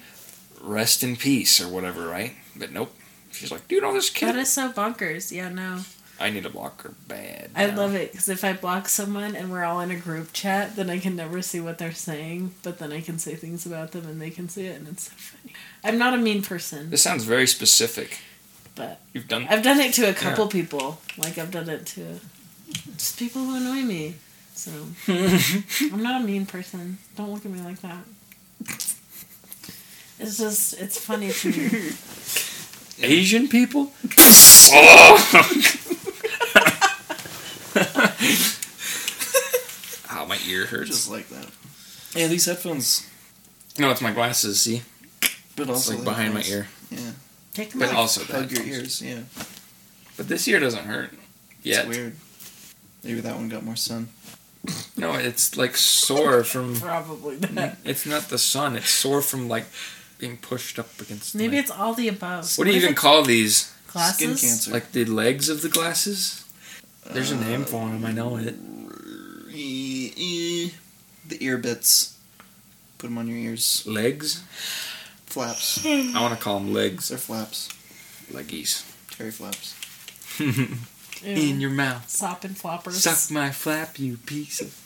Speaker 1: rest in peace or whatever, right? But nope. She's like, do you know this
Speaker 3: That
Speaker 1: kid?
Speaker 3: is so bonkers. Yeah, no.
Speaker 1: I need to block her bad.
Speaker 3: I
Speaker 1: now.
Speaker 3: love it because if I block someone and we're all in a group chat, then I can never see what they're saying, but then I can say things about them and they can see it, and it's so funny. I'm not a mean person,
Speaker 1: This sounds very specific.
Speaker 3: but
Speaker 1: You've done
Speaker 3: I've done it to a couple people. Like I've done it to just people who annoy me. So
Speaker 1: [laughs]
Speaker 3: I'm not a mean person. Don't look at me like that. It's just it's funny to me.
Speaker 1: Asian people?
Speaker 3: [laughs]
Speaker 1: [laughs] Ow, my ear hurts.
Speaker 4: Just like that. Yeah, these headphones
Speaker 1: No, it's my glasses. See,
Speaker 4: But
Speaker 1: it's
Speaker 4: also
Speaker 1: like behind my ear,
Speaker 4: Yeah,
Speaker 3: Take them
Speaker 1: but
Speaker 3: off.
Speaker 1: also that.
Speaker 4: hug your ears. Yeah,
Speaker 1: But this year doesn't hurt.
Speaker 4: yeah.
Speaker 1: Yet.
Speaker 4: it's weird. Maybe that one got more sun.
Speaker 1: No, it's like sore from. [laughs]
Speaker 11: Probably not.
Speaker 1: It's not the sun. It's sore from like being pushed up against.
Speaker 3: Maybe
Speaker 1: my-
Speaker 3: it's all the above.
Speaker 1: What do you
Speaker 3: if
Speaker 1: even
Speaker 3: it's
Speaker 1: call these?
Speaker 3: glasses?
Speaker 4: Skin cancer.
Speaker 1: Like the legs of the glasses? There's a name for them. I know it.
Speaker 4: Eh, eh.
Speaker 1: e.
Speaker 4: the ear bits. Put them on your ears.
Speaker 1: Legs. [laughs]
Speaker 4: Flaps.
Speaker 1: I want to call them legs.
Speaker 4: They're flaps.
Speaker 1: Leggies.
Speaker 4: Terry flaps.
Speaker 1: In
Speaker 11: Ew.
Speaker 1: your mouth.
Speaker 11: Sop and floppers.
Speaker 1: Suck my flap, you piece of.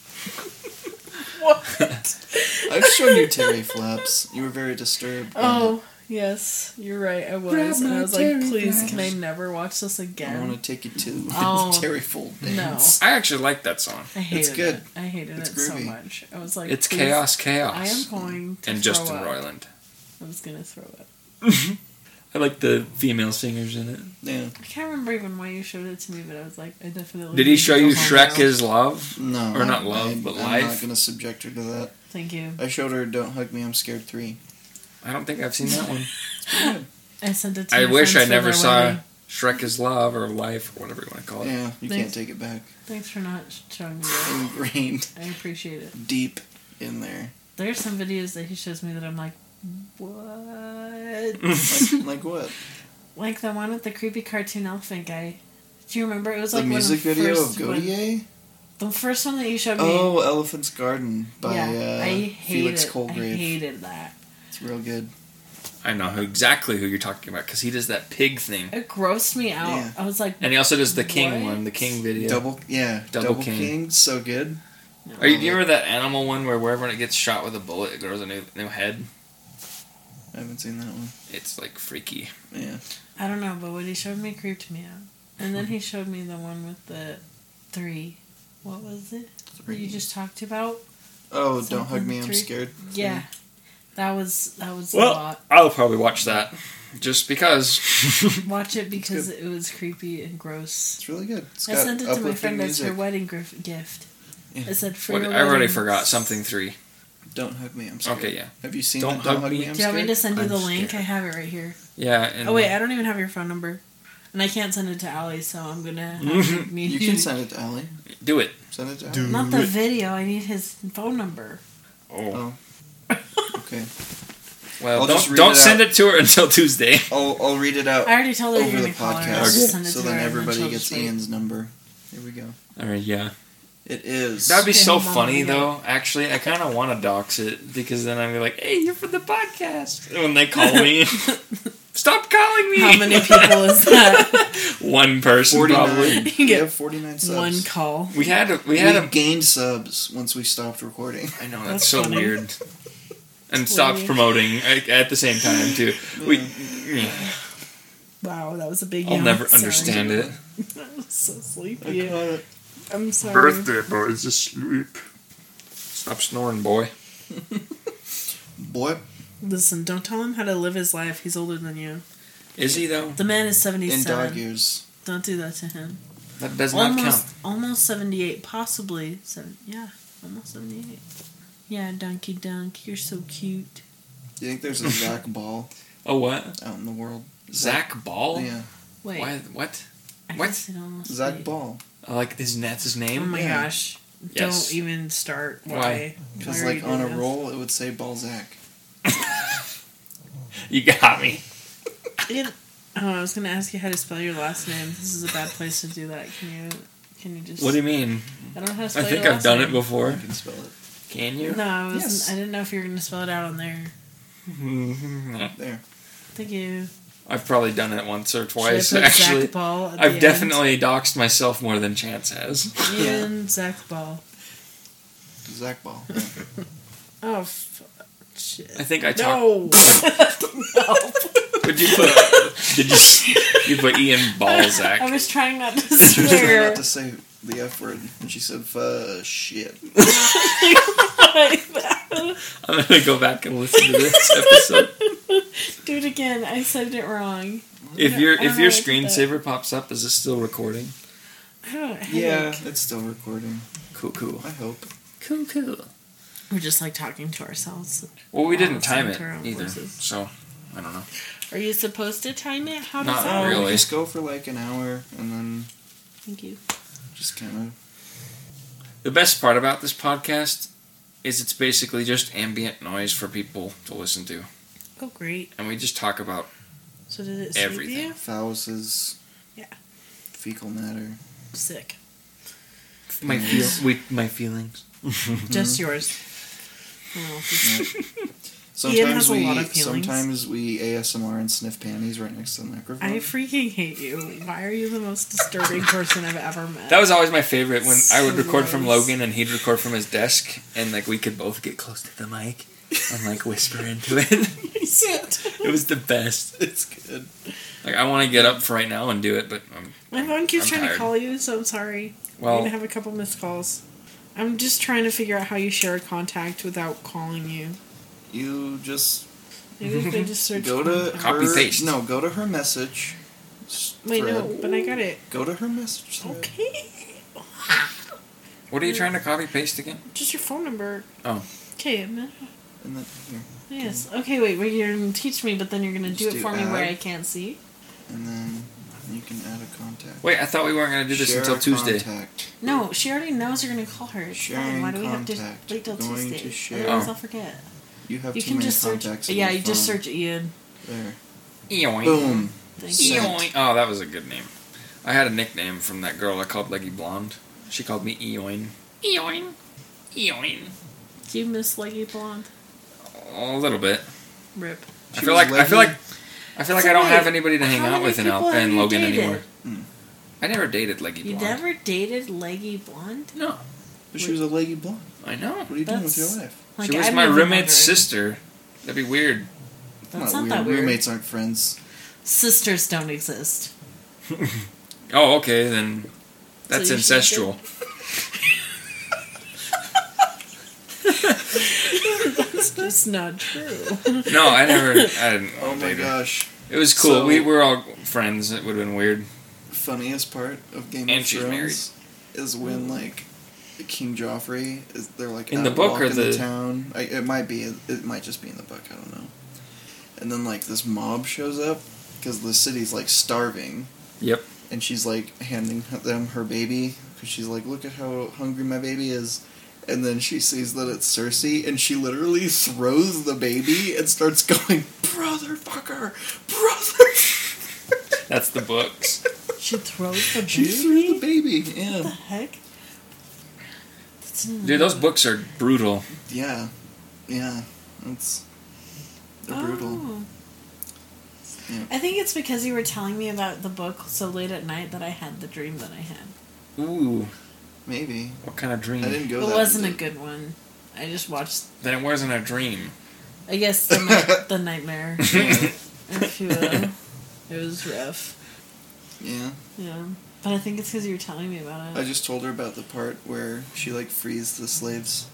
Speaker 1: [laughs]
Speaker 11: What?
Speaker 4: [laughs] I've shown you Terry flaps. You were very disturbed. by
Speaker 11: oh, yes. You're right. I was. And I was like, please, can I never watch this
Speaker 4: it. I
Speaker 11: again?
Speaker 4: want to take you to [laughs]
Speaker 11: Oh.
Speaker 4: Terry full
Speaker 11: No.
Speaker 4: dance.
Speaker 1: I actually like that song.
Speaker 11: I hated
Speaker 4: It's good.
Speaker 11: it. I hated
Speaker 4: It's
Speaker 11: it so
Speaker 4: groovy.
Speaker 11: much. I was like,
Speaker 1: It's
Speaker 11: please,
Speaker 1: chaos, chaos.
Speaker 11: I am going to
Speaker 1: and
Speaker 11: throw
Speaker 1: Justin
Speaker 11: up.
Speaker 1: Roiland.
Speaker 11: I was gonna throw up.
Speaker 1: I like the female singers in it.
Speaker 4: Yeah.
Speaker 11: I can't remember even why you showed it to me, but I was like, I definitely.
Speaker 1: Did
Speaker 11: need
Speaker 1: he
Speaker 11: to
Speaker 1: show
Speaker 11: go home
Speaker 1: you Shrek
Speaker 11: now.
Speaker 1: is love?
Speaker 4: No.
Speaker 1: Or not
Speaker 4: I-
Speaker 1: love,
Speaker 4: I-
Speaker 1: but
Speaker 4: I'm
Speaker 1: life.
Speaker 4: not gonna subject her to that.
Speaker 11: Thank you.
Speaker 4: I showed her "Don't Hug Me, I'm Scared" three.
Speaker 1: I don't think I've seen that one.
Speaker 3: I sent it to
Speaker 1: I
Speaker 3: my
Speaker 1: wish I
Speaker 3: friends for
Speaker 1: never
Speaker 3: their
Speaker 1: saw
Speaker 3: wedding.
Speaker 1: Shrek is love or life or whatever you want to call it.
Speaker 4: Yeah, you
Speaker 11: Thanks.
Speaker 4: can't take it back.
Speaker 3: Thanks for not showing me that.
Speaker 4: Ingrained [laughs]
Speaker 3: I appreciate it.
Speaker 4: deep in
Speaker 1: [laughs]
Speaker 4: there.
Speaker 3: There's some videos that he shows me that I'm like, what?
Speaker 4: [laughs] Like, like what?
Speaker 3: like the one with the creepy cartoon elephant guy. Do you remember? It was
Speaker 4: The
Speaker 3: like one of
Speaker 4: music video of
Speaker 3: first one-
Speaker 4: Godier?
Speaker 3: The first one that you showed me.
Speaker 4: Oh, Elephant's Garden by
Speaker 3: yeah,
Speaker 4: uh,
Speaker 3: I hate
Speaker 4: Felix
Speaker 3: it.
Speaker 4: Colgrave.
Speaker 3: I hated that.
Speaker 4: It's real good.
Speaker 1: I know who, exactly who you're talking about because he does that pig thing,
Speaker 3: It grossed me out.
Speaker 4: Yeah.
Speaker 3: I was like,
Speaker 1: and he also does the king
Speaker 3: What?
Speaker 1: one, the king video.
Speaker 4: Double, yeah,
Speaker 1: Double
Speaker 4: Double,
Speaker 1: King.
Speaker 4: King. so good.
Speaker 1: Are you, do you remember that animal one where wherever it gets shot with a bullet, it grows a new new head?
Speaker 4: I haven't seen that one.
Speaker 1: It's like freaky.
Speaker 4: Yeah,
Speaker 3: I don't know, but what he showed me creeped me out. And then he showed me the one with the three. What was it? That
Speaker 4: Three.
Speaker 3: you just talked about?
Speaker 4: Oh,
Speaker 3: Something
Speaker 4: don't hug me, I'm
Speaker 3: three.
Speaker 4: scared.
Speaker 3: Yeah. That was that was a lot.
Speaker 1: I'll probably watch that just because.
Speaker 3: Watch it because
Speaker 4: good.
Speaker 3: it was creepy and gross.
Speaker 4: It's really good. It's
Speaker 3: I
Speaker 4: got
Speaker 3: sent it to my
Speaker 4: uplifting
Speaker 3: friend as her
Speaker 4: music.
Speaker 3: wedding grif- gift.
Speaker 4: Yeah.
Speaker 3: It said for
Speaker 1: what,
Speaker 3: your
Speaker 1: I already
Speaker 3: wedding.
Speaker 1: forgot something three.
Speaker 4: Don't hug me, I'm scared.
Speaker 1: Okay, yeah,
Speaker 4: Have you seen
Speaker 1: Don't
Speaker 4: that? Don't
Speaker 1: Hug
Speaker 4: hug me,
Speaker 1: Me.
Speaker 4: I'm
Speaker 3: Do you
Speaker 4: scared.
Speaker 3: want me to send you
Speaker 1: I'm
Speaker 3: the link?
Speaker 1: scared.
Speaker 3: I have it right here.
Speaker 1: yeah. And
Speaker 3: Oh wait, I don't even have your phone number, and I can't send it to Allie, so I'm gonna
Speaker 4: [laughs]
Speaker 3: have need
Speaker 4: You can send it to Allie.
Speaker 1: do it.
Speaker 4: Send it to
Speaker 3: [laughs]
Speaker 4: Allie.
Speaker 3: Not the video. I need his phone number.
Speaker 1: Oh,
Speaker 4: Oh. okay.
Speaker 1: well,
Speaker 4: I'll just
Speaker 1: don't
Speaker 4: read
Speaker 1: don't
Speaker 4: it
Speaker 1: send
Speaker 4: out.
Speaker 1: it to her [laughs] until Tuesday.
Speaker 4: I'll I'll read it out
Speaker 3: I already told her
Speaker 4: over
Speaker 3: you're
Speaker 4: the
Speaker 3: gonna call her. I'll
Speaker 4: podcast,
Speaker 3: just send it
Speaker 4: so
Speaker 3: to
Speaker 4: then
Speaker 3: her, and
Speaker 4: everybody
Speaker 3: she'll
Speaker 4: gets
Speaker 3: just wait.
Speaker 4: Ian's number. Here we go.
Speaker 1: All right, yeah.
Speaker 4: It is.
Speaker 1: That'd be
Speaker 3: Okay,
Speaker 1: so
Speaker 3: hold on,
Speaker 1: funny
Speaker 3: yeah.
Speaker 1: though. Actually, I kind of want to dox it because then I'd be like, "Hey, you're from the podcast." When they
Speaker 3: [laughs]
Speaker 1: call me, stop calling me.
Speaker 3: How many people is that?
Speaker 1: One person
Speaker 4: 49. [laughs]
Speaker 1: probably.
Speaker 3: You
Speaker 4: We
Speaker 3: get
Speaker 4: have 49 [laughs] subs.
Speaker 3: One call.
Speaker 1: We had a, we
Speaker 4: We
Speaker 1: had a.
Speaker 4: gained subs once we
Speaker 1: [laughs]
Speaker 4: stopped recording.
Speaker 1: I know
Speaker 3: That's
Speaker 1: that's so
Speaker 3: funny.
Speaker 1: weird. And stopped promoting at, at the same time too. We,
Speaker 3: Wow, that was a big.
Speaker 1: I'll
Speaker 3: yawn.
Speaker 1: never
Speaker 3: Sorry.
Speaker 1: understand it.
Speaker 3: [laughs] I'm so sleepy. I'm sorry.
Speaker 1: boy is asleep. Stop snoring, boy.
Speaker 4: Boy,
Speaker 3: Listen, don't tell him how to live his life. He's older than you.
Speaker 1: Is he though?
Speaker 3: The man is
Speaker 4: in dog
Speaker 3: 77.
Speaker 4: years.
Speaker 3: Don't do that to him.
Speaker 1: That does not
Speaker 3: Almost,
Speaker 1: count.
Speaker 3: almost 78, possibly. Seven, yeah, almost 78. Yeah, Donkey Dunk, you're so cute.
Speaker 4: Do you think
Speaker 1: [laughs]
Speaker 4: there's a Zach Ball
Speaker 1: Oh what?
Speaker 4: out in the world?
Speaker 1: Zach Ball?
Speaker 4: Yeah,
Speaker 3: Wait,
Speaker 1: Why? What?
Speaker 3: I
Speaker 1: what?
Speaker 3: guess it almost
Speaker 4: Zach
Speaker 3: eight.
Speaker 4: Ball.
Speaker 1: I like his that's his
Speaker 3: Oh
Speaker 1: name.
Speaker 3: my
Speaker 4: Yeah.
Speaker 3: gosh.
Speaker 1: Yes.
Speaker 3: Don't even start. Why?
Speaker 1: Why?
Speaker 4: Because
Speaker 3: Why are
Speaker 4: like
Speaker 3: you
Speaker 4: on a
Speaker 3: doing this?
Speaker 4: roll, it would say Balzac.
Speaker 1: You got me.
Speaker 3: It- oh, I was going to ask you how to spell your last name. This is a bad place to do that. Can you can you just.
Speaker 1: What do you mean?
Speaker 3: I don't know how to spell
Speaker 1: I think
Speaker 3: your
Speaker 1: I've
Speaker 3: last
Speaker 1: done
Speaker 3: name.
Speaker 1: it before.
Speaker 4: You can spell it
Speaker 1: Can you?
Speaker 3: No, I, wasn't,
Speaker 4: Yes.
Speaker 3: I didn't know if you were going to spell it out on there.
Speaker 1: Mm-hmm. No.
Speaker 4: there.
Speaker 3: Thank you.
Speaker 1: I've probably done it once or
Speaker 3: Should I
Speaker 1: twice.
Speaker 3: put Zach
Speaker 1: Actually,
Speaker 3: Ball at the
Speaker 1: I've
Speaker 3: end?
Speaker 1: definitely doxed myself more than Chance has.
Speaker 3: Ian Zach Ball.
Speaker 4: Zach
Speaker 3: [laughs]
Speaker 4: Ball.
Speaker 3: Oh, f- shit.
Speaker 1: I think I talked.
Speaker 3: No.
Speaker 1: Would you
Speaker 3: [laughs]
Speaker 1: put? did you? You put Ian Balzac.
Speaker 3: I was trying
Speaker 1: [laughs]
Speaker 3: not to
Speaker 4: She was trying
Speaker 3: swear.
Speaker 4: not to say the F word, and she said "fuh shit."
Speaker 3: [laughs]
Speaker 1: I'm gonna go back and listen to this episode.
Speaker 3: Do it again. I said it wrong.
Speaker 1: If
Speaker 3: I
Speaker 1: your
Speaker 3: don't
Speaker 1: if your
Speaker 3: know, I did that.
Speaker 1: screensaver pops up, is this still recording?
Speaker 3: I don't know.
Speaker 4: Yeah, it's still recording.
Speaker 1: Cool, cool,
Speaker 4: I hope.
Speaker 1: cool, cool.
Speaker 3: We're just like talking to ourselves.
Speaker 1: Well, we didn't
Speaker 3: Wow,
Speaker 1: time it
Speaker 3: center on
Speaker 1: either,
Speaker 3: voices.
Speaker 1: so I don't know.
Speaker 12: Are you supposed to time it? How
Speaker 1: Not
Speaker 12: does
Speaker 1: Oh,
Speaker 3: Um,
Speaker 12: that
Speaker 1: really.
Speaker 12: work?
Speaker 4: We just go for like an hour and then
Speaker 12: Thank you.
Speaker 4: just kind
Speaker 1: The best part about this podcast is it's basically just ambient noise for people to listen to,
Speaker 3: Oh, great.
Speaker 1: and we just talk about
Speaker 3: So did it sleep
Speaker 1: Everything.
Speaker 3: you?
Speaker 4: of phalluses.
Speaker 3: Yeah.
Speaker 4: Fecal matter.
Speaker 3: Sick.
Speaker 1: my feel we, my feelings. Mm-hmm.
Speaker 3: Just yours. Oh,
Speaker 4: Sometimes
Speaker 3: has a
Speaker 4: we
Speaker 3: lot of feelings.
Speaker 4: sometimes we ASMR and sniff panties right next to the microphone. [laughs]
Speaker 3: I freaking hate you. Why are you the most disturbing person I've ever met? [laughs]
Speaker 1: That was always my favorite when I would
Speaker 3: So
Speaker 1: record from
Speaker 3: gross.
Speaker 1: Logan and he'd record from his desk, and like we could both get close to the mic and like whisper into it. [laughs] it was the best.
Speaker 2: It's good.
Speaker 1: Like I want to get up for right now and do it, but um,
Speaker 3: My phone keeps
Speaker 1: I'm
Speaker 3: trying
Speaker 1: tired.
Speaker 3: to call you, so I'm sorry. I'm
Speaker 1: well,
Speaker 3: gonna have a couple missed calls. I'm just trying to figure out how you share contact without calling you.
Speaker 4: You just
Speaker 3: Maybe if they
Speaker 4: [laughs]
Speaker 3: just search.
Speaker 4: go to
Speaker 3: contact.
Speaker 1: Copy
Speaker 4: her,
Speaker 1: paste.
Speaker 4: No, go to her message. s-
Speaker 3: Wait, no,
Speaker 4: thread.
Speaker 3: but I got it.
Speaker 4: Go to her message. thread.
Speaker 3: Okay.
Speaker 1: what are you trying to copy paste again?
Speaker 3: Just your phone number.
Speaker 1: Oh.
Speaker 3: Okay. I'm-
Speaker 4: And then here.
Speaker 3: Yes. Okay. Wait. Wait. You're gonna teach me, but then you're gonna do
Speaker 4: Just
Speaker 3: it
Speaker 4: do
Speaker 3: for me where
Speaker 4: add.
Speaker 3: I can't see.
Speaker 4: And then you can add a contact.
Speaker 1: Wait, I thought we weren't gonna do this
Speaker 4: Share
Speaker 1: until
Speaker 4: a
Speaker 1: Tuesday.
Speaker 4: Contact.
Speaker 3: No, she already knows you're gonna call her. It's fine.
Speaker 4: Sharing
Speaker 3: Why do we have
Speaker 4: contact.
Speaker 3: to wait till
Speaker 4: Going to
Speaker 3: Tuesday?
Speaker 4: share.
Speaker 3: Otherwise,
Speaker 1: Oh.
Speaker 3: I'll forget.
Speaker 4: You have
Speaker 3: You
Speaker 4: too
Speaker 3: can
Speaker 4: many
Speaker 3: just search.
Speaker 4: contacts. in
Speaker 3: Yeah,
Speaker 4: your
Speaker 3: you just
Speaker 4: phone.
Speaker 3: search Ian.
Speaker 4: There.
Speaker 1: Yoink.
Speaker 4: Boom.
Speaker 3: Thank you.
Speaker 4: Sent.
Speaker 1: Eoin. Oh, that was a good name. I had a nickname from that girl I called Leggy Blonde. She called me Eoin. Eoin. Eoin.
Speaker 12: Do you miss Leggy Blonde?
Speaker 1: A little bit.
Speaker 12: Rip.
Speaker 1: I
Speaker 4: She
Speaker 1: feel
Speaker 4: was
Speaker 1: like I feel
Speaker 4: leggy.
Speaker 1: like I feel like
Speaker 12: So
Speaker 1: I don't have
Speaker 12: wait,
Speaker 1: anybody to hang
Speaker 12: how
Speaker 1: out
Speaker 12: many
Speaker 1: with in,
Speaker 12: people
Speaker 1: Al-
Speaker 12: have
Speaker 1: in
Speaker 12: you
Speaker 1: Logan
Speaker 12: dated?
Speaker 1: anymore. I never dated Leggy
Speaker 12: You
Speaker 1: Blonde.
Speaker 12: never dated Leggy Blonde?
Speaker 1: No,
Speaker 4: But she was a leggy blonde.
Speaker 1: I know.
Speaker 4: What are you doing with your
Speaker 12: That's-
Speaker 4: life?
Speaker 12: Like,
Speaker 1: she was
Speaker 12: I'm
Speaker 1: my
Speaker 12: even
Speaker 1: roommate's
Speaker 12: wondering.
Speaker 1: sister. That'd be weird.
Speaker 12: That's
Speaker 4: Not
Speaker 12: not that weird.
Speaker 4: Roommates aren't friends.
Speaker 3: Sisters don't
Speaker 4: [laughs]
Speaker 3: exist.
Speaker 1: Oh, okay then. That's
Speaker 12: you should
Speaker 1: incestual.
Speaker 3: It's just not
Speaker 4: [laughs]
Speaker 3: true.
Speaker 1: No, I never. I didn't.
Speaker 4: Oh my
Speaker 1: baby.
Speaker 4: gosh.
Speaker 1: It was cool.
Speaker 4: So-
Speaker 1: we were all friends. It would have been weird.
Speaker 4: Funniest part of Game
Speaker 1: And
Speaker 4: of
Speaker 1: she's
Speaker 4: Thrones
Speaker 1: married.
Speaker 4: is
Speaker 3: Mm.
Speaker 4: when like King Joffrey is they're like
Speaker 1: In
Speaker 4: out
Speaker 1: the book
Speaker 4: walking
Speaker 1: or
Speaker 4: the
Speaker 1: the-
Speaker 4: town. I, it might be it might just be in the book. I don't know. And then like this mob shows up because the city's like starving.
Speaker 1: Yep.
Speaker 4: and she's like handing them her baby because she's like, look at how hungry my baby is. And then she sees that it's Cersei, and she literally throws the baby and starts going, "Brother fucker, brother!"
Speaker 1: That's the books.
Speaker 3: She throws the
Speaker 4: [laughs] she threw the
Speaker 3: baby.
Speaker 4: baby.
Speaker 3: What the
Speaker 4: Yeah,
Speaker 3: heck? That's
Speaker 1: Dude, those books are brutal.
Speaker 4: yeah, yeah. It's they're brutal.
Speaker 3: Oh.
Speaker 4: Yeah.
Speaker 3: I think it's because you were telling me about the book so late at night that I had the dream that I had.
Speaker 1: Ooh,
Speaker 4: Maybe
Speaker 1: what kind of dream?
Speaker 4: I didn't go.
Speaker 3: it
Speaker 4: that
Speaker 3: wasn't a good one. I just watched,
Speaker 1: Then it wasn't a dream.
Speaker 3: I guess, the,
Speaker 4: [laughs]
Speaker 3: night, the nightmare, if you will. It was rough.
Speaker 4: Yeah,
Speaker 3: Yeah. But I think it's because you were telling me about
Speaker 4: I
Speaker 3: it.
Speaker 4: just told her about the part where she like frees the slaves,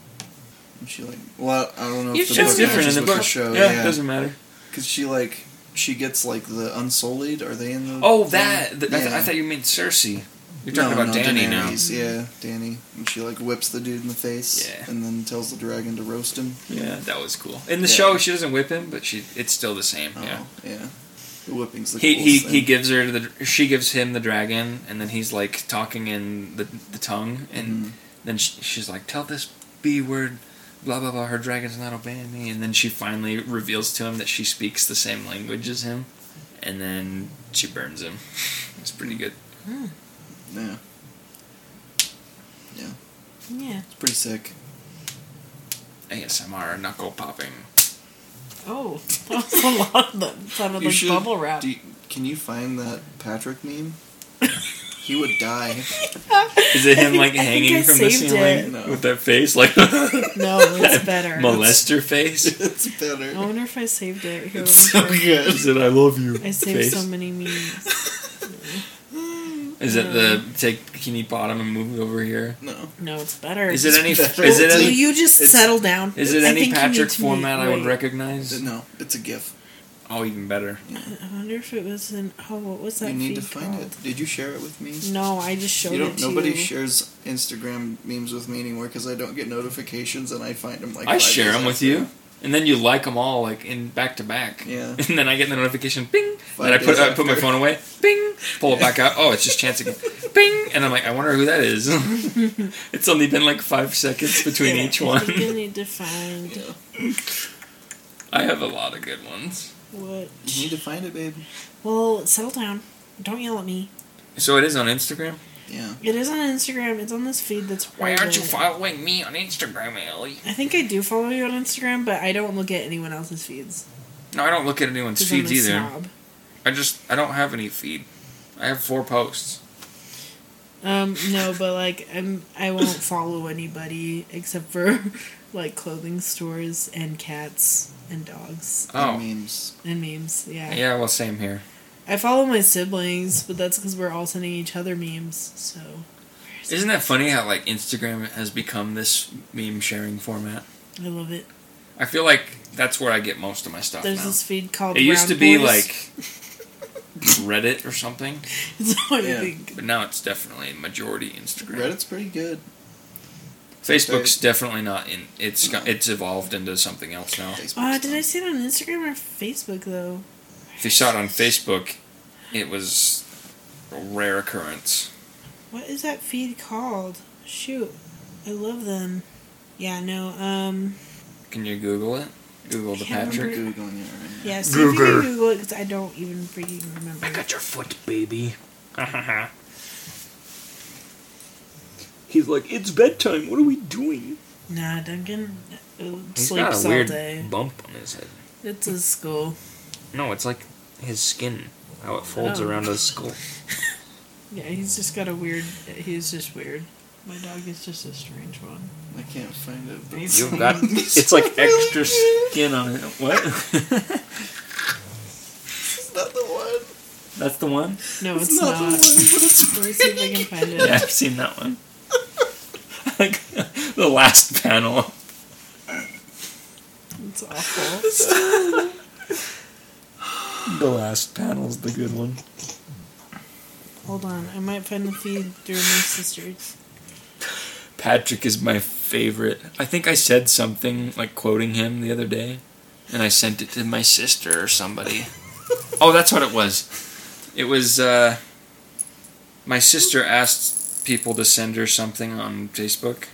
Speaker 4: and she like, well, I don't know.
Speaker 3: You
Speaker 4: if the
Speaker 3: showed
Speaker 4: book
Speaker 3: me
Speaker 4: matches
Speaker 3: different in the
Speaker 4: with the
Speaker 3: book.
Speaker 4: show.
Speaker 1: yeah,
Speaker 4: yeah.
Speaker 1: it doesn't matter.
Speaker 4: Because she like she gets like the unsullied. Are they in the?
Speaker 1: Oh, that. th- I, th-
Speaker 4: Yeah.
Speaker 1: I thought you meant Cersei. You're talking
Speaker 4: No,
Speaker 1: about
Speaker 4: no,
Speaker 1: Danny
Speaker 4: Daenerys, Yeah, Danny. And she like whips the dude in the face.
Speaker 1: Yeah.
Speaker 4: And then tells the dragon to roast him.
Speaker 1: now. Yeah, that was cool. In the
Speaker 4: Yeah.
Speaker 1: show, she doesn't whip him, but she it's still the same.
Speaker 4: Oh,
Speaker 1: Yeah.
Speaker 4: yeah. The whipping's the
Speaker 1: He, he,
Speaker 4: coolest
Speaker 1: he
Speaker 4: thing.
Speaker 1: gives her the she gives him the dragon and then he's like talking in the, the tongue and
Speaker 4: Mhm.
Speaker 1: then she, she's like tell this b word blah blah blah her dragon's not obeying me and then she finally reveals to him that she speaks the same language as him and then she burns him [laughs] it's pretty good
Speaker 4: Yeah.
Speaker 3: Yeah.
Speaker 4: It's pretty sick.
Speaker 1: asmr knuckle popping
Speaker 4: [laughs]
Speaker 3: Oh, [laughs] that was a lot of them. Sounded
Speaker 4: You
Speaker 3: like
Speaker 4: should-
Speaker 3: bubble wrap.
Speaker 4: Do you, can you find that Patrick
Speaker 1: [laughs]
Speaker 4: meme? he would die.
Speaker 1: Is it him
Speaker 3: I
Speaker 1: like
Speaker 3: think- I think
Speaker 1: hanging
Speaker 3: I
Speaker 1: from the
Speaker 3: saved
Speaker 1: ceiling
Speaker 3: it.
Speaker 4: No.
Speaker 1: with that face, like [laughs]
Speaker 4: [laughs]
Speaker 3: No, it's better.
Speaker 1: molester face?
Speaker 4: it's
Speaker 3: I
Speaker 4: better.
Speaker 3: wonder if I saved it. Here,
Speaker 4: It's so
Speaker 3: let me try.
Speaker 1: [laughs]
Speaker 4: good.
Speaker 1: Is it I love you
Speaker 3: I saved
Speaker 1: face?
Speaker 3: so many memes.
Speaker 1: Is it the
Speaker 3: um,
Speaker 1: take? Can you bottom and move it over here?
Speaker 4: No.
Speaker 3: No, it's better.
Speaker 1: Is it any? Is
Speaker 4: better.
Speaker 1: it
Speaker 3: Will
Speaker 1: any?
Speaker 3: you just
Speaker 4: it's-
Speaker 3: settle down?
Speaker 1: Is it
Speaker 3: I
Speaker 1: any
Speaker 3: think you need
Speaker 1: Patrick
Speaker 3: to meet-
Speaker 1: format I would
Speaker 3: wait.
Speaker 1: recognize?
Speaker 4: No. It's a gif.
Speaker 1: Oh, even better.
Speaker 3: I wonder if it was in. Oh, what was that?
Speaker 4: You need to
Speaker 3: feed
Speaker 4: find
Speaker 3: called?
Speaker 4: it. Did you share it with me?
Speaker 3: No, I just showed
Speaker 4: You
Speaker 3: it
Speaker 4: don't.
Speaker 3: to
Speaker 4: Nobody
Speaker 3: you.
Speaker 4: shares Instagram memes with me anymore because I don't get notifications and I find them like.
Speaker 1: I
Speaker 4: five
Speaker 1: share
Speaker 4: days
Speaker 1: them with
Speaker 4: after.
Speaker 1: you, and then you like them all like in back to back.
Speaker 4: Yeah.
Speaker 1: [laughs] And then I get the notification, bing.
Speaker 4: Five
Speaker 1: And I put
Speaker 4: days
Speaker 1: I put my
Speaker 4: after.
Speaker 1: phone away, bing. Pull it back out. Oh, it's just chance again, [laughs] bing. And I'm like, I wonder who that
Speaker 3: [laughs]
Speaker 1: is. [laughs] it's only been like five seconds between each
Speaker 3: I
Speaker 1: one.
Speaker 3: think
Speaker 1: [laughs]
Speaker 3: I need to find
Speaker 1: I have a lot of good ones.
Speaker 3: what.
Speaker 4: You need to find it, babe.
Speaker 3: Well, settle down. Don't yell at me.
Speaker 1: So it is on Instagram.
Speaker 4: Yeah.
Speaker 3: It is on Instagram. It's on this feed that's.
Speaker 1: Why aren't you
Speaker 3: private.
Speaker 1: following me on Instagram, Ellie?
Speaker 3: I think I do follow you on Instagram, but I don't look at anyone else's feeds.
Speaker 1: No, I don't look at anyone's
Speaker 3: 'cause I'm
Speaker 1: feeds
Speaker 3: a
Speaker 1: either.
Speaker 3: snob.
Speaker 1: I just I don't have any feed. I have four posts.
Speaker 3: Um, no, but like I'm, I won't follow anybody except for [laughs] like clothing stores and cats and dogs
Speaker 1: Oh.
Speaker 4: And memes.
Speaker 3: and memes. Yeah,
Speaker 1: Yeah, well, same here.
Speaker 3: I follow my siblings, but that's because we're all sending each other memes. So
Speaker 1: Isn't that funny how like Instagram has become this meme sharing format?
Speaker 3: I love it.
Speaker 1: I feel like that's where I get most of my stuff
Speaker 3: There's
Speaker 1: now.
Speaker 3: this feed called.
Speaker 1: Oh, it used
Speaker 3: Round
Speaker 1: to be
Speaker 3: Boys.
Speaker 1: like Reddit or something,
Speaker 3: [laughs] It's what
Speaker 4: Yeah.
Speaker 3: I think.
Speaker 1: but now it's definitely majority Instagram.
Speaker 4: Reddit's pretty good.
Speaker 1: Facebook's definitely not in. It's got, it's evolved into something else now.
Speaker 4: Facebook's
Speaker 3: Uh, did I
Speaker 4: not-
Speaker 3: see it on Instagram or Facebook though?
Speaker 1: If you saw it on Facebook, it was a rare occurrence.
Speaker 3: What is that feed called? Shoot, I love them. Yeah, no. Um,
Speaker 1: Can you Google it? Google the
Speaker 3: Can't
Speaker 1: Patrick.
Speaker 4: You're
Speaker 3: remember.
Speaker 4: googling it right now.
Speaker 3: yeah. See if you can Google it because I don't even freaking remember.
Speaker 1: your foot, baby.
Speaker 2: He's like, it's bedtime. What are we doing?
Speaker 3: Nah, Duncan uh,
Speaker 1: He's
Speaker 3: sleeps
Speaker 1: got a
Speaker 3: all
Speaker 1: weird
Speaker 3: day.
Speaker 1: bump on his head.
Speaker 3: It's his school.
Speaker 1: No, it's like his skin, how it folds
Speaker 3: Oh.
Speaker 1: around his skull.
Speaker 3: Yeah, he's just got a weird. He's just weird. My dog is just a strange one.
Speaker 4: I can't find it. but- [laughs]
Speaker 1: You've got [laughs] it's
Speaker 2: [laughs]
Speaker 1: like extra skin on it. What? [laughs]
Speaker 4: Is that the one?
Speaker 1: That's the one.
Speaker 3: No, it's,
Speaker 4: not
Speaker 3: not. [laughs]
Speaker 4: the one, but it's
Speaker 3: Let me see if I can find it.
Speaker 1: Yeah, I've seen that
Speaker 2: [laughs]
Speaker 1: one. [laughs] like the last panel.
Speaker 3: It's awful.
Speaker 1: The last panel's the good one.
Speaker 3: Hold on, I might find the feed through my sister's.
Speaker 1: Patrick is my favorite. I think I said something like quoting him the other day, and I sent it to my sister or somebody. oh, that's what it was. It was uh, my sister asked people to send her something on Facebook,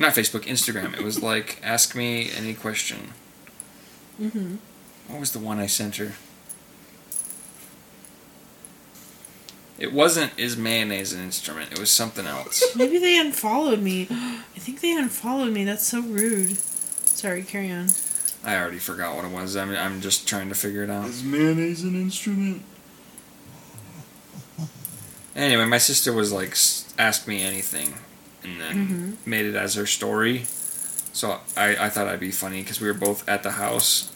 Speaker 1: not Facebook, Instagram. It was like ask me any question.
Speaker 3: Mm-hmm.
Speaker 1: What was the one I sent her? It wasn't is mayonnaise an instrument. It was something else.
Speaker 3: Maybe they unfollowed me. [gasps] I think they unfollowed me. That's so rude. Sorry, carry on.
Speaker 1: I already forgot what it was. I'm, I'm just trying to figure it out.
Speaker 4: Is mayonnaise an instrument?
Speaker 1: Anyway, my sister was like, s- ask me anything, and then
Speaker 3: Mm-hmm.
Speaker 1: made it as her story. So I, I thought I'd be funny because we were both at the house.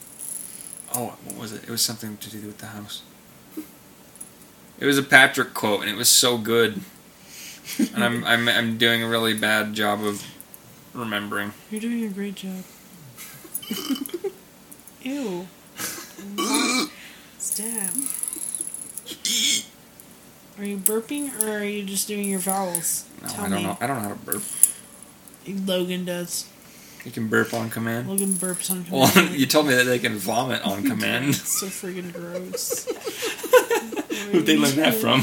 Speaker 1: Oh, what was it? It was something to do with the house. It was a Patrick quote, and it was so good. and
Speaker 3: [laughs]
Speaker 1: I'm, I'm, I'm doing a really bad job of remembering.
Speaker 3: You're doing a great job. Ew. Stab. Are you burping or are you just doing your vowels?
Speaker 1: No,
Speaker 3: Tell
Speaker 1: I don't
Speaker 3: me.
Speaker 1: know. I don't know how to burp.
Speaker 3: Logan does.
Speaker 1: You can burp on command.
Speaker 3: Logan burps on
Speaker 1: Well, [laughs]
Speaker 3: command.
Speaker 1: you told me that they can vomit on command.
Speaker 3: It's so friggin'
Speaker 1: [laughs]
Speaker 3: gross.
Speaker 1: Who'd they learn that from?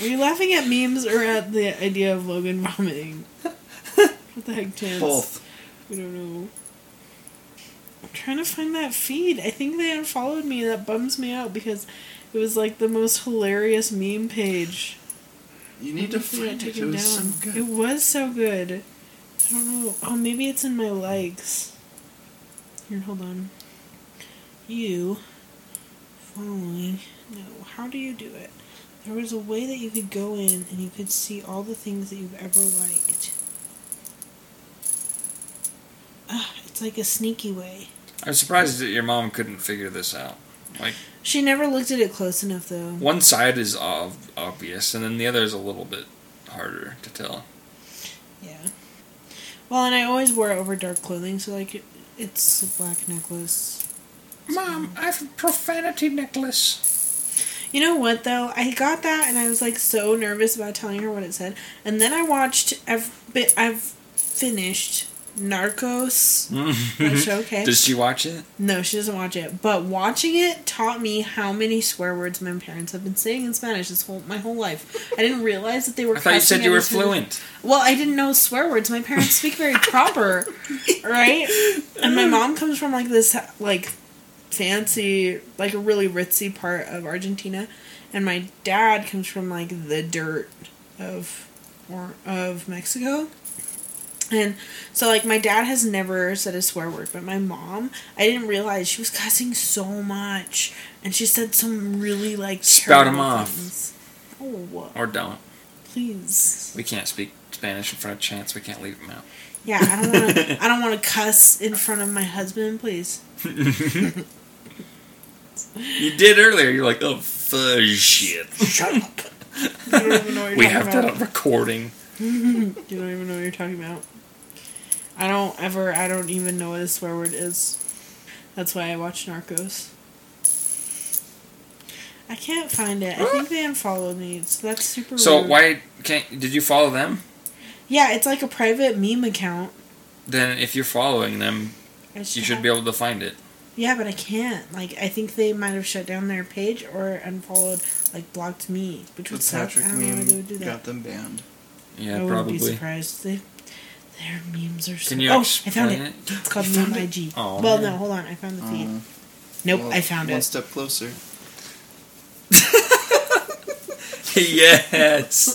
Speaker 3: Were you laughing at memes or at the idea of Logan
Speaker 1: [laughs]
Speaker 3: vomiting? What the heck, Chance?
Speaker 4: Both.
Speaker 3: We don't know. I'm trying to find that feed. I think they unfollowed me. That bums me out because it was like the most hilarious meme page.
Speaker 4: You need to
Speaker 3: Hopefully I
Speaker 4: find
Speaker 3: took
Speaker 4: it.
Speaker 3: it
Speaker 4: It was so
Speaker 3: down. It
Speaker 4: good.
Speaker 3: was so good. I don't know. Oh, maybe it's in my likes. Here, hold on. You following? No. How do you do it? There was a way that you could go in and you could see all the things that you've ever liked. Ah, it's like a sneaky way.
Speaker 1: [laughs] I'm surprised that your mom couldn't figure this out.
Speaker 3: She never looked at it close enough, though.
Speaker 1: One side is ob- obvious, and then the other is a little bit harder to tell.
Speaker 3: Yeah. Well, and I always wore it over dark clothing, so like It's a black necklace.
Speaker 1: Mom, I have a profanity [laughs] necklace.
Speaker 3: You know what though? I got that and I was like so nervous about telling her what it said. And then I watched. I've been, I've finished Narcos. that show, okay.
Speaker 1: Does she watch it?
Speaker 3: No, she doesn't watch it. But watching it taught me how many swear words my parents have been saying in Spanish this whole my whole life. I didn't realize that they were.
Speaker 1: I thought you
Speaker 3: cussing
Speaker 1: said you
Speaker 3: at
Speaker 1: were
Speaker 3: us for the-
Speaker 1: fluent.
Speaker 3: Well, I didn't know swear words. My parents speak very proper, right? And my mom comes from like this like fancy, like a really ritzy part of Argentina, and my dad comes from like the dirt of or of Mexico. And so, like, my dad has never said a swear word, but my mom, I didn't realize she was cussing so much, and she said some really like
Speaker 1: Spout 'em
Speaker 3: terrible
Speaker 1: off.
Speaker 3: things. Oh,
Speaker 1: Or don't.
Speaker 3: please!
Speaker 1: We can't speak Spanish in front of Chance. We can't leave him [laughs] out.
Speaker 3: Yeah, I don't want to. I don't want to cuss in front of my husband, please.
Speaker 1: You did earlier. You're like, oh, fudge shit.
Speaker 3: Shut up. You don't even know what you're
Speaker 1: [laughs] We
Speaker 3: talking
Speaker 1: have that
Speaker 3: about.
Speaker 1: on recording.
Speaker 3: You don't even know what you're talking about. I don't ever. I don't even know what a swear word is. That's why I watch Narcos. I can't find it. I think they unfollowed me, so that's super.
Speaker 1: So
Speaker 3: rude.
Speaker 1: why can't? Did you follow them?
Speaker 3: Yeah, it's like a private meme account.
Speaker 1: Then if you're following them,
Speaker 3: I
Speaker 1: you should be able to find it.
Speaker 3: Yeah, but I can't. Like, I think they might have shut down their page or unfollowed, like, blocked me, which
Speaker 4: The
Speaker 3: would suck.
Speaker 4: Patrick
Speaker 3: I don't know why they
Speaker 4: meme
Speaker 3: would do that.
Speaker 4: got them banned.
Speaker 1: Yeah,
Speaker 3: I wouldn't be
Speaker 1: probably.
Speaker 3: surprised. They, their memes are so.
Speaker 1: Can you
Speaker 3: oh, I
Speaker 1: explain
Speaker 3: found it.
Speaker 1: it?
Speaker 3: It's called
Speaker 4: You
Speaker 3: Meme
Speaker 4: found it?
Speaker 3: IG.
Speaker 1: Aw.
Speaker 3: well, no, hold on. I found the feed.
Speaker 4: Uh,
Speaker 3: nope,
Speaker 4: well,
Speaker 3: I found
Speaker 4: One
Speaker 3: it.
Speaker 4: step closer.
Speaker 1: [laughs] yes.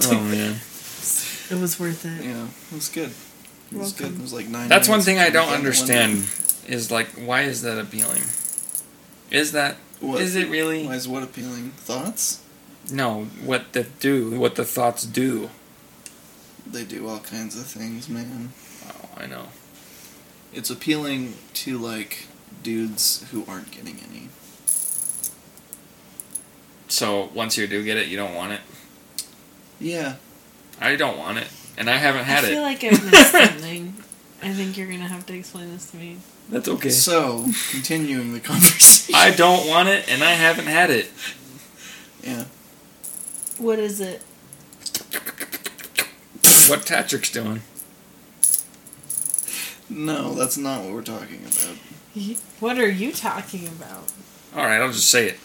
Speaker 1: [laughs] oh man,
Speaker 3: It was worth it.
Speaker 4: Yeah, it was good. It was good. It was like nine.
Speaker 1: that's one
Speaker 4: minutes.
Speaker 1: thing I don't
Speaker 4: Yeah, one-
Speaker 1: understand. Is like, why is that appealing? Is that is
Speaker 4: What?
Speaker 1: it really?
Speaker 4: Why is what appealing? Thoughts?
Speaker 1: No, what the do? What the thoughts do?
Speaker 4: They do all kinds of things, man.
Speaker 1: Oh, I know.
Speaker 4: It's appealing to like dudes who aren't getting any.
Speaker 1: So once you do get it, you don't want it.
Speaker 4: Yeah,
Speaker 1: I don't want it, and I haven't had
Speaker 3: I feel
Speaker 1: it. [laughs]
Speaker 3: like I missed something. I think you're gonna have to explain this to me.
Speaker 1: That's okay.
Speaker 4: So, continuing the [laughs] conversation.
Speaker 1: I don't want it, and I haven't had it.
Speaker 4: yeah.
Speaker 3: What is it?
Speaker 1: What Patrick's doing?
Speaker 4: No, that's not what we're talking about.
Speaker 3: What are you talking about?
Speaker 1: All right, I'll just say it.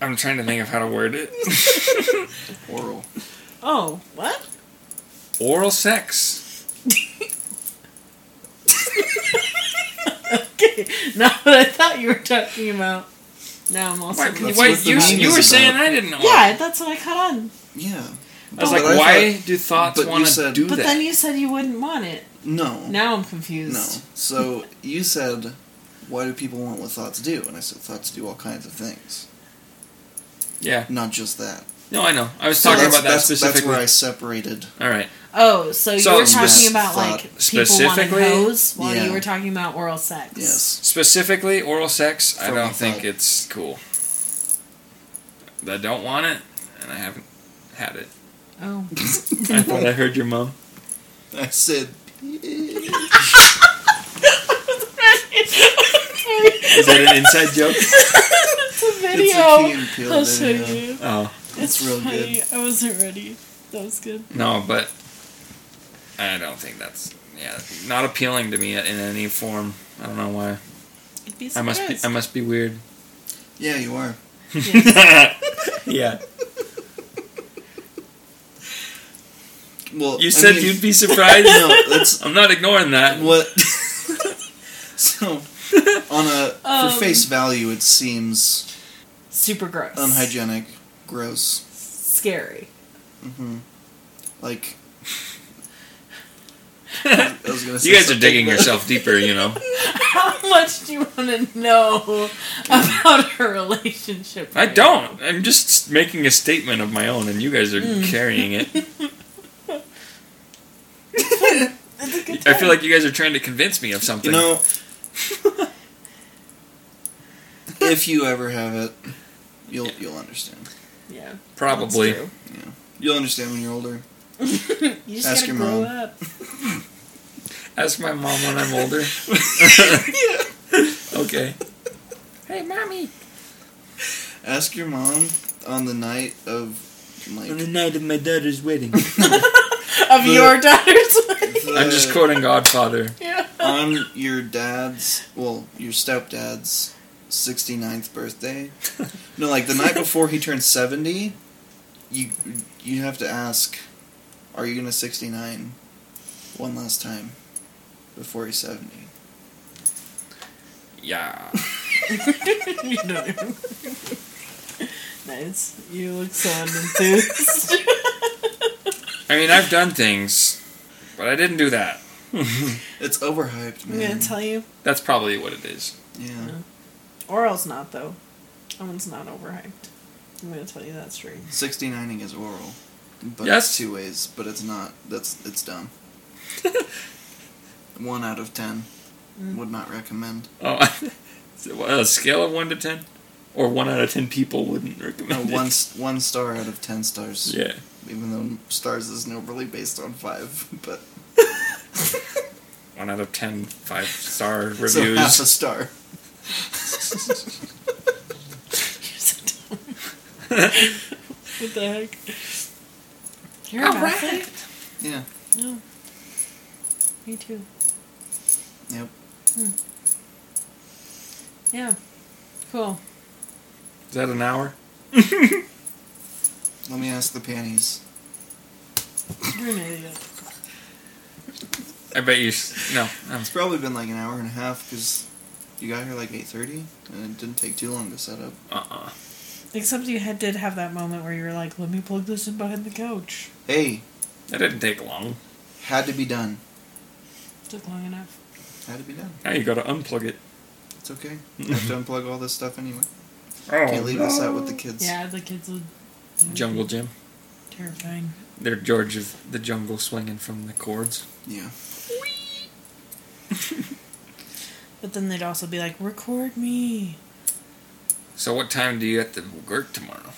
Speaker 1: I'm trying to think of how to word it. [laughs]
Speaker 4: Oral.
Speaker 3: Oh, what? [laughs]
Speaker 1: Oral sex.
Speaker 3: Okay, not what I thought you were talking about. Now I'm also.
Speaker 1: Why,
Speaker 4: That's
Speaker 1: why-
Speaker 4: what the
Speaker 1: you,
Speaker 4: meme
Speaker 1: you
Speaker 4: is
Speaker 1: were saying
Speaker 4: about.
Speaker 1: I didn't know.
Speaker 3: Yeah, that's what I caught on.
Speaker 4: Yeah.
Speaker 1: I was
Speaker 4: But
Speaker 1: like,
Speaker 4: I
Speaker 1: why
Speaker 4: thought-
Speaker 1: do thoughts
Speaker 4: but you
Speaker 1: want to
Speaker 4: said-
Speaker 1: do
Speaker 3: But
Speaker 1: that?
Speaker 3: then you said you wouldn't want it.
Speaker 4: No.
Speaker 3: Now I'm
Speaker 4: No.
Speaker 3: confused.
Speaker 4: So you said, "Why do people want what thoughts do?" And I said, "Thoughts do all kinds of things,
Speaker 1: yeah.
Speaker 4: not just that."
Speaker 1: No, I know. I was
Speaker 4: So
Speaker 1: talking
Speaker 4: that's-
Speaker 1: about that
Speaker 4: that's, That's
Speaker 1: specifically.
Speaker 4: where I separated.
Speaker 1: All right.
Speaker 3: Oh, so,
Speaker 1: So
Speaker 3: you were
Speaker 1: it's
Speaker 3: talking
Speaker 1: just
Speaker 3: about
Speaker 4: thought
Speaker 3: like people wanting
Speaker 1: specifically-
Speaker 3: hoes while
Speaker 4: Yeah.
Speaker 3: you were talking about oral sex.
Speaker 4: Yes.
Speaker 1: Specifically, oral sex. I
Speaker 4: From
Speaker 1: don't
Speaker 4: the
Speaker 1: think
Speaker 4: thought.
Speaker 1: it's cool. I don't want it, and I haven't had
Speaker 4: [laughs]
Speaker 1: it.
Speaker 3: Oh.
Speaker 1: I thought I heard your mom.
Speaker 4: I said, "Bitch."
Speaker 1: Is that an inside
Speaker 4: [laughs]
Speaker 1: joke?
Speaker 3: it's a
Speaker 4: "It's
Speaker 3: video.
Speaker 4: a Key and Peele
Speaker 3: I'll show
Speaker 4: video.
Speaker 3: you.
Speaker 1: Oh
Speaker 4: It's real
Speaker 3: funny.
Speaker 4: good."
Speaker 3: I wasn't ready. That was good.
Speaker 1: no, but I don't think that's yeah not appealing to me in any form. I don't know why.
Speaker 3: You'd be
Speaker 1: I must be I
Speaker 3: surprised.
Speaker 1: must be weird.
Speaker 4: Yeah, you are.
Speaker 1: [laughs] yeah.
Speaker 4: Well,
Speaker 1: You
Speaker 4: I
Speaker 1: said
Speaker 4: mean- [laughs]
Speaker 1: you'd be surprised.
Speaker 4: No, that's
Speaker 1: I'm not ignoring that.
Speaker 4: what. [laughs] so, on a
Speaker 3: Um.
Speaker 4: for face value, it seems
Speaker 3: Super gross.
Speaker 4: unhygienic, gross.
Speaker 3: Scary. [laughs]
Speaker 4: hmm Like. I was gonna
Speaker 1: [laughs]
Speaker 4: say
Speaker 1: You guys are
Speaker 4: something,
Speaker 1: digging
Speaker 4: but-
Speaker 1: yourself deeper, you know.
Speaker 3: How much do you want to know about her relationship?
Speaker 1: I
Speaker 3: right
Speaker 1: don't. I'm just making a statement of my own, and you guys are carrying [laughs] it.
Speaker 3: now? [laughs] It's a good
Speaker 1: I feel
Speaker 3: time.
Speaker 1: like you guys are trying to convince me of something.
Speaker 4: You
Speaker 1: [laughs]
Speaker 4: know. if you ever have it, you'll you'll understand.
Speaker 3: [laughs] yeah, that's
Speaker 1: probably.
Speaker 3: true.
Speaker 1: [laughs]
Speaker 4: Yeah, you'll understand when you're older.
Speaker 3: [laughs] You just gotta
Speaker 4: Ask your
Speaker 3: grow
Speaker 4: mom.
Speaker 3: up.
Speaker 1: Ask my mom when I'm older. Okay. Hey, mommy.
Speaker 4: Ask your mom on the night of like [laughs]
Speaker 1: On the night of my daughter's wedding.
Speaker 3: [laughs] Of your daughter's [laughs] wedding.
Speaker 4: the-
Speaker 1: I'm just quoting Godfather.
Speaker 3: Yeah. [laughs]
Speaker 4: [laughs] on your dad's well, your stepdad's 69th birthday. No, like the night before he turns 70, you you have to ask, are you going to 69 one last time before he's 70?
Speaker 1: Yeah.
Speaker 3: you don't even. nice. You look so unenthused.
Speaker 1: I mean, I've done things, but I didn't do
Speaker 4: [laughs]
Speaker 1: that.
Speaker 4: It's overhyped,
Speaker 3: I'm
Speaker 4: man.
Speaker 3: gonna tell you.
Speaker 1: That's probably what it is.
Speaker 4: yeah.
Speaker 3: Oral's not though. Owen's not overhyped. I'm gonna tell you that straight.
Speaker 4: 69ing is oral. But
Speaker 1: Yes.
Speaker 4: it's two ways, but it's not. That's
Speaker 1: [laughs]
Speaker 4: it's dumb. one out of 10 would not
Speaker 1: [laughs]
Speaker 4: recommend.
Speaker 1: Oh, is it a scale of 1 to 10? Or 1 out of 10 people wouldn't
Speaker 4: No,
Speaker 1: recommend it.
Speaker 4: one s- one star out of 10 stars.
Speaker 1: Yeah.
Speaker 4: even though stars is normally based on five, [laughs] but
Speaker 1: 1 out of 10 five star
Speaker 4: [laughs] so half
Speaker 1: reviews.
Speaker 4: a star.
Speaker 3: You're so dumb. [laughs] what the heck? You're
Speaker 12: All
Speaker 3: a
Speaker 12: right.
Speaker 3: right.
Speaker 4: Yeah.
Speaker 3: No. Me too.
Speaker 4: Yep.
Speaker 3: Yeah. Cool.
Speaker 1: is that an hour?
Speaker 4: Let me ask the panties.
Speaker 3: You're an idiot.
Speaker 1: I bet you. s- No. no.
Speaker 4: It's probably been like an hour and a half because you got here like eight thirty, and it didn't take too long to set up.
Speaker 1: Uh-uh.
Speaker 3: Except you had, did have that moment where you were like, let me plug this in behind the couch.
Speaker 4: Hey,
Speaker 1: That didn't take long.
Speaker 4: had to be done.
Speaker 3: Took long enough.
Speaker 4: Had to be done.
Speaker 1: Now you gotta unplug it.
Speaker 4: It's okay. I have
Speaker 1: [laughs]
Speaker 4: to unplug all this stuff anyway.
Speaker 1: Oh,
Speaker 4: Can't leave this out with the kids.
Speaker 3: Yeah, the kids would.
Speaker 1: Jungle Jim.
Speaker 3: Terrifying.
Speaker 1: They're George of the jungle swinging from the cords.
Speaker 4: Yeah.
Speaker 3: But then they'd also be like, record me.
Speaker 1: So what time do you have to work tomorrow?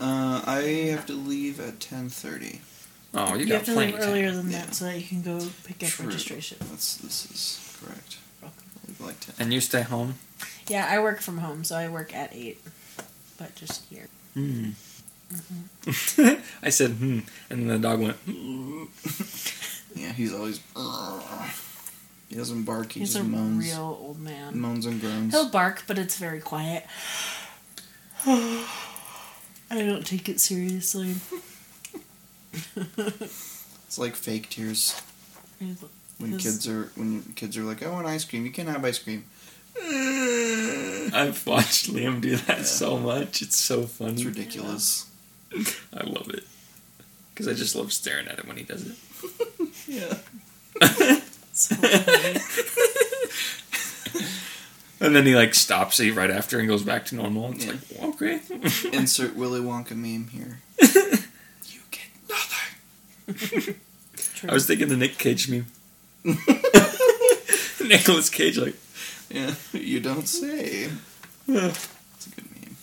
Speaker 4: Uh, I have to leave at ten thirty.
Speaker 1: Oh, you,
Speaker 3: You,
Speaker 1: got
Speaker 3: have to leave
Speaker 1: plenty. of time.
Speaker 3: earlier than
Speaker 4: Yeah.
Speaker 3: that so that you can go pick up
Speaker 4: True.
Speaker 3: registration.
Speaker 4: That's this is correct. Leave like ten.
Speaker 1: And you stay home.
Speaker 3: Yeah, I work from home, so I work at 8. But just here.
Speaker 1: Hmm. [laughs] I said hmm, and the dog went. "Hmm."
Speaker 4: Yeah, he's always. [sighs] He doesn't bark. He
Speaker 3: He's a
Speaker 4: just moans.
Speaker 3: real old man.
Speaker 4: moans and groans.
Speaker 3: He'll bark, but it's very quiet. [sighs] I don't take it seriously.
Speaker 4: It's like fake tears
Speaker 3: He's-
Speaker 4: when
Speaker 3: Yes.
Speaker 4: kids are when kids are like, "I want ice cream. You can't have
Speaker 3: [laughs]
Speaker 4: ice cream."
Speaker 1: I've watched Liam do that so much. It's so funny.
Speaker 4: It's ridiculous.
Speaker 1: I love it because I just love staring at it when he does it.
Speaker 4: Yeah.
Speaker 3: so funny.
Speaker 1: And then he like stops it right after and goes back to normal. It's
Speaker 4: Yeah.
Speaker 1: like okay.
Speaker 4: [laughs] Insert Willy Wonka meme here.
Speaker 1: You get nothing.
Speaker 3: True.
Speaker 1: [laughs] I was thinking the Nick Cage [laughs] meme. Nicholas Cage, like,
Speaker 4: Yeah, [laughs] you don't say. It's a good meme.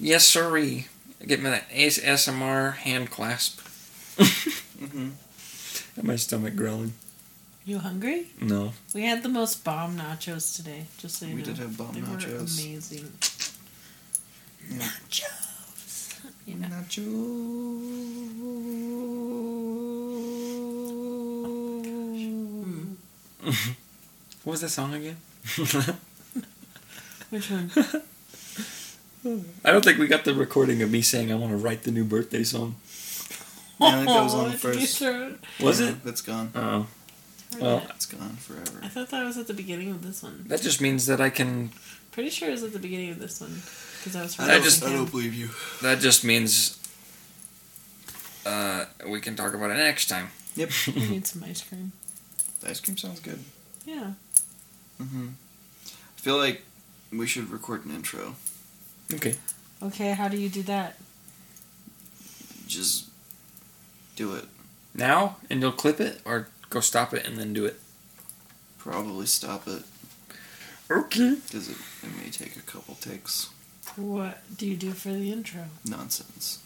Speaker 1: yes, sorry. Get me that AS- ASMR hand clasp.
Speaker 4: Mm-hmm.
Speaker 1: And my stomach growling.
Speaker 3: you hungry?
Speaker 1: No.
Speaker 3: We had the most bomb nachos today. Just so you
Speaker 4: We
Speaker 3: know,
Speaker 4: did have bomb
Speaker 3: they were
Speaker 4: nachos.
Speaker 3: amazing.
Speaker 4: Yeah.
Speaker 3: Nachos. You know, Hmm.
Speaker 4: Nacho.
Speaker 1: What was that song again?
Speaker 3: which
Speaker 4: [laughs]
Speaker 3: one?
Speaker 1: [laughs] I don't think we got the recording of me saying I want to write the new birthday song.
Speaker 4: I think that was
Speaker 3: Oh,
Speaker 4: on
Speaker 3: [laughs]
Speaker 4: the
Speaker 3: did you
Speaker 4: first.
Speaker 3: throw it?
Speaker 1: Was
Speaker 4: Yeah,
Speaker 1: it?
Speaker 4: That's gone.
Speaker 1: Oh. Well,
Speaker 4: It's gone
Speaker 3: I
Speaker 4: forever.
Speaker 3: thought that was at the beginning of this one.
Speaker 1: that just means that I can.
Speaker 3: Pretty sure it was at the beginning of this one because I was.
Speaker 1: I
Speaker 3: referencing
Speaker 1: just-
Speaker 4: I
Speaker 3: him.
Speaker 4: don't believe you.
Speaker 1: That just means. Uh, we can talk about it next time.
Speaker 4: [laughs] Yep.
Speaker 3: We need some ice cream.
Speaker 4: Ice cream sounds good.
Speaker 3: Yeah.
Speaker 4: Mm-hmm. I feel like we should record an intro.
Speaker 1: [laughs] Okay.
Speaker 3: Okay. How do you do that?
Speaker 4: Just do it.
Speaker 1: Now, and you'll clip it, or go stop it and then do it.
Speaker 4: Probably stop it
Speaker 1: Okay.
Speaker 4: because it, it may take a couple takes.
Speaker 3: What do you do for the intro?
Speaker 4: Nonsense.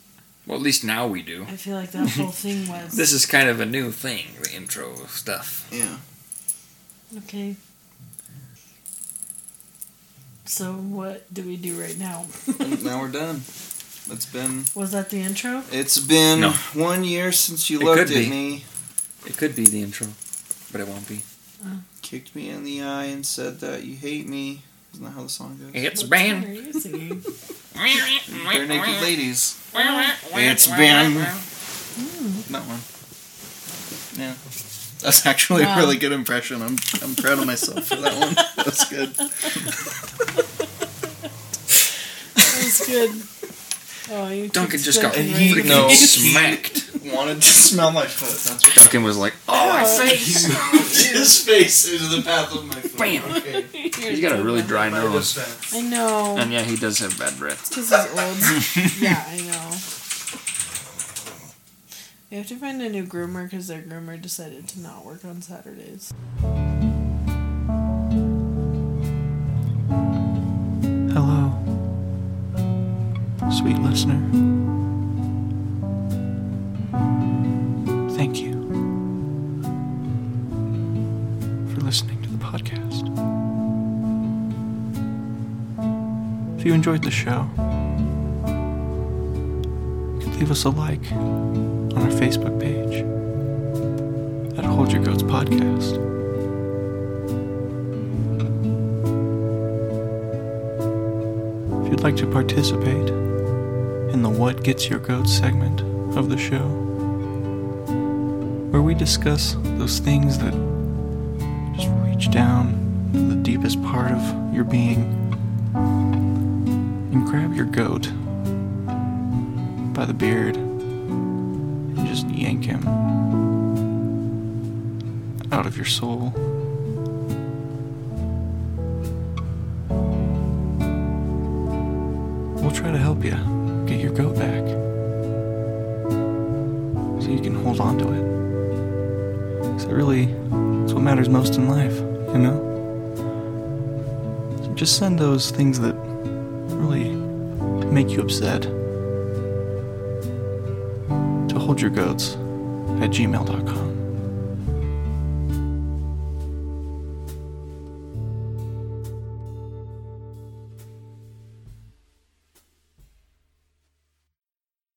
Speaker 1: Well, at least now we do.
Speaker 3: I feel like that whole [laughs] thing was
Speaker 1: This is kind of a new thing, the intro stuff.
Speaker 4: Yeah.
Speaker 3: okay. So what do we do right now?
Speaker 4: [laughs]
Speaker 3: [laughs]
Speaker 4: now we're done. It's been
Speaker 3: Was that the intro?
Speaker 4: it's been
Speaker 1: No.
Speaker 4: one year since you
Speaker 1: It
Speaker 4: looked at
Speaker 1: could be.
Speaker 4: me,
Speaker 1: It could be the intro, but it won't be.
Speaker 4: kicked me in the eye, and said that you hate me. Isn't that how the song goes?
Speaker 1: It's
Speaker 3: What song are you singing?
Speaker 4: Bare naked ladies.
Speaker 1: It's
Speaker 4: That one.
Speaker 2: That's actually
Speaker 3: Wow.
Speaker 2: a really good impression. I'm I'm proud of myself for that one. [laughs] That's good.
Speaker 3: That was good. Oh, you
Speaker 1: Duncan
Speaker 3: keep
Speaker 1: just got
Speaker 3: stepping
Speaker 4: he-
Speaker 3: right-
Speaker 1: freaking
Speaker 3: [laughs]
Speaker 4: no.
Speaker 1: smacked.
Speaker 2: Wanted to smell my foot. That's what
Speaker 1: [laughs] Duncan was like, "Oh, my
Speaker 3: Oh.
Speaker 1: face!" [laughs]
Speaker 2: his face into the path of my foot.
Speaker 1: Bam.
Speaker 2: Okay.
Speaker 1: He's got a really dry
Speaker 2: My
Speaker 1: nose,
Speaker 2: defense.
Speaker 3: I know.
Speaker 1: and yeah, he does have bad breath.
Speaker 3: This is
Speaker 1: [laughs]
Speaker 3: old. yeah, I know. We have to find a new groomer because their groomer decided to not work on Saturdays.
Speaker 2: Hello, sweet listener. Thank you for listening to the podcast. If you enjoyed the show, you can leave us a like on our Facebook page at Hold Your Goats Podcast. If you'd like to participate in the What Gets Your Goat segment of the show, where we discuss those things that just reach down to the deepest part of your being and grab your goat by the beard and just yank him out of your soul. We'll try to help you get your goat back so you can hold on to it. Because it really it's what matters most in life, you know? So just send those things that really make you upset to hold your goats at gmail.com.